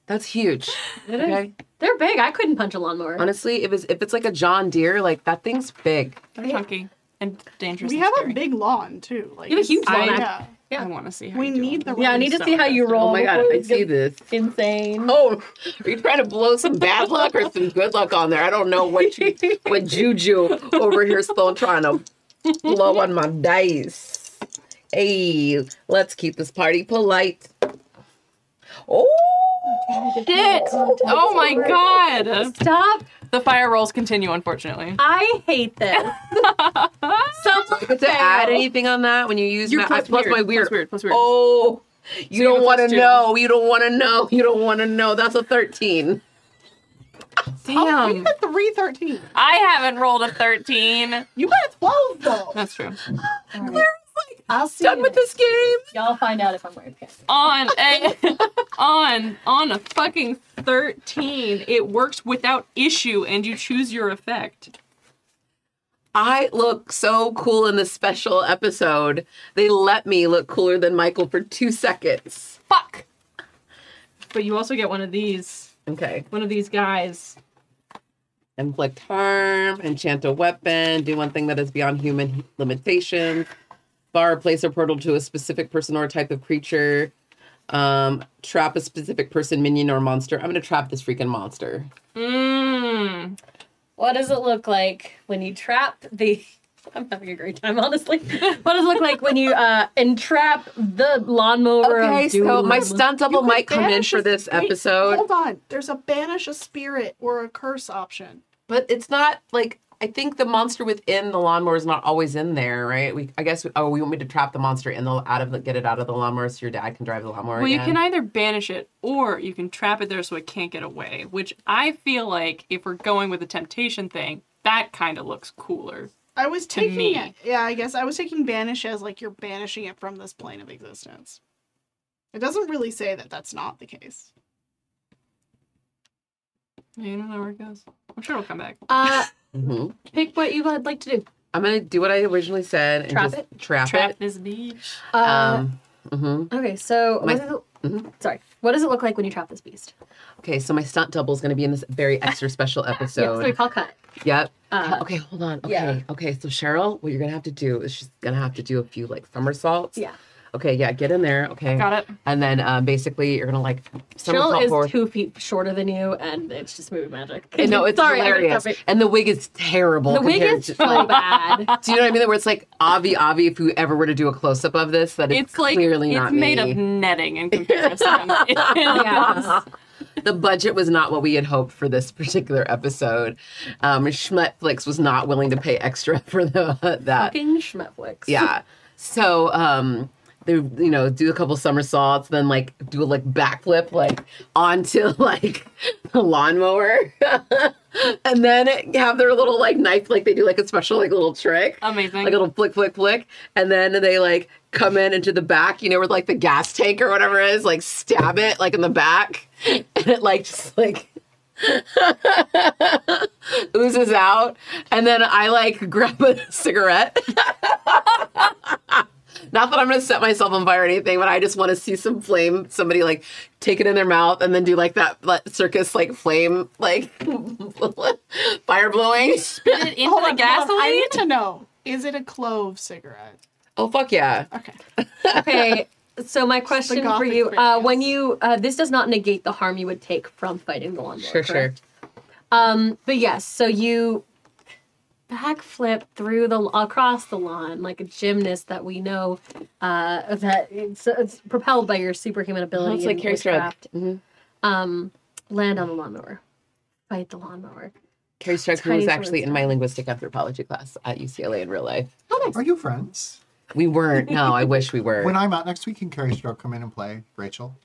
S6: that's huge.
S2: It is.
S6: Okay.
S2: They're big. I couldn't punch a lawnmower.
S6: Honestly, if it's if it's like a John Deere, like that thing's big.
S4: They're chunky and dangerous.
S5: We
S4: and
S5: have
S4: scary.
S5: a big lawn too. Like
S2: You have a huge
S4: I-
S2: lawn. act.
S5: Yeah.
S4: I want to see how
S5: We
S4: you do
S5: need
S4: it.
S5: the
S2: yeah, I need to see how you roll.
S6: Oh my god,
S2: before
S6: I
S2: it
S6: see
S2: gets
S6: this.
S2: Insane.
S6: Oh, are you trying to blow some bad luck or some good luck on there? I don't know what you, what juju over here still trying to blow on my dice. Hey, let's keep this party polite. Oh,
S4: Shit! Oh my god!
S2: Stop.
S4: The fire rolls continue, unfortunately.
S2: I hate this. Someone
S6: you get to add anything on that when you use
S4: You're
S6: ma-
S4: plus
S6: I- plus
S4: weird,
S6: my weird.
S4: plus weird, plus weird.
S6: Oh, you
S4: you have
S6: don't
S4: a
S6: want to
S4: plus two.
S6: know. You don't want to know. You don't want to know. That's a thirteen.
S5: You
S4: Damn!
S5: got three thirteen.
S4: I haven't rolled a thirteen.
S5: You got a twelve though.
S4: That's true.
S2: I'll see.
S6: Done
S2: you
S6: with
S2: next-
S6: this game.
S2: Y'all find out if I'm wearing pants.
S4: on a on on a fucking 13 it works without issue and you choose your effect
S6: I look so cool in this special episode. They let me look cooler than Michael for two seconds.
S4: fuck but you also get one of these
S6: Okay.
S4: one of these guys
S6: Inflict harm, enchant a weapon, do one thing that is beyond human limitations, bar or place a portal to a specific person or type of creature, um, trap a specific person, minion, or monster. I'm going to trap this freaking monster.
S4: mm.
S2: What does it look like when you trap the? I'm having a great time, honestly. What does it look like when you uh entrap the lawnmower? of
S6: Okay, so my
S2: doom?
S6: stunt double
S5: could
S6: might come in
S5: banish
S6: for
S5: a
S6: this
S5: spirit-
S6: episode,
S5: Hold on. There's a banish a spirit or a curse option.
S6: but it's not like I think the monster within the lawnmower is not always in there, right? We, I guess. Oh, we want me to trap the monster in the out of the get it out of the lawnmower so your dad can drive the lawnmower.
S4: well you
S6: again.
S4: can either banish it or you can trap it there so it can't get away which i feel like if we're going with the temptation thing that kind of looks cooler
S5: I was
S4: To
S5: taking
S4: me.
S5: it. Yeah, I guess I was taking banish as like you're banishing it from this plane of existence. It doesn't really say that that's not the case.
S4: Yeah, you don't know where it goes i'm sure it'll come back
S2: Uh,
S6: Mhm.
S2: pick what you would like to do.
S6: I'm gonna do what I originally said and
S2: Trap
S6: just trap,
S4: trap
S6: it.
S4: this beach
S2: Uh,
S6: Um, mhm.
S2: okay, so
S6: my- mm-hmm.
S2: what does it, sorry, what does it look like when you trap this beast?
S6: Okay, so my stunt double is gonna be in this very extra special
S2: yeah, so we
S6: episode.
S2: call cut.
S6: yep.
S2: Uh,
S6: Okay, hold on. Okay,
S2: yeah.
S6: okay. So Cheryl, what you're gonna have to do is she's gonna have to do a few like somersaults.
S2: Yeah.
S6: Okay, yeah, get in there. Okay.
S4: got it
S6: And then um, basically you're gonna like
S2: Jill
S6: somersault
S2: is
S6: forward.
S2: two feet shorter than you, and it's just movie magic.
S6: And Uh, no, it's
S2: sorry, I gotta
S6: hilarious.
S2: stop it.
S6: And the wig is terrible.
S2: The wig
S6: compared
S2: is
S6: to,
S2: so
S6: like,
S2: bad.
S6: do you know what I mean? Where it's like obvi, obvi. If you ever were to do a close up of this, that it's,
S4: it's like
S6: clearly
S4: it's
S6: not
S4: made
S6: me.
S4: of netting in comparison.
S2: Yeah.
S6: the budget was not what we had hoped for this particular episode. Um, Schmetflix was not willing to pay extra for the, that.
S2: Fucking Schmetflix.
S6: Yeah. So, um, they, you know, do a couple somersaults, then like do a like backflip, like onto like the lawnmower, and then have their little like knife, like they do like a special like little trick,
S4: Amazing.
S6: like a little flick, flick, flick, and then they like come in into the back, you know, where like the gas tank or whatever it is, like stab it like in the back, and it like just like oozes out, and then I like grab a cigarette. Not that I'm gonna set myself on fire or anything, but I just want to see some flame. Somebody like take it in their mouth and then do like that like, circus like flame like fire blowing.
S4: Put it into the
S5: Hold on, hold on, I
S4: gasoline.
S5: need to know. Is it a clove cigarette?
S6: Oh fuck yeah!
S5: Okay.
S2: Okay. So my question for
S5: gothic
S2: you: uh,
S5: experience.
S2: When you uh, this does not negate the harm you would take from fighting the lawnmower.
S6: Sure, sure.
S2: correct? Um, but yes, so you backflip through the across the lawn like a gymnast that we know uh, that it's, it's propelled by your superhuman ability.
S6: it's like
S2: and
S6: Carrie's drug.
S2: witchcraft. Um, land on the lawnmower, fight the lawnmower,
S6: Carrie Struck, who
S2: Tiny
S6: was actually
S2: Twigs.
S6: in my linguistic anthropology class at UCLA in real life.
S5: Oh,
S3: Are you friends?
S6: We weren't. No, I wish we were.
S3: When I'm out next week, can Carrie Stroke come in and play Rachel?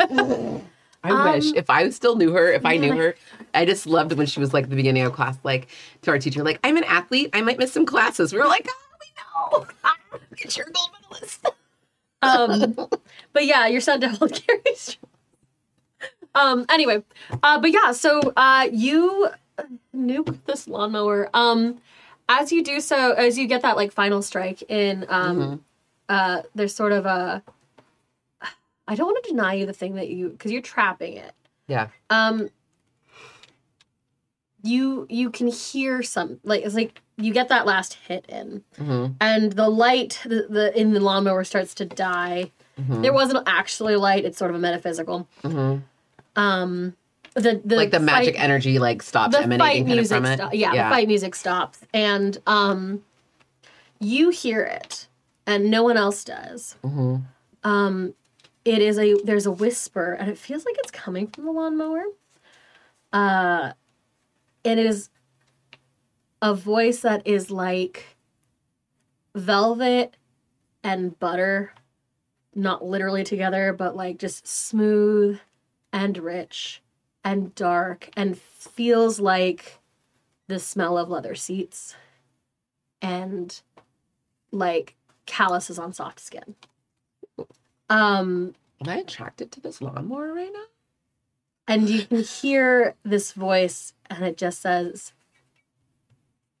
S6: I
S2: Um,
S6: wish if I still knew her, if I knew her, I just loved when she was like at the beginning of class, like to our teacher, like I'm an athlete, I might miss some classes. We were like, oh, we know, it's your gold medalist.
S2: Um, but yeah, your son devil carries. Um. Anyway, uh, but yeah, so uh, you nuke this lawnmower. Um, as you do so, as you get that like final strike in, um, uh, there's sort of a. I don't want to deny you the thing that you because you're trapping it.
S6: Yeah,
S2: Um. You you can hear some like it's like you get that last hit in
S6: Mhm.
S2: and the light the, the in the lawnmower starts to die.
S6: Mm-hmm.
S2: There wasn't actually light; it's sort of a metaphysical.
S6: Mhm.
S2: Um, the, the
S6: like the magic
S2: fight-
S6: energy like stops
S2: the
S6: emanating
S2: fight
S6: kind of
S2: music
S6: from it.
S2: sto- yeah, the fight music stops, and um, you hear it, and no one else does.
S6: Mhm.
S2: Um, it is a there's a whisper, and it feels like it's coming from the lawnmower. Uh, it is a voice that is like velvet and butter, not literally together, but like just smooth and rich and dark and feels like the smell of leather seats and like calluses on soft skin. Um,
S6: Am I attracted to this lawnmower right now?
S2: and you can hear this voice, and it just says,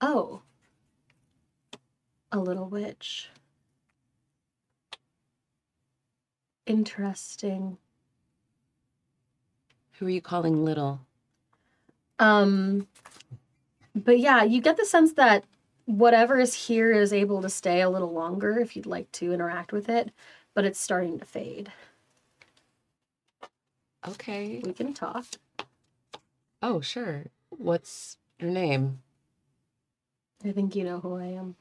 S2: Oh, a little witch. Interesting.
S6: Who are you calling little?
S2: Um, but yeah, you get the sense that whatever is here is able to stay a little longer if you'd like to interact with it, but it's starting to fade.
S6: Okay.
S2: We can talk.
S6: Oh, sure. What's your name?
S2: I think you know who I am.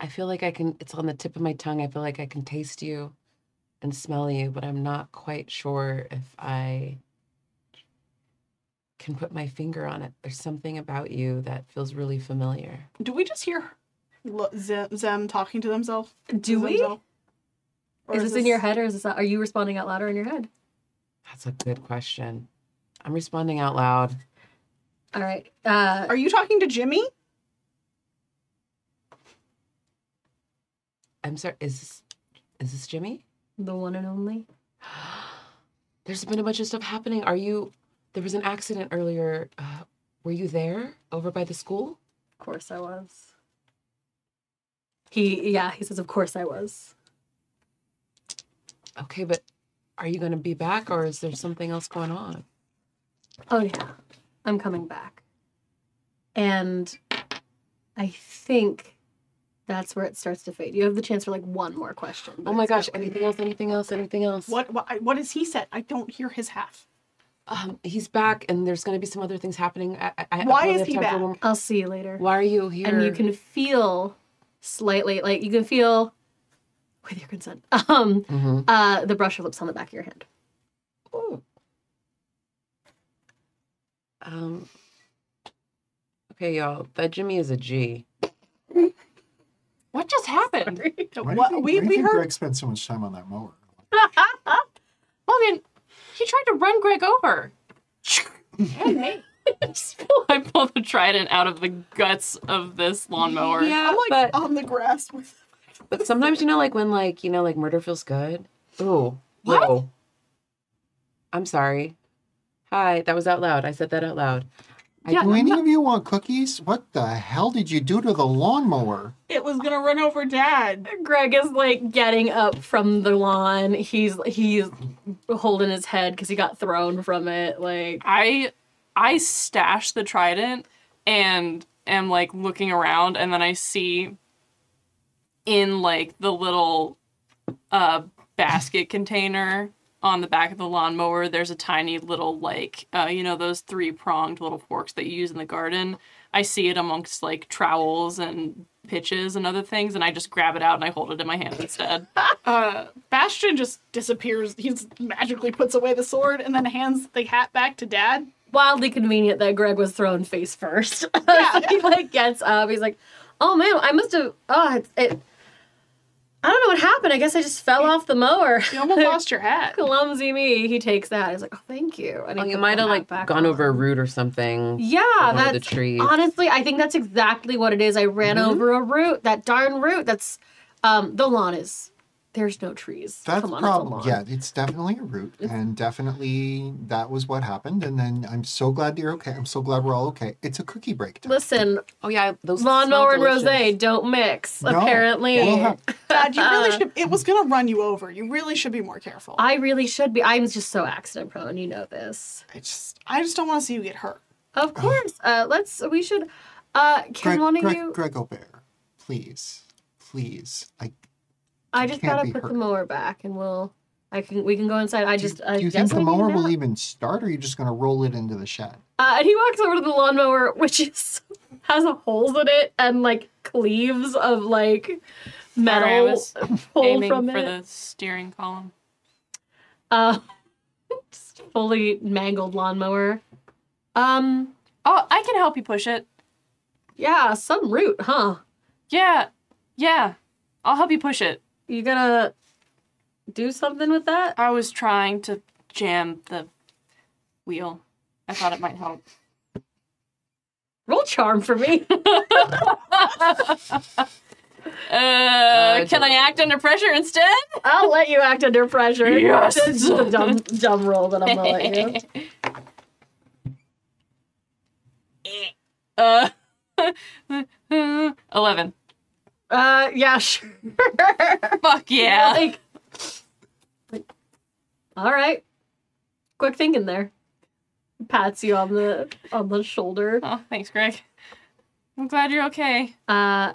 S6: I feel like I can, it's on the tip of my tongue. I feel like I can taste you and smell you, but I'm not quite sure if I can put my finger on it. There's something about you that feels really familiar.
S5: Do we just hear Lo- Zem, Zem talking to themselves?
S2: Do we?
S5: Zemzel? Or
S2: Is this in your head or is this are you responding out louder in your head?
S6: That's a good question. I'm responding out loud.
S2: All right. Uh
S5: Are you talking to Jimmy?
S6: I'm sorry. Is this, is this Jimmy?
S2: the one and only.
S6: There's been a bunch of stuff happening. Are you? There was an accident earlier. Uh, were you there over by the school?
S2: Of course I was. He yeah, he says of course I was.
S6: Okay, but are you going to be back or is there something else going on?
S2: Oh yeah, I'm coming back. And I think that's where it starts to fade. You have the chance for like one more question. but
S6: Oh my
S2: it's not
S6: gosh, anything else? Anything else? Anything else?
S5: What, what I- what has he said? I don't hear his half.
S6: Um, he's back and there's going to be some other things happening. I, I- I
S5: Why
S6: probably
S5: is
S6: have
S5: he
S6: time for
S5: back?
S6: one-
S2: I'll see you later.
S6: Why are you here?
S2: And you can feel slightly like you can feel with your consent. Um
S6: Mhm.
S2: uh the brush of lips on the back of your hand.
S6: Ooh. Um. Okay, y'all. That Jimmy is a G.
S4: What just happened?
S3: Why do you think,
S5: What- we
S3: why do you
S5: we
S3: think
S5: heard
S3: Greg spent so much time on that mower?
S4: Well, then he tried to run Greg over. I just feel I pulled the trident out of the guts of this lawnmower.
S6: Yeah,
S5: I'm like
S6: but
S5: on the grass with.
S6: But sometimes you know, like when like you know, like murder feels good. Ooh, whoa. I'm sorry. Hi, that was out loud. I said that out loud.
S4: Yeah,
S3: Do any of you want cookies? What the hell did you do to the lawnmower?
S5: It was gonna run over Dad.
S2: Greg is like getting up from the lawn. He's he's holding his head because he got thrown from it. Like
S4: I I stash the trident and am like looking around and then I see in like the little uh basket container on the back of the lawnmower, there's a tiny little like, uh, you know, those three pronged little forks that you use in the garden. I see it amongst like trowels and pitches and other things, and I just grab it out and I hold it in my hand instead.
S5: Uh, Bastion just disappears. He just magically puts away the sword and then hands the hat back to Dad.
S2: Wildly convenient that Greg was thrown face first. So he like gets up. He's like, "Oh man, I must have. Oh, it, it. I don't know what happened. I guess I just fell off the mower.
S5: You almost lost your hat.
S2: Clumsy me. He takes that. He's like, "Oh, thank you." And he
S6: Oh, you
S2: puts
S6: might
S2: the
S6: have
S2: hat
S6: like
S2: back
S6: gone
S2: on.
S6: over a root or something.
S2: Yeah,
S6: of
S2: that's
S6: the trees.
S2: honestly, I think that's exactly what it is. I ran
S3: Mm-hmm.
S2: over a root, that darn root. That's um, the lawn is. There's no trees.
S3: That's
S2: Come
S3: the
S2: on,
S3: problem.
S2: It's a lawn.
S3: Yeah, it's definitely a root, and definitely that was what happened. And then I'm so glad you're okay. I'm so glad we're all okay. It's a cookie breakdown.
S2: Listen,
S6: Oh yeah, those
S2: lawnmower and
S6: smell delicious.
S2: rose don't mix.
S3: No,
S2: apparently,
S3: we'll have-
S5: Dad, you really should. It was gonna run you over. You really should be more careful. I,
S2: I really should be. I'm just so accident prone. You know this.
S5: just, I just don't want to see you get hurt.
S2: Of course. Uh, let's. We should. Uh, Ken,
S3: Oh. Greg,
S2: why don't
S3: Greg,
S2: you?
S3: Greg O'Bear, please, please. I
S2: I just
S3: can't
S2: gotta
S3: be
S2: put the
S3: hurt.
S2: mower back, and we'll. I can. We can go inside. I just.
S3: do,
S2: I
S3: you
S2: guess
S3: think the
S2: I need
S3: mower
S2: a
S3: will
S2: nap.
S3: even start, or are you just going to roll it into the shed?
S2: Uh, and he walks over to the lawnmower, which is has holes in it and like cleaves of like
S4: Sorry, I
S2: metal
S4: was
S2: pulled
S4: Aiming
S2: from
S4: for
S2: it.
S4: the steering column.
S2: Uh, just fully mangled lawnmower. Um,
S4: Oh, I can help you push it.
S2: yeah, some root, huh?
S4: Yeah, yeah. I'll help you push it.
S2: You gonna do something with that?
S4: I was trying to jam the wheel. I thought it might help.
S2: Roll charm for me.
S4: Uh, can I act under pressure instead?
S2: I'll let you act under pressure.
S4: Yes.
S2: Just a dumb, dumb roll that I'm gonna let you.
S4: Uh, 11.
S2: Uh, yeah, sure.
S4: Fuck yeah.
S2: Like, like, all right. Quick thinking there. Pats you on the on the shoulder.
S4: Oh, thanks, Greg. I'm glad you're okay.
S2: Uh,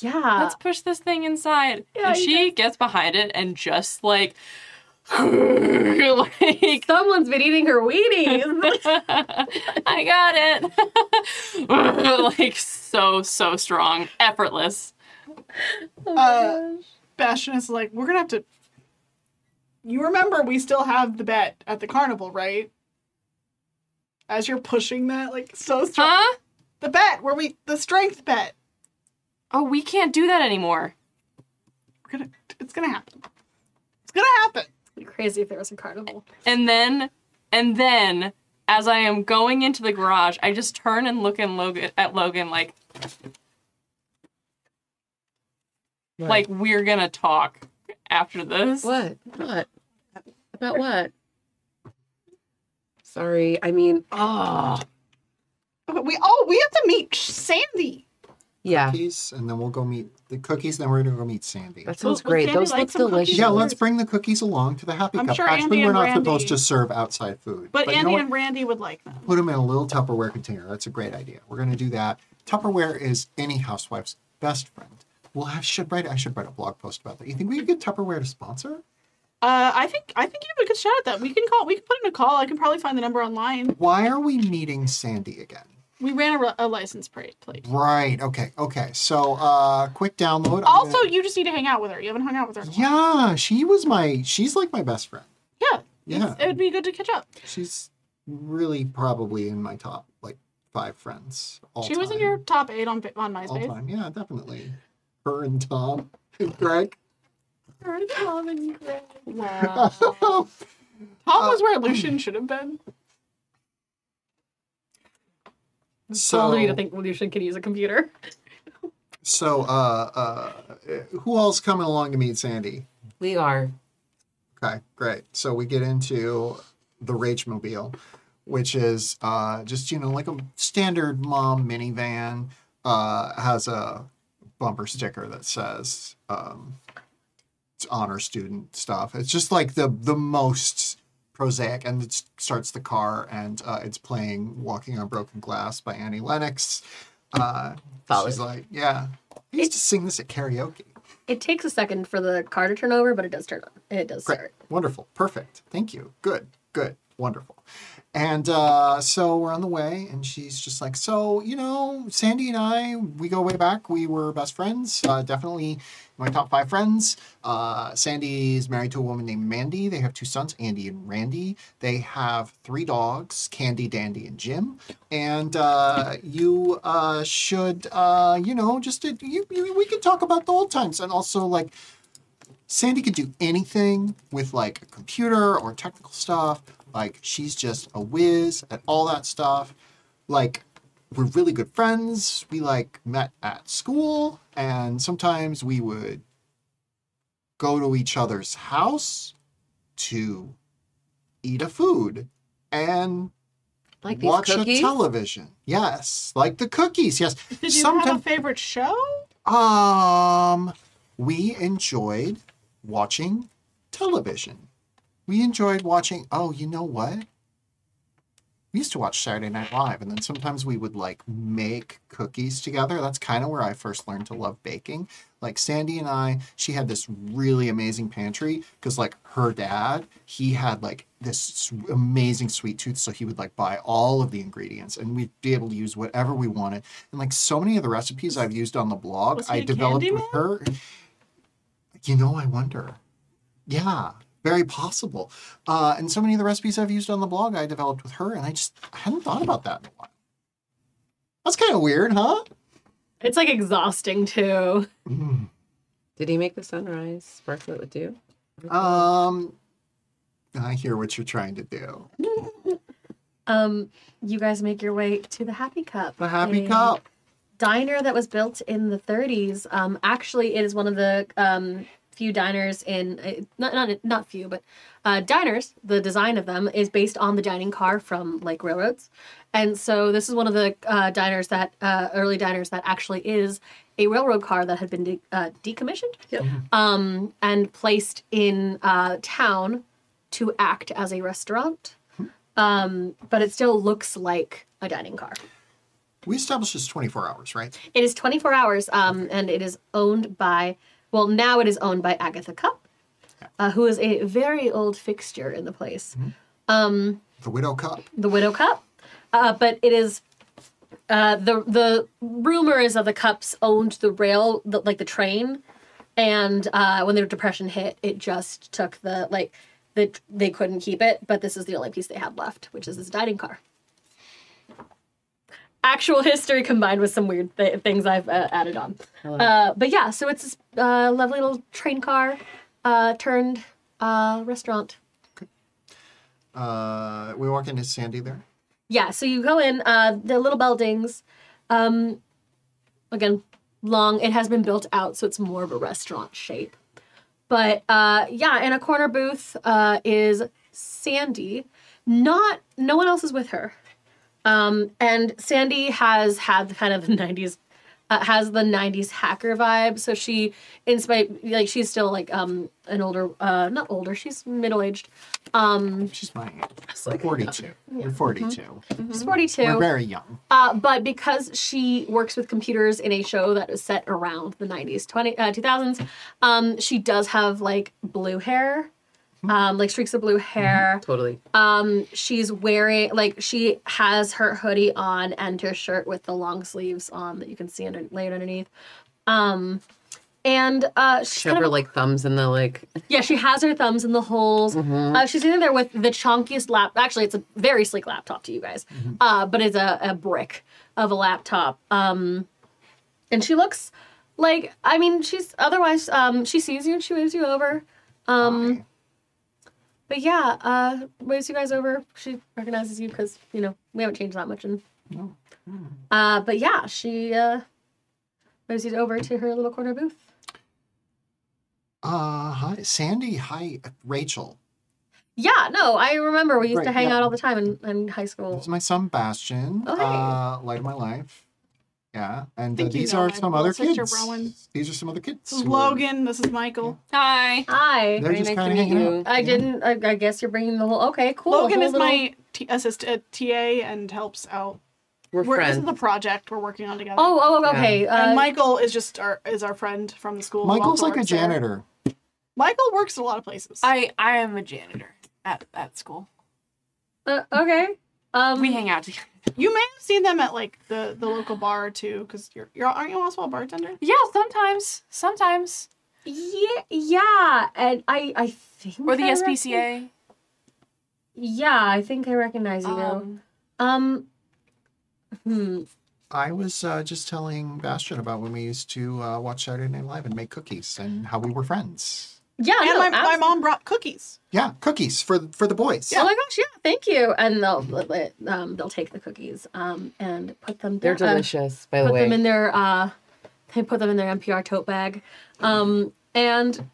S2: yeah.
S4: Let's push this thing inside.
S2: Uh, Yeah,
S4: and
S2: you
S4: she gets behind it and just like, like
S2: Someone's been eating her Wheaties.
S4: I got it. like so so strong, effortless.
S5: Uh, Bastion is like, we're gonna have to. You remember we still have the bet at the carnival, right? As you're pushing that, like so strong,
S4: Huh?
S5: the bet where we the strength bet.
S4: Oh, we can't do that anymore.
S5: We're gonna, it's gonna happen. It's gonna happen.
S2: It'd be crazy if there was a carnival.
S4: And then and then as I am going into the garage, I just turn and look in Logan at Logan like like we're gonna talk after this.
S6: What? What? About what? Sorry, I mean,
S5: Ah.
S6: oh,
S5: But we all we have to meet Sandy.
S6: yeah,
S3: Cookies, and then we'll go meet the cookies. Then we're going to go meet Sandy.
S6: that sounds
S5: Well,
S6: great.
S5: Sandy
S6: Those
S5: likes
S6: look
S5: some cookies.
S6: delicious.
S3: Yeah, let's bring the cookies along to the Happy
S5: I'm
S3: Cup.
S5: sure
S3: Actually,
S5: Andy
S3: we're
S5: and
S3: not
S5: Randy-
S3: supposed to serve outside food.
S5: But,
S3: you know
S5: Andy
S3: what?
S5: and Randy would like them.
S3: put them in a little Tupperware container. That's a great idea. We're going to do that. Tupperware is any housewife's best friend. We'll have should write. I should write a blog post about that. You think we could get Tupperware to sponsor?
S5: Uh, I think I think you have a good shot at that. We can call. We can put in a call. I can probably find the number online.
S3: Why are we meeting Sandy again?
S5: We ran a, ri- a license plate.
S3: Oh,
S5: plate.
S3: Right. Okay. Okay. So, uh, quick download. I'm
S5: Also,
S3: gonna-
S5: you just need to hang out with her. You haven't hung out with her. in a while.
S3: yeah, she was my. She's like my best friend.
S5: Yeah.
S3: Yeah.
S5: It's- It would be good to catch up.
S3: She's really probably in my top like five friends. All
S5: she was in
S3: time.
S5: your top eight on on
S3: all
S5: MySpace.
S3: time. Yeah, definitely. Her and Tom and Greg. Uh,
S5: Wow.
S3: Tom
S5: Tom was where Lucian should have been.
S2: So
S3: So,
S2: you to think Lucian can use a computer.
S3: so uh, uh, who else coming along to meet Sandy?
S6: We are.
S3: Okay, great. So we get into the Rage Mobile, which is uh, just you know like a standard mom minivan. Uh, has a bumper sticker that says um, it's honor student stuff. It's just like the the most prosaic, and it starts the car, and uh, it's playing "Walking on Broken Glass" by Annie Lennox. Uh,
S6: Solid.
S3: She's like, yeah, I used to sing this at karaoke.
S2: It takes a second for the car to turn over, but it does turn on. It does
S3: Great.
S2: start.
S3: Wonderful. Perfect. Thank you. Good. Good. Wonderful. And uh, so we're on the way, and she's just like, So, you know, Sandy and I, we go way back. We were best friends. Uh, definitely my top five friends. Uh, Sandy is married to a woman named Mandy. They have two sons, Andy and Randy. They have three dogs, Candy, Dandy, and Jim. And uh, you uh, should, uh, you know, just, you, you, we can talk about the old times. And also, like, Sandy could do anything with like a computer or technical stuff. Like she's just a whiz at all that stuff. Like we're really good friends. We like met at school and sometimes we would go to each other's house to eat a food and
S6: Like these
S3: watch
S6: cookies.
S3: a television. Yes, like the cookies. Yes.
S5: Did you have a favorite show?
S3: Um, we enjoyed watching television. We enjoyed watching. Oh, you know what? We used to watch Saturday Night Live, and then sometimes we would like make cookies together. That's kind of where I first learned to love baking. Like Sandy and I, she had this really amazing pantry because, like, her dad, he had like this s- amazing sweet tooth. So he would like buy all of the ingredients and we'd be able to use whatever we wanted. And like so many of the recipes I've used on the blog,
S5: Was he
S3: I
S5: a
S3: developed
S5: candy
S3: with
S5: man?
S3: her. You know, I wonder. Yeah, very possible. Uh, and so many of the recipes I've used on the blog I developed with her, and I just I hadn't thought about that in a while. That's kind of weird, huh?
S2: It's like exhausting too.
S6: Did he make the sunrise sparklet with dew?
S3: Um, I hear what you're trying to do.
S2: Um, you guys make your way to the Happy Cup.
S3: The happy
S2: a
S3: cup.
S2: Diner that was built in the 30s. Um, actually, it is one of the um, few diners in uh, not not not few, but uh, diners. The design of them is based on the dining car from like railroads, and so this is one of the uh, diners that uh, early diners that actually is a railroad car that had been de- uh, decommissioned um, and placed in uh, town to act as a restaurant. Um, but it still looks like a dining car.
S3: We established this 24 hours, right?
S2: It is 24 hours, um, and it is owned by, well, now it is owned by Agatha Cup, uh, who is a very old fixture in the place. Um,
S3: The widow cup.
S2: the Widow Cup, uh, but it is. Uh, the the rumor is that the cups owned the rail, the, like the train, and uh, when the depression hit, it just took the like the they couldn't keep it. But this is the only piece they had left, which is this dining car. Actual history combined with some weird th- things I've uh, added on. Uh, but yeah, so it's this uh, lovely little train car uh, turned uh, restaurant.
S3: Uh, we walk into Sandy there.
S2: Yeah, so you go in, uh, the little buildings. Um, again, long. It has been built out, so it's more of a restaurant shape. But uh, yeah, in a corner booth uh, is Sandy. Not, no one else is with her. Um, and Sandy has had kind of the 90s, uh, has the 90s hacker vibe. So she, in spite, like, she's still like um, an older, uh, not older, she's middle aged. Um,
S3: She's my
S6: It's like
S3: 42. We're 42.
S2: she's 42.
S3: We're very young.
S2: Uh, but because she works with computers in a show that is set around the 90s, 20, uh, 2000s, um, she does have like blue hair,
S6: Hmm.
S2: um, like streaks of blue hair.
S6: Totally.
S2: Um, she's wearing, like, she has her hoodie on and her shirt with the long sleeves on that you can see under, laid underneath. Um, and uh, she's
S6: She have
S2: kind
S6: her
S2: of,
S6: like thumbs in the like.
S2: yeah, she has her thumbs in the holes. Uh, she's sitting there with the chunkiest lap. Actually, it's a very sleek laptop to you guys, uh, but it's a, a brick of a laptop. Um, and she looks like I mean, she's otherwise um, she sees you and she waves you over. Um,
S3: Hi.
S2: but yeah, uh, waves you guys over. She recognizes you because you know we haven't changed that much. And uh, but yeah, she uh, waves you over to her little corner booth.
S3: Uh, hi, Sandy. Hi, Rachel.
S2: Yeah, no, I remember we used to
S3: Right,
S2: hang
S3: yeah.
S2: out all the time in, in high
S3: This
S2: school.
S3: is my son Bastion.
S2: Oh, hey.
S3: Uh, light of my life. Yeah, and uh,
S5: Think you
S3: these
S5: know
S3: are
S5: my
S3: some
S5: little
S3: other
S5: sister,
S3: kids.
S5: Rowan.
S3: These are some other kids.
S5: This is
S3: who are-
S5: Logan. This is Michael.
S4: Hi.
S2: Hi.
S3: They're
S6: Very
S3: just
S6: nice to
S3: kind of
S6: meet
S3: hanging
S6: you.
S3: out.
S2: I didn't. I, I guess you're bringing the whole. Okay, cool.
S5: Logan
S2: the
S5: is
S2: whole little-
S5: my t- assist, uh, TA and helps out
S6: We're,
S5: We're, this
S6: friends.
S5: is the project we're working on together.
S2: Oh, oh, okay. Uh,
S5: and Michael is just our is our friend from the school. who
S3: Michael's
S5: also
S3: like a
S5: works there.
S3: janitor.
S5: Michael works at a lot of places.
S4: I I am a janitor at at school.
S2: uh, okay. Um,
S4: We hang out together.
S5: you may have seen them at like the the local bar too, because you're you're aren't you also a bartender?
S4: Yeah, sometimes, sometimes.
S2: yeah, yeah, and I, I think
S4: Or the
S2: I rec-
S4: SPCA.
S2: yeah, I think I recognize you. now.
S4: Um,
S2: Um, hmm.
S3: I was uh, just telling Bastion about when we used to uh, watch Saturday Night Live and make cookies and how we were friends.
S2: Yeah,
S5: and
S2: no,
S5: my, my
S2: abs-
S5: mom brought cookies.
S3: Yeah, cookies for for the boys.
S2: Oh my gosh, yeah, thank you. And they'll um, they'll take the cookies um, and put them
S6: They're
S2: down- um,
S6: delicious, by the
S2: put
S6: way.
S2: them in their uh, they put them in their NPR tote bag, um, and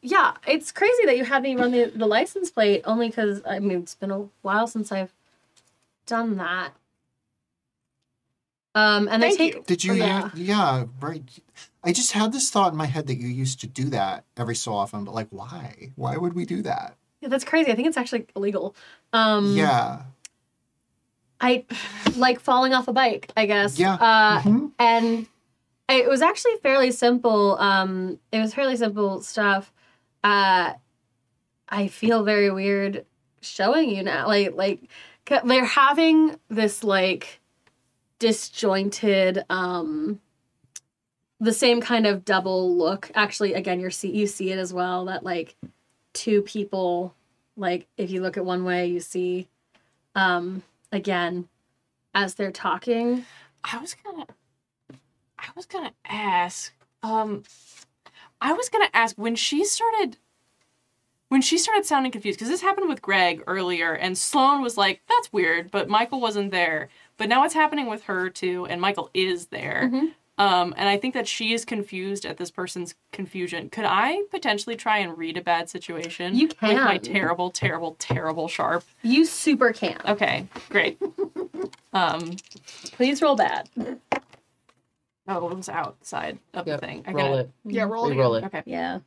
S2: yeah, it's crazy that you had me run the, the license plate only because I mean it's been a while since I've done that. Um, and
S5: Thank
S2: they take
S5: you.
S3: Did you?
S2: Yeah.
S3: Yeah. right. I just had this thought in my head that you used to do that every so often, but like, why? Why would we do that?
S2: yeah, that's crazy. I think it's actually illegal. Um,
S3: Yeah.
S2: I like falling off a bike, I guess.
S3: Yeah.
S2: Uh,
S3: Mhm.
S2: And it was actually fairly simple. Um, it was fairly simple stuff. Uh, I feel very weird showing you now. Like, like c- they're having this like disjointed, um, the same kind of double look. Actually, again, you see you see it as well. That like two people, like if you look at one way, you see um again as they're talking
S4: I was gonna, I was gonna ask. Um, I was gonna ask when she started. When she started sounding confused, because this happened with Greg earlier, and Sloan was like, "That's weird," but Michael wasn't there. But now it's happening with her too, and Michael is there.
S2: Mm-hmm.
S4: Um, and I think that she is confused at this person's confusion. Could I potentially try and read a bad situation?
S2: You
S4: with my
S2: can.
S4: terrible, terrible, terrible sharp.
S2: you super can
S4: Okay, great. um,
S2: please roll bad
S4: Oh, it was outside of
S6: Yep,
S4: the thing. I
S6: roll
S4: got
S6: it.
S5: Yeah, roll it.
S6: Reroll it.
S4: Okay.
S2: yeah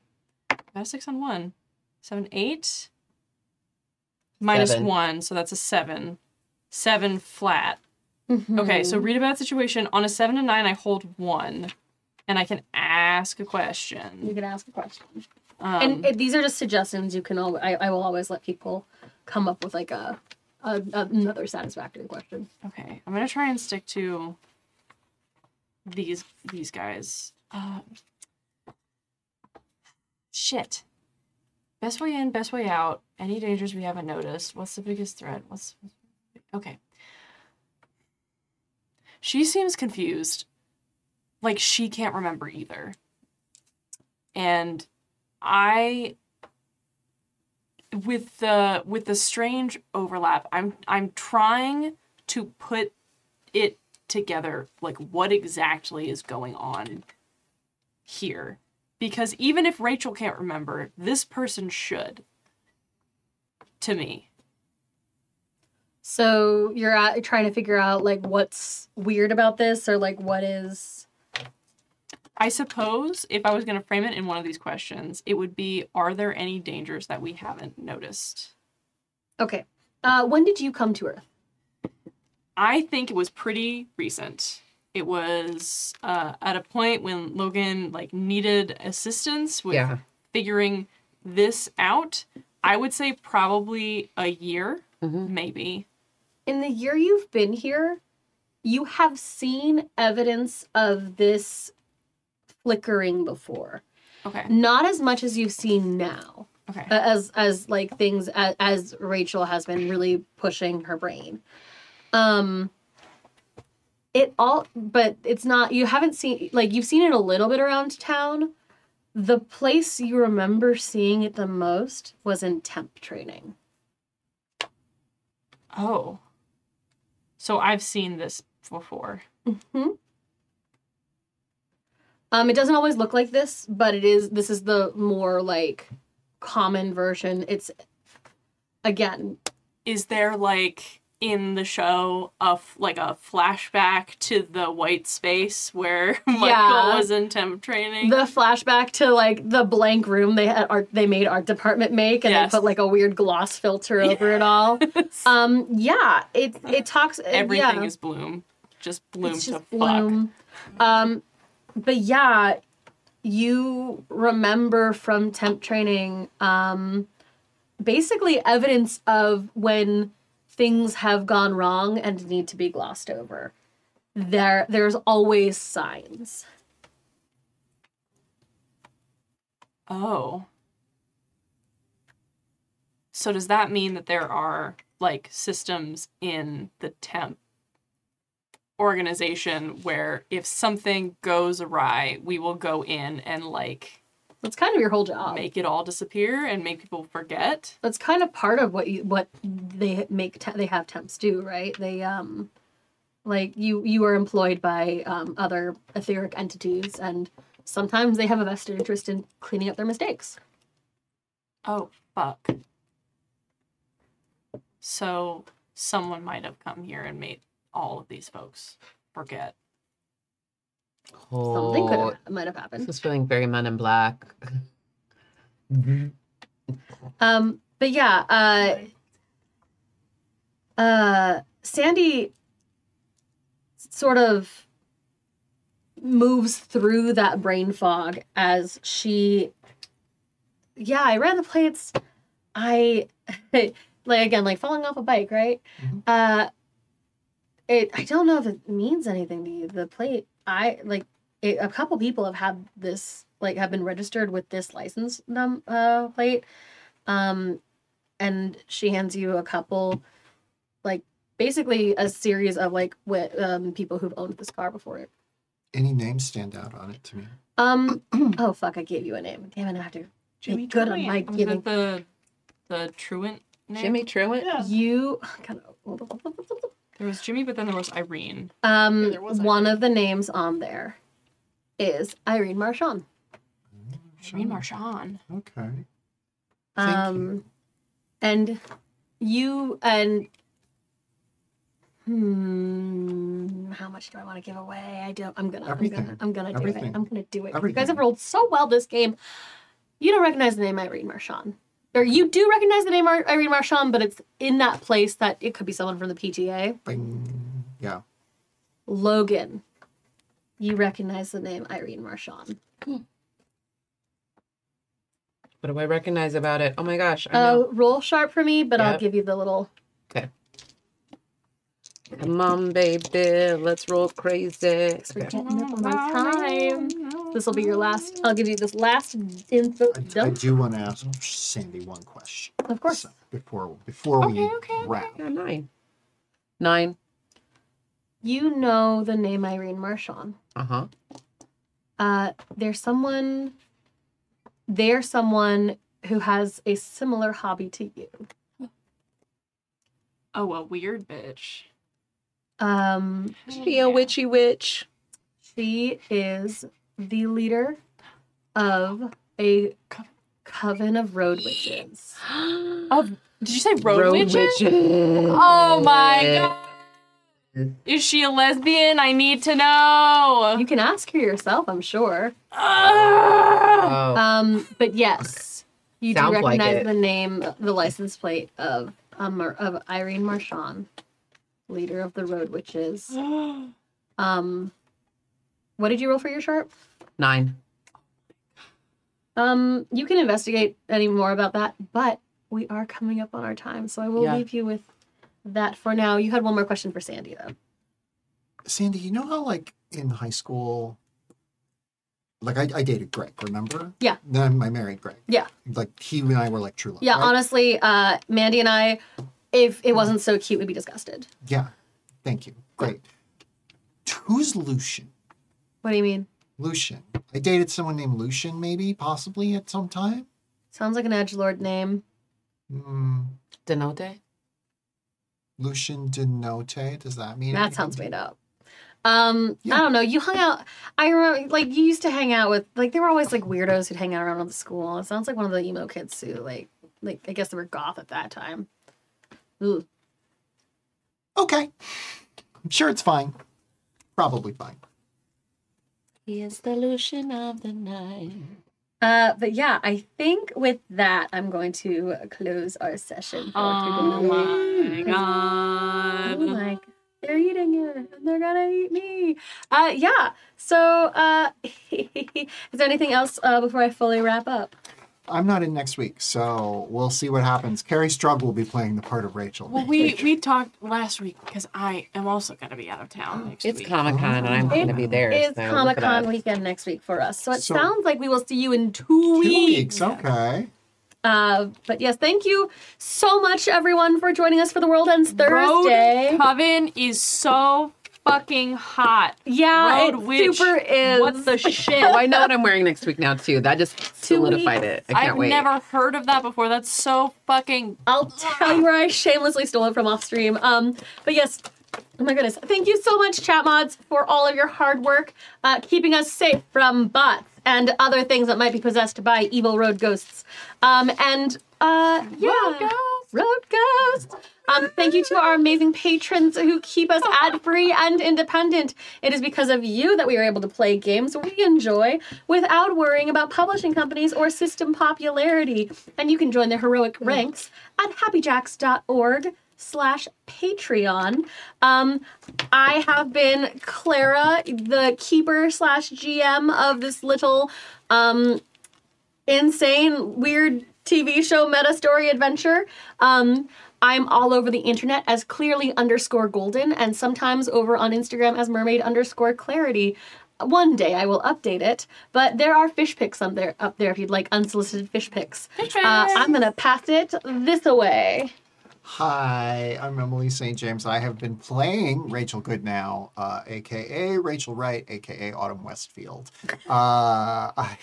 S4: Got a six on one. Seven, eight. Minus
S6: Seven.
S4: one, so that's a seven. Seven flat. Mm-hmm. Okay, so
S6: Mm-hmm.
S4: read about situation. On a seven to nine, I hold one. And I can ask a
S2: you
S4: question.
S2: can ask a question
S4: Um,
S2: and it, these are just suggestions you can all I, I will always let people come up with like a, a another satisfactory question
S4: okay, I'm gonna try and stick to these these guys. Um, shit. Best way in, best way out. Any dangers we haven't noticed? What's the biggest threat? What's okay? She seems confused, like she can't remember either. And I, with the with the strange overlap, I'm I'm trying to put it together, like what exactly is going on here. Because even if Rachel can't remember, this person should. To me.
S2: so you're at, trying to figure out like what's weird about this or like what is
S4: I suppose if I was going to frame it in one of these questions, it would be Are there any dangers that we haven't noticed?
S2: okay uh when did you come to earth
S4: I think it was pretty recent. It was uh, at a point when Logan like needed assistance with
S6: Yeah.
S4: figuring this out. I would say probably a year, maybe.
S2: in the year you've been here, you have seen evidence of this flickering before.
S4: Okay.
S2: Not as much as you've seen now,
S4: Okay.
S2: a- as as like things as, as Rachel has been really pushing her brain. Um it all but it's not you haven't seen like you've seen it a little bit around town. The place you remember seeing it the most was in temp training.
S4: Oh. So I've seen this before.
S2: Um, it doesn't always look like this, but it is. This is the more like common version. It's again,
S4: Is there like in the show a f- like a flashback to the white space where Michael
S2: Yeah.
S4: was in temp training?
S2: the flashback to like the blank room they had art. They made art department make, and
S4: Yes.
S2: they put like a weird gloss filter over it all. Um, yeah, it it talks.
S4: Everything
S2: yeah.
S4: is bloom.
S7: just bloom
S2: It's
S7: to
S2: just
S7: fuck.
S2: bloom. Um, but yeah, you remember from temp training um, basically evidence of when things have gone wrong and need to be glossed over. There, there's always signs.
S7: Oh. So does that mean that there are like systems in the temp organization where if something goes awry, we will go in and like
S2: That's kind of your whole job.
S7: make it all disappear and make people forget?
S2: That's kind of part of what you what they make te- they have temps do, right? They um like you you are employed by um, other etheric entities and sometimes they have a vested interest in cleaning up their mistakes.
S7: Oh fuck. So someone might have come here and made all of these folks forget.
S2: Something could
S6: Oh,
S2: have, might have
S6: this
S2: happened.
S6: is feeling very Men in Black.
S2: Um, but yeah, uh, uh, Sandy sort of moves through that brain fog as she, yeah, I ran the plates. I, like again, like falling off a bike, right? Uh, it. I don't know if it means anything to you. The plate. I like it, a couple people have had this like have been registered with this license num uh, plate um and she hands you a couple like basically a series of like wi- um people who've owned this car before it
S3: Any names stand out on it to me?
S2: um oh fuck i gave you a name damn it i have to
S5: Jimmy
S2: be good on
S5: Joy.
S2: my
S7: Was it
S2: giving
S7: the the truant name?
S6: Jimmy Truant?
S5: Yeah.
S2: you
S7: There was Jimmy, but then there was Irene.
S2: um
S5: Yeah, there was
S2: one of the names on there is irene marchand
S7: Irene Marchand.
S3: Okay. Thank
S2: um
S3: you.
S2: and you and hmm how much do i want to give away i don't i'm gonna
S3: Everything.
S2: i'm gonna i'm gonna do
S3: Everything.
S2: it i'm gonna do it you guys
S3: Everything.
S2: have rolled so well this game you don't recognize the name irene marchand or you do recognize the name Ir- irene marchand but it's in that place that it could be someone from the pta
S3: Bing. Yeah.
S2: logan you recognize the name irene marchand
S6: What do I recognize about it? Oh my gosh. I know.
S2: uh, roll sharp for me but i'll
S6: Yep.
S2: give you the little
S6: Come on, baby. Let's roll crazy.
S2: We're
S6: Okay.
S2: getting up on time. This will be your last. I'll give you this last info
S3: I, I
S2: dump.
S3: do want to ask Sandy one question.
S2: Of course.
S3: So, before before we
S7: Okay, okay, okay.
S3: wrap.
S6: Yeah, nine. Nine.
S2: You know the name Irene Marchand.
S6: Uh huh.
S2: Uh, there's someone. There's someone who has a similar hobby to you.
S7: Oh, a weird bitch.
S2: Um,
S6: She a witchy witch.
S2: she is the leader of a coven of road witches.
S7: Did you say road, witches?
S6: witches.
S7: Oh my god. Is she a lesbian? I need to know.
S2: You can ask her yourself, I'm sure.
S7: Ah!
S6: Oh.
S2: Um, but yes, you do
S6: Sounds like
S2: recognize
S6: it.
S2: the name, the license plate of um Mar- of Irene Marchand, leader of the Road Witches. Um, what did you roll for your sharp?
S6: Nine.
S2: Um, you can investigate any more about that, but we are coming up on our time, so I will
S6: Yeah.
S2: leave you with that for now. You had one more question for Sandy, though.
S3: Sandy, you know how like in high school, like I, I dated Greg, remember?
S2: Yeah.
S3: Then I married Greg.
S2: Yeah.
S3: Like he and I were like true love.
S2: Yeah,
S3: right?
S2: honestly, uh, Mandy and I, if it wasn't so cute, we'd be disgusted.
S3: Yeah. Thank you. Great. Who's Lucian?
S2: What do you mean?
S3: Lucian. I dated someone named Lucian, maybe, possibly at some time.
S2: Sounds like an edge lord name.
S3: Hmm.
S6: Denote.
S3: Lucian Denote. Does that mean
S2: That
S3: anything?
S2: sounds made up. Um,
S3: Yeah.
S2: I don't know. You hung out. I remember, like, you used to hang out with, like, there were always like weirdos who'd hang out around the school. It sounds like one of the emo kids who, like, like I guess they were goth at that time. Ooh.
S3: Okay. I'm sure it's fine. Probably fine.
S6: He is the Lucian of the night.
S2: Uh, but yeah, I think with that, I'm going to close our session. For
S7: Oh
S2: today.
S7: my god.
S2: Oh my They're eating it, and they're gonna eat me. Uh, yeah. So, uh, is there anything else uh, before I fully wrap up?
S3: I'm not in next week, so we'll see what happens. Carrie Strug will be playing the part of Rachel.
S7: Well, we we talked last week because I am also going to be out of town next
S6: It's
S7: week.
S6: Comic Con and I'm going to be there.
S2: It's
S6: so look it
S2: Comic Con
S6: up.
S2: weekend next week for us, so it
S3: So-
S2: sounds like we will see you in two
S3: Two
S2: weeks.
S3: weeks, okay.
S2: Uh, but yes, thank you so much, everyone, for joining us for the World Ends Thursday.
S7: Road Coven is so fucking hot.
S2: yeah,
S7: Road
S2: it
S7: Witch.
S2: super is.
S7: What the shit?
S6: Oh, I know what I'm wearing next week now too. That just solidified it. I can't
S7: I've
S6: wait.
S7: never heard of that before. That's so fucking.
S2: I'll tell you where I shamelessly stole it from off stream. Um, but yes, oh my goodness, thank you so much, chat mods, for all of your hard work, uh, keeping us safe from bots and other things that might be possessed by evil road ghosts. Um, and uh, yeah, road ghost. Um, thank you to our amazing patrons who keep us ad free and independent. It is because of you that we are able to play games we enjoy without worrying about publishing companies or system popularity. And you can join the heroic ranks at happyjacks.org slash patreon um i have been clara the keeper slash gm of this little um insane, weird TV show meta story adventure. Um, I'm all over the internet as clearly underscore golden, and sometimes over on Instagram as mermaid underscore clarity. One day I will update it, but there are fish pics on there up there if you'd like unsolicited fish pics. Uh, I'm gonna pass it this away.
S3: Hi, I'm Emily St. James. I have been playing Rachel Goodnow, uh, aka Rachel Wright, aka Autumn Westfield. Uh, I,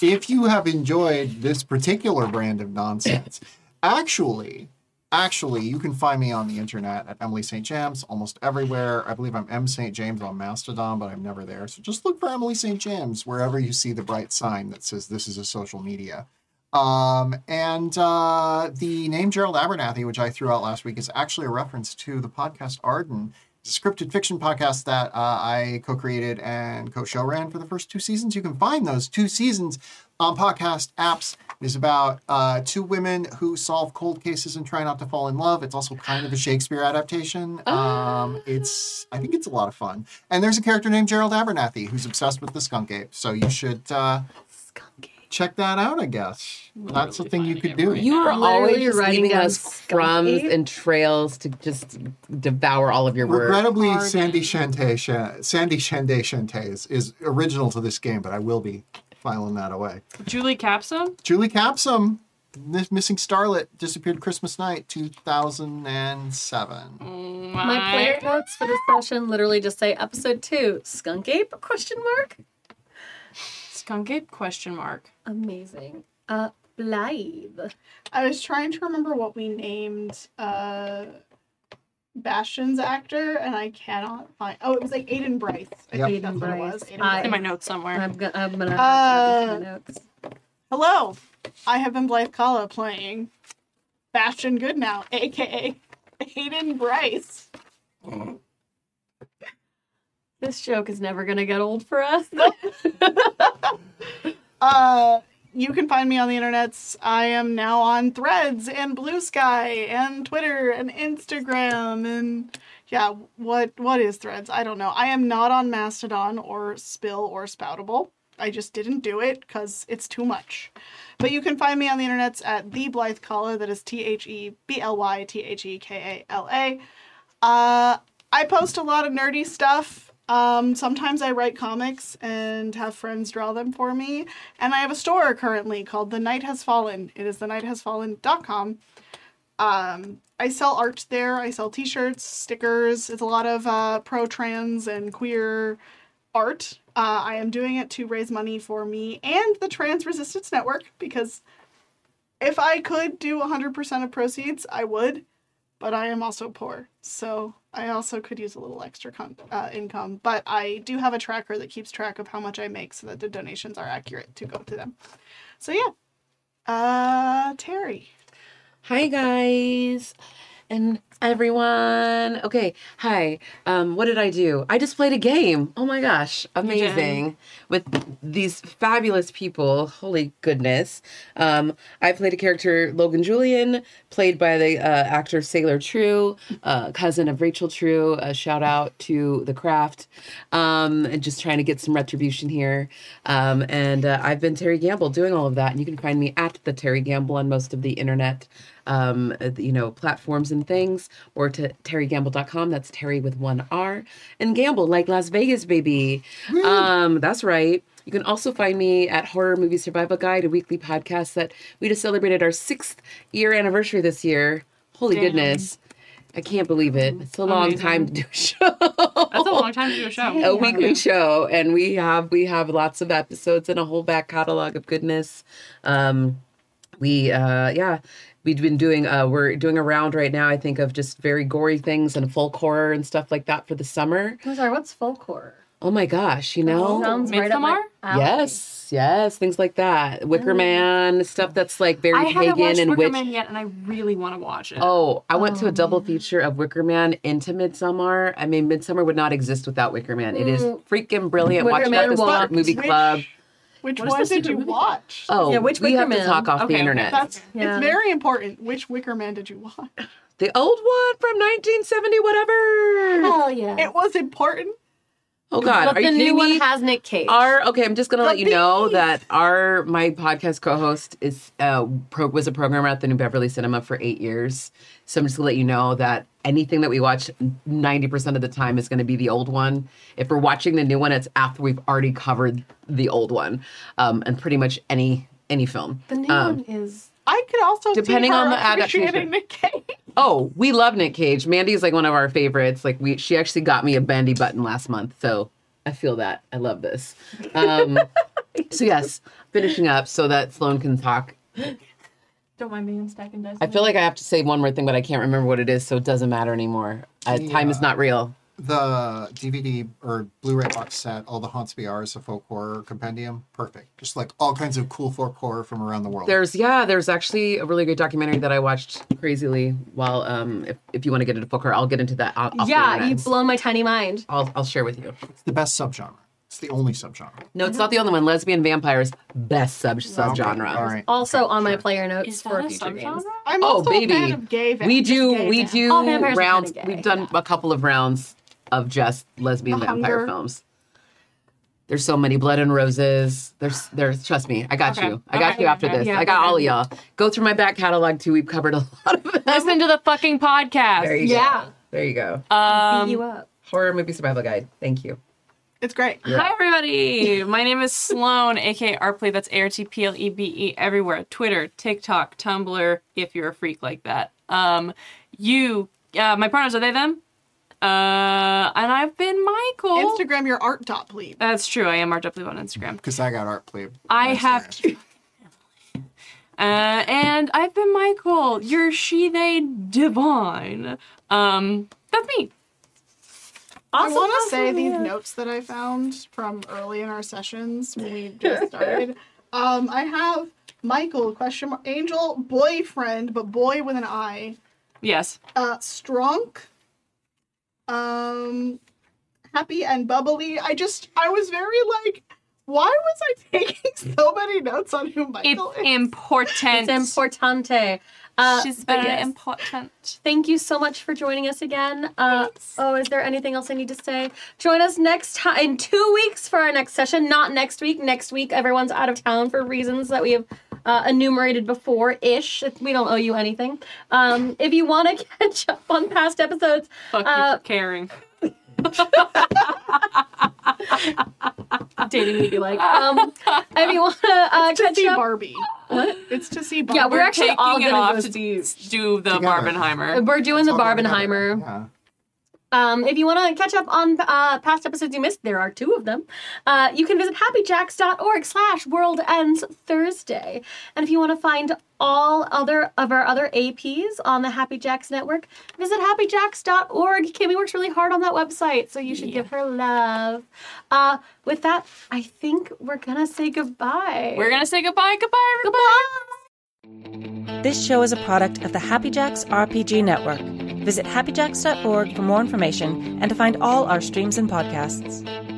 S3: if you have enjoyed this particular brand of nonsense, actually, actually, you can find me on the internet at Emily St. James almost everywhere. I believe I'm M St. James on Mastodon, but I'm never there. So just look for Emily St. James wherever you see the bright sign that says this is a social media. Um, and uh, the name Gerald Abernathy, which I threw out last week, is actually a reference to the podcast Arden, a scripted fiction podcast that uh, I co created and co show ran for the first two seasons. You can find those two seasons on podcast apps. It is about uh, two women who solve cold cases and try not to fall in love. It's also kind of a Shakespeare adaptation. Um, it's I think it's a lot of fun. And there's a character named Gerald Abernathy who's obsessed with the skunk ape. So you should uh, check that out, I guess. That's the thing you could do.
S6: You are always
S2: Literally
S6: just
S2: writing
S6: leaving
S2: down
S6: us
S2: skunk
S6: crumbs
S2: ape.
S6: and trails to just devour all of your work.
S3: Regrettably, Sandy Shante, Shan- Sandy Shante Shante is, is original to this game, but I will be filing that away.
S7: Julie Capsum?
S3: Julie Capsum, this missing starlet, disappeared Christmas night, 2007.
S2: My player notes for this session literally just say episode two, skunk ape question mark.
S7: Skunk ape? Question mark.
S2: Amazing. Uh Blythe.
S5: I was trying to remember what we named uh Bastion's actor, and I cannot find. Oh, it was like Aiden Bryce. I
S3: Yep.
S5: think that's
S2: Aiden
S5: what it
S2: Bryce.
S5: was. Aiden
S2: I-
S7: In my notes somewhere.
S2: I'm, go- I'm gonna
S5: Uh,
S2: have to add these to my notes.
S5: Hello, I have been Blythe Kala playing Bastion Goodnow, aka Aiden Bryce.
S2: This joke is never gonna get old for us.
S5: Uh, you can find me on the internets. I am now on Threads and Blue Sky and Twitter and Instagram and yeah, what what is Threads? I don't know. I am not on Mastodon or Spill or Spoutable. I just didn't do it because it's too much. But you can find me on the internets at the Blythe Kala. That is T H E B L Y T H E K A L A. Uh, I post a lot of nerdy stuff. Um, sometimes I write comics and have friends draw them for me. And I have a store currently called The Night Has Fallen. It is thenighthasfallen.com. Um, I sell art there. I sell t-shirts, stickers. It's a lot of uh, pro-trans and queer art. Uh, I am doing it to raise money for me and the Trans Resistance Network because if I could do 100% of proceeds, I would but I am also poor, so I also could use a little extra con- uh, income. But I do have a tracker that keeps track of how much I make, so that the donations are accurate to go to them. So yeah, uh, Terry,
S6: Hi guys, and everyone. Okay, hi. Um, what did I do? I just played a game. Oh my gosh, amazing! With these fabulous people. Holy goodness. Um, I played a character, Logan Julian, played by the uh, actor Sailor True, uh, cousin of Rachel True. A shout out to the craft. Um, and just trying to get some retribution here. Um, and uh, I've been Terry Gamble doing all of that, and you can find me at the Terry Gamble on most of the internet um, uh, you know, platforms and things, or to terrygamble.com. That's Terry with one R. And Gamble, like Las Vegas, baby. Um, that's right. You can also find me at Horror Movie Survival Guide, a weekly podcast that we just celebrated our sixth year anniversary this year. Holy goodness. I can't believe it. It's a long time to do a show.
S7: That's a long time to do a show.
S6: a weekly show and we have we have lots of episodes and a whole back catalog of goodness um we uh yeah we've been doing uh we're doing a round right now i think of just very gory things and folk horror and stuff like that for the summer
S2: I'm sorry, what's folk horror?
S6: oh my gosh you
S7: Oh,
S6: know
S2: Sounds right up my
S7: Midsommar?
S2: alley.
S6: yes yes things like that wicker man stuff that's like very
S7: Mm. I haven't watched
S6: pagan and
S7: Wicker
S6: witch
S7: Man yet, and I really want to watch it.
S6: Oh, I went to a double feature of Wicker Man into Midsummer. I mean, Midsummer would not exist without Wicker Man. It is
S7: Mm.
S6: freaking brilliant.
S2: Wicker
S6: Watch that
S2: Man
S6: at the Smart
S2: walked.
S6: movie club.
S5: Which
S7: What is
S5: one
S7: this
S5: did you
S7: stupid movie?
S5: watch?
S6: Oh,
S1: Yeah, which
S6: we
S1: Wicker
S6: have to
S1: Man?
S6: talk off
S7: Okay,
S6: the
S7: okay.
S6: internet.
S5: That's
S2: Yeah.
S5: it's very important. Which Wicker Man did you watch?
S6: The old one from 1970,
S4: Oh,
S6: whatever.
S2: Hell yeah.
S5: It was important.
S6: Oh God,
S2: but
S6: are
S2: the
S6: you
S2: new
S6: kidding
S2: one
S6: me?
S2: has Nick Cage.
S6: Our okay, I'm just gonna let you
S5: bees.
S6: know that our my podcast co-host is uh pro, was a programmer at the New Beverly Cinema for eight years. So I'm just gonna let you know that anything that we watch 90% of the time is gonna be the old one. If we're watching the new one, it's after we've already covered the old one. Um and pretty much any any film.
S2: the new
S6: um,
S2: one is
S5: I could also
S6: Depending
S5: see her
S6: on the
S5: appreciating
S6: adaptation.
S5: Nick Cage.
S6: Oh, we love Nick Cage. Mandy is like one of our favorites. Like we, she actually got me a bendy button last month, so I feel that. I love this. Um, so yes, finishing up so that Sloan can talk.
S7: Don't mind me on Stacking Dice.
S6: I feel like I have to say one more thing, but I can't remember what it is, so it doesn't matter anymore. Uh, Time is not real.
S3: The DVD or Blu-ray box set, all the Haunts BRs of folk horror compendium, perfect. Just like all kinds of cool folk horror from around the world.
S6: There's yeah, there's actually a really good documentary that I watched crazily. While um, if, if you want to get into poker, I'll get into that. Off, off the
S2: Yeah,
S6: internet.
S2: you've blown my tiny mind.
S6: I'll I'll share with you.
S3: it's the best subgenre. It's the only subgenre.
S6: No, it's not the only one. Lesbian vampires best sub subgenre.
S3: All right.
S2: Also on my player notes
S7: is
S2: for
S7: that a
S2: future
S7: subgenre?
S2: games.
S5: I'm
S6: Oh,
S5: also
S6: baby.
S5: a fan of gay. va-
S6: we do
S5: gay
S6: we
S5: vamp-
S6: do
S2: All vampires are
S6: rounds
S2: kinda gay,
S6: we've done a couple of rounds of just lesbian
S5: The
S6: vampire
S5: Hunger.
S6: films there's so many blood and roses there's there's trust me i got
S7: Okay.
S6: you i got
S7: Okay.
S6: you after
S7: Okay.
S6: this
S2: Yeah.
S6: i got all of y'all go through my back catalog too we've covered a lot of them
S7: Listen to the fucking podcast.
S6: there you
S2: Yeah.
S6: go there you go
S7: Um,
S2: Beat you up.
S6: horror movie survival guide thank you
S5: It's great.
S7: Hi, everybody. My name is Sloan, aka Artplay. That's A R T P L E B E everywhere Twitter, TikTok, Tumblr, if you're a freak like that. Um, you, uh, my pronouns are they, them? Uh, and I've been Michael.
S6: Oh.
S5: Instagram your art top lead.
S7: That's true. I am Artplay on Instagram.
S3: Because I got art play.
S7: I have.
S3: Instagram.
S7: Uh, and I've been Michael. You're she, they, divine. Um, that's me.
S5: I want to say these notes that I found from early in our sessions when we just started. um, I have Michael question mark angel boyfriend, but boy with an I.
S7: Yes.
S5: Uh, Strunk. Um, happy and bubbly. I just I was very like, why was I taking so many notes on who
S7: It's
S5: Michael is?
S7: important.
S2: It's importante. Uh,
S7: She's
S2: but
S7: very
S2: yes.
S7: important.
S2: Thank you so much for joining us again. Uh, oh, is there anything else I need to say? Join us next time in two weeks for our next session. Not next week. Next week, everyone's out of town for reasons that we have uh, enumerated before ish. We don't owe you anything. Um, if you want to catch up on past episodes,
S7: Fuck
S2: Uh,
S7: you for caring.
S2: dating would be like, um, if you want to uh,
S5: to
S2: catch
S5: see
S2: up,
S5: Barbie. What? It's to see Barbie.
S2: yeah, we're actually
S7: taking
S2: all
S7: it
S2: gonna
S7: off
S2: go
S7: to
S2: see-
S7: do the
S3: Together.
S7: Barbenheimer.
S2: We're doing the
S3: It's all together.
S2: Barbenheimer.
S3: Yeah.
S2: Um, if you want to catch up on uh, past episodes you missed, there are two of them. Uh, you can visit happyjacks.org slash world ends Thursday. And if you want to find all other of our other APs on the Happy Jacks network, visit happyjacks.org. Kimmy works really hard on that website, so you should give her love. Uh, with that, I think we're going to say goodbye.
S7: We're gonna say goodbye. Goodbye, everybody.
S2: Goodbye.
S1: This show is a product of the Happy Jacks RPG Network. Visit happyjacks.org for more information and to find all our streams and podcasts.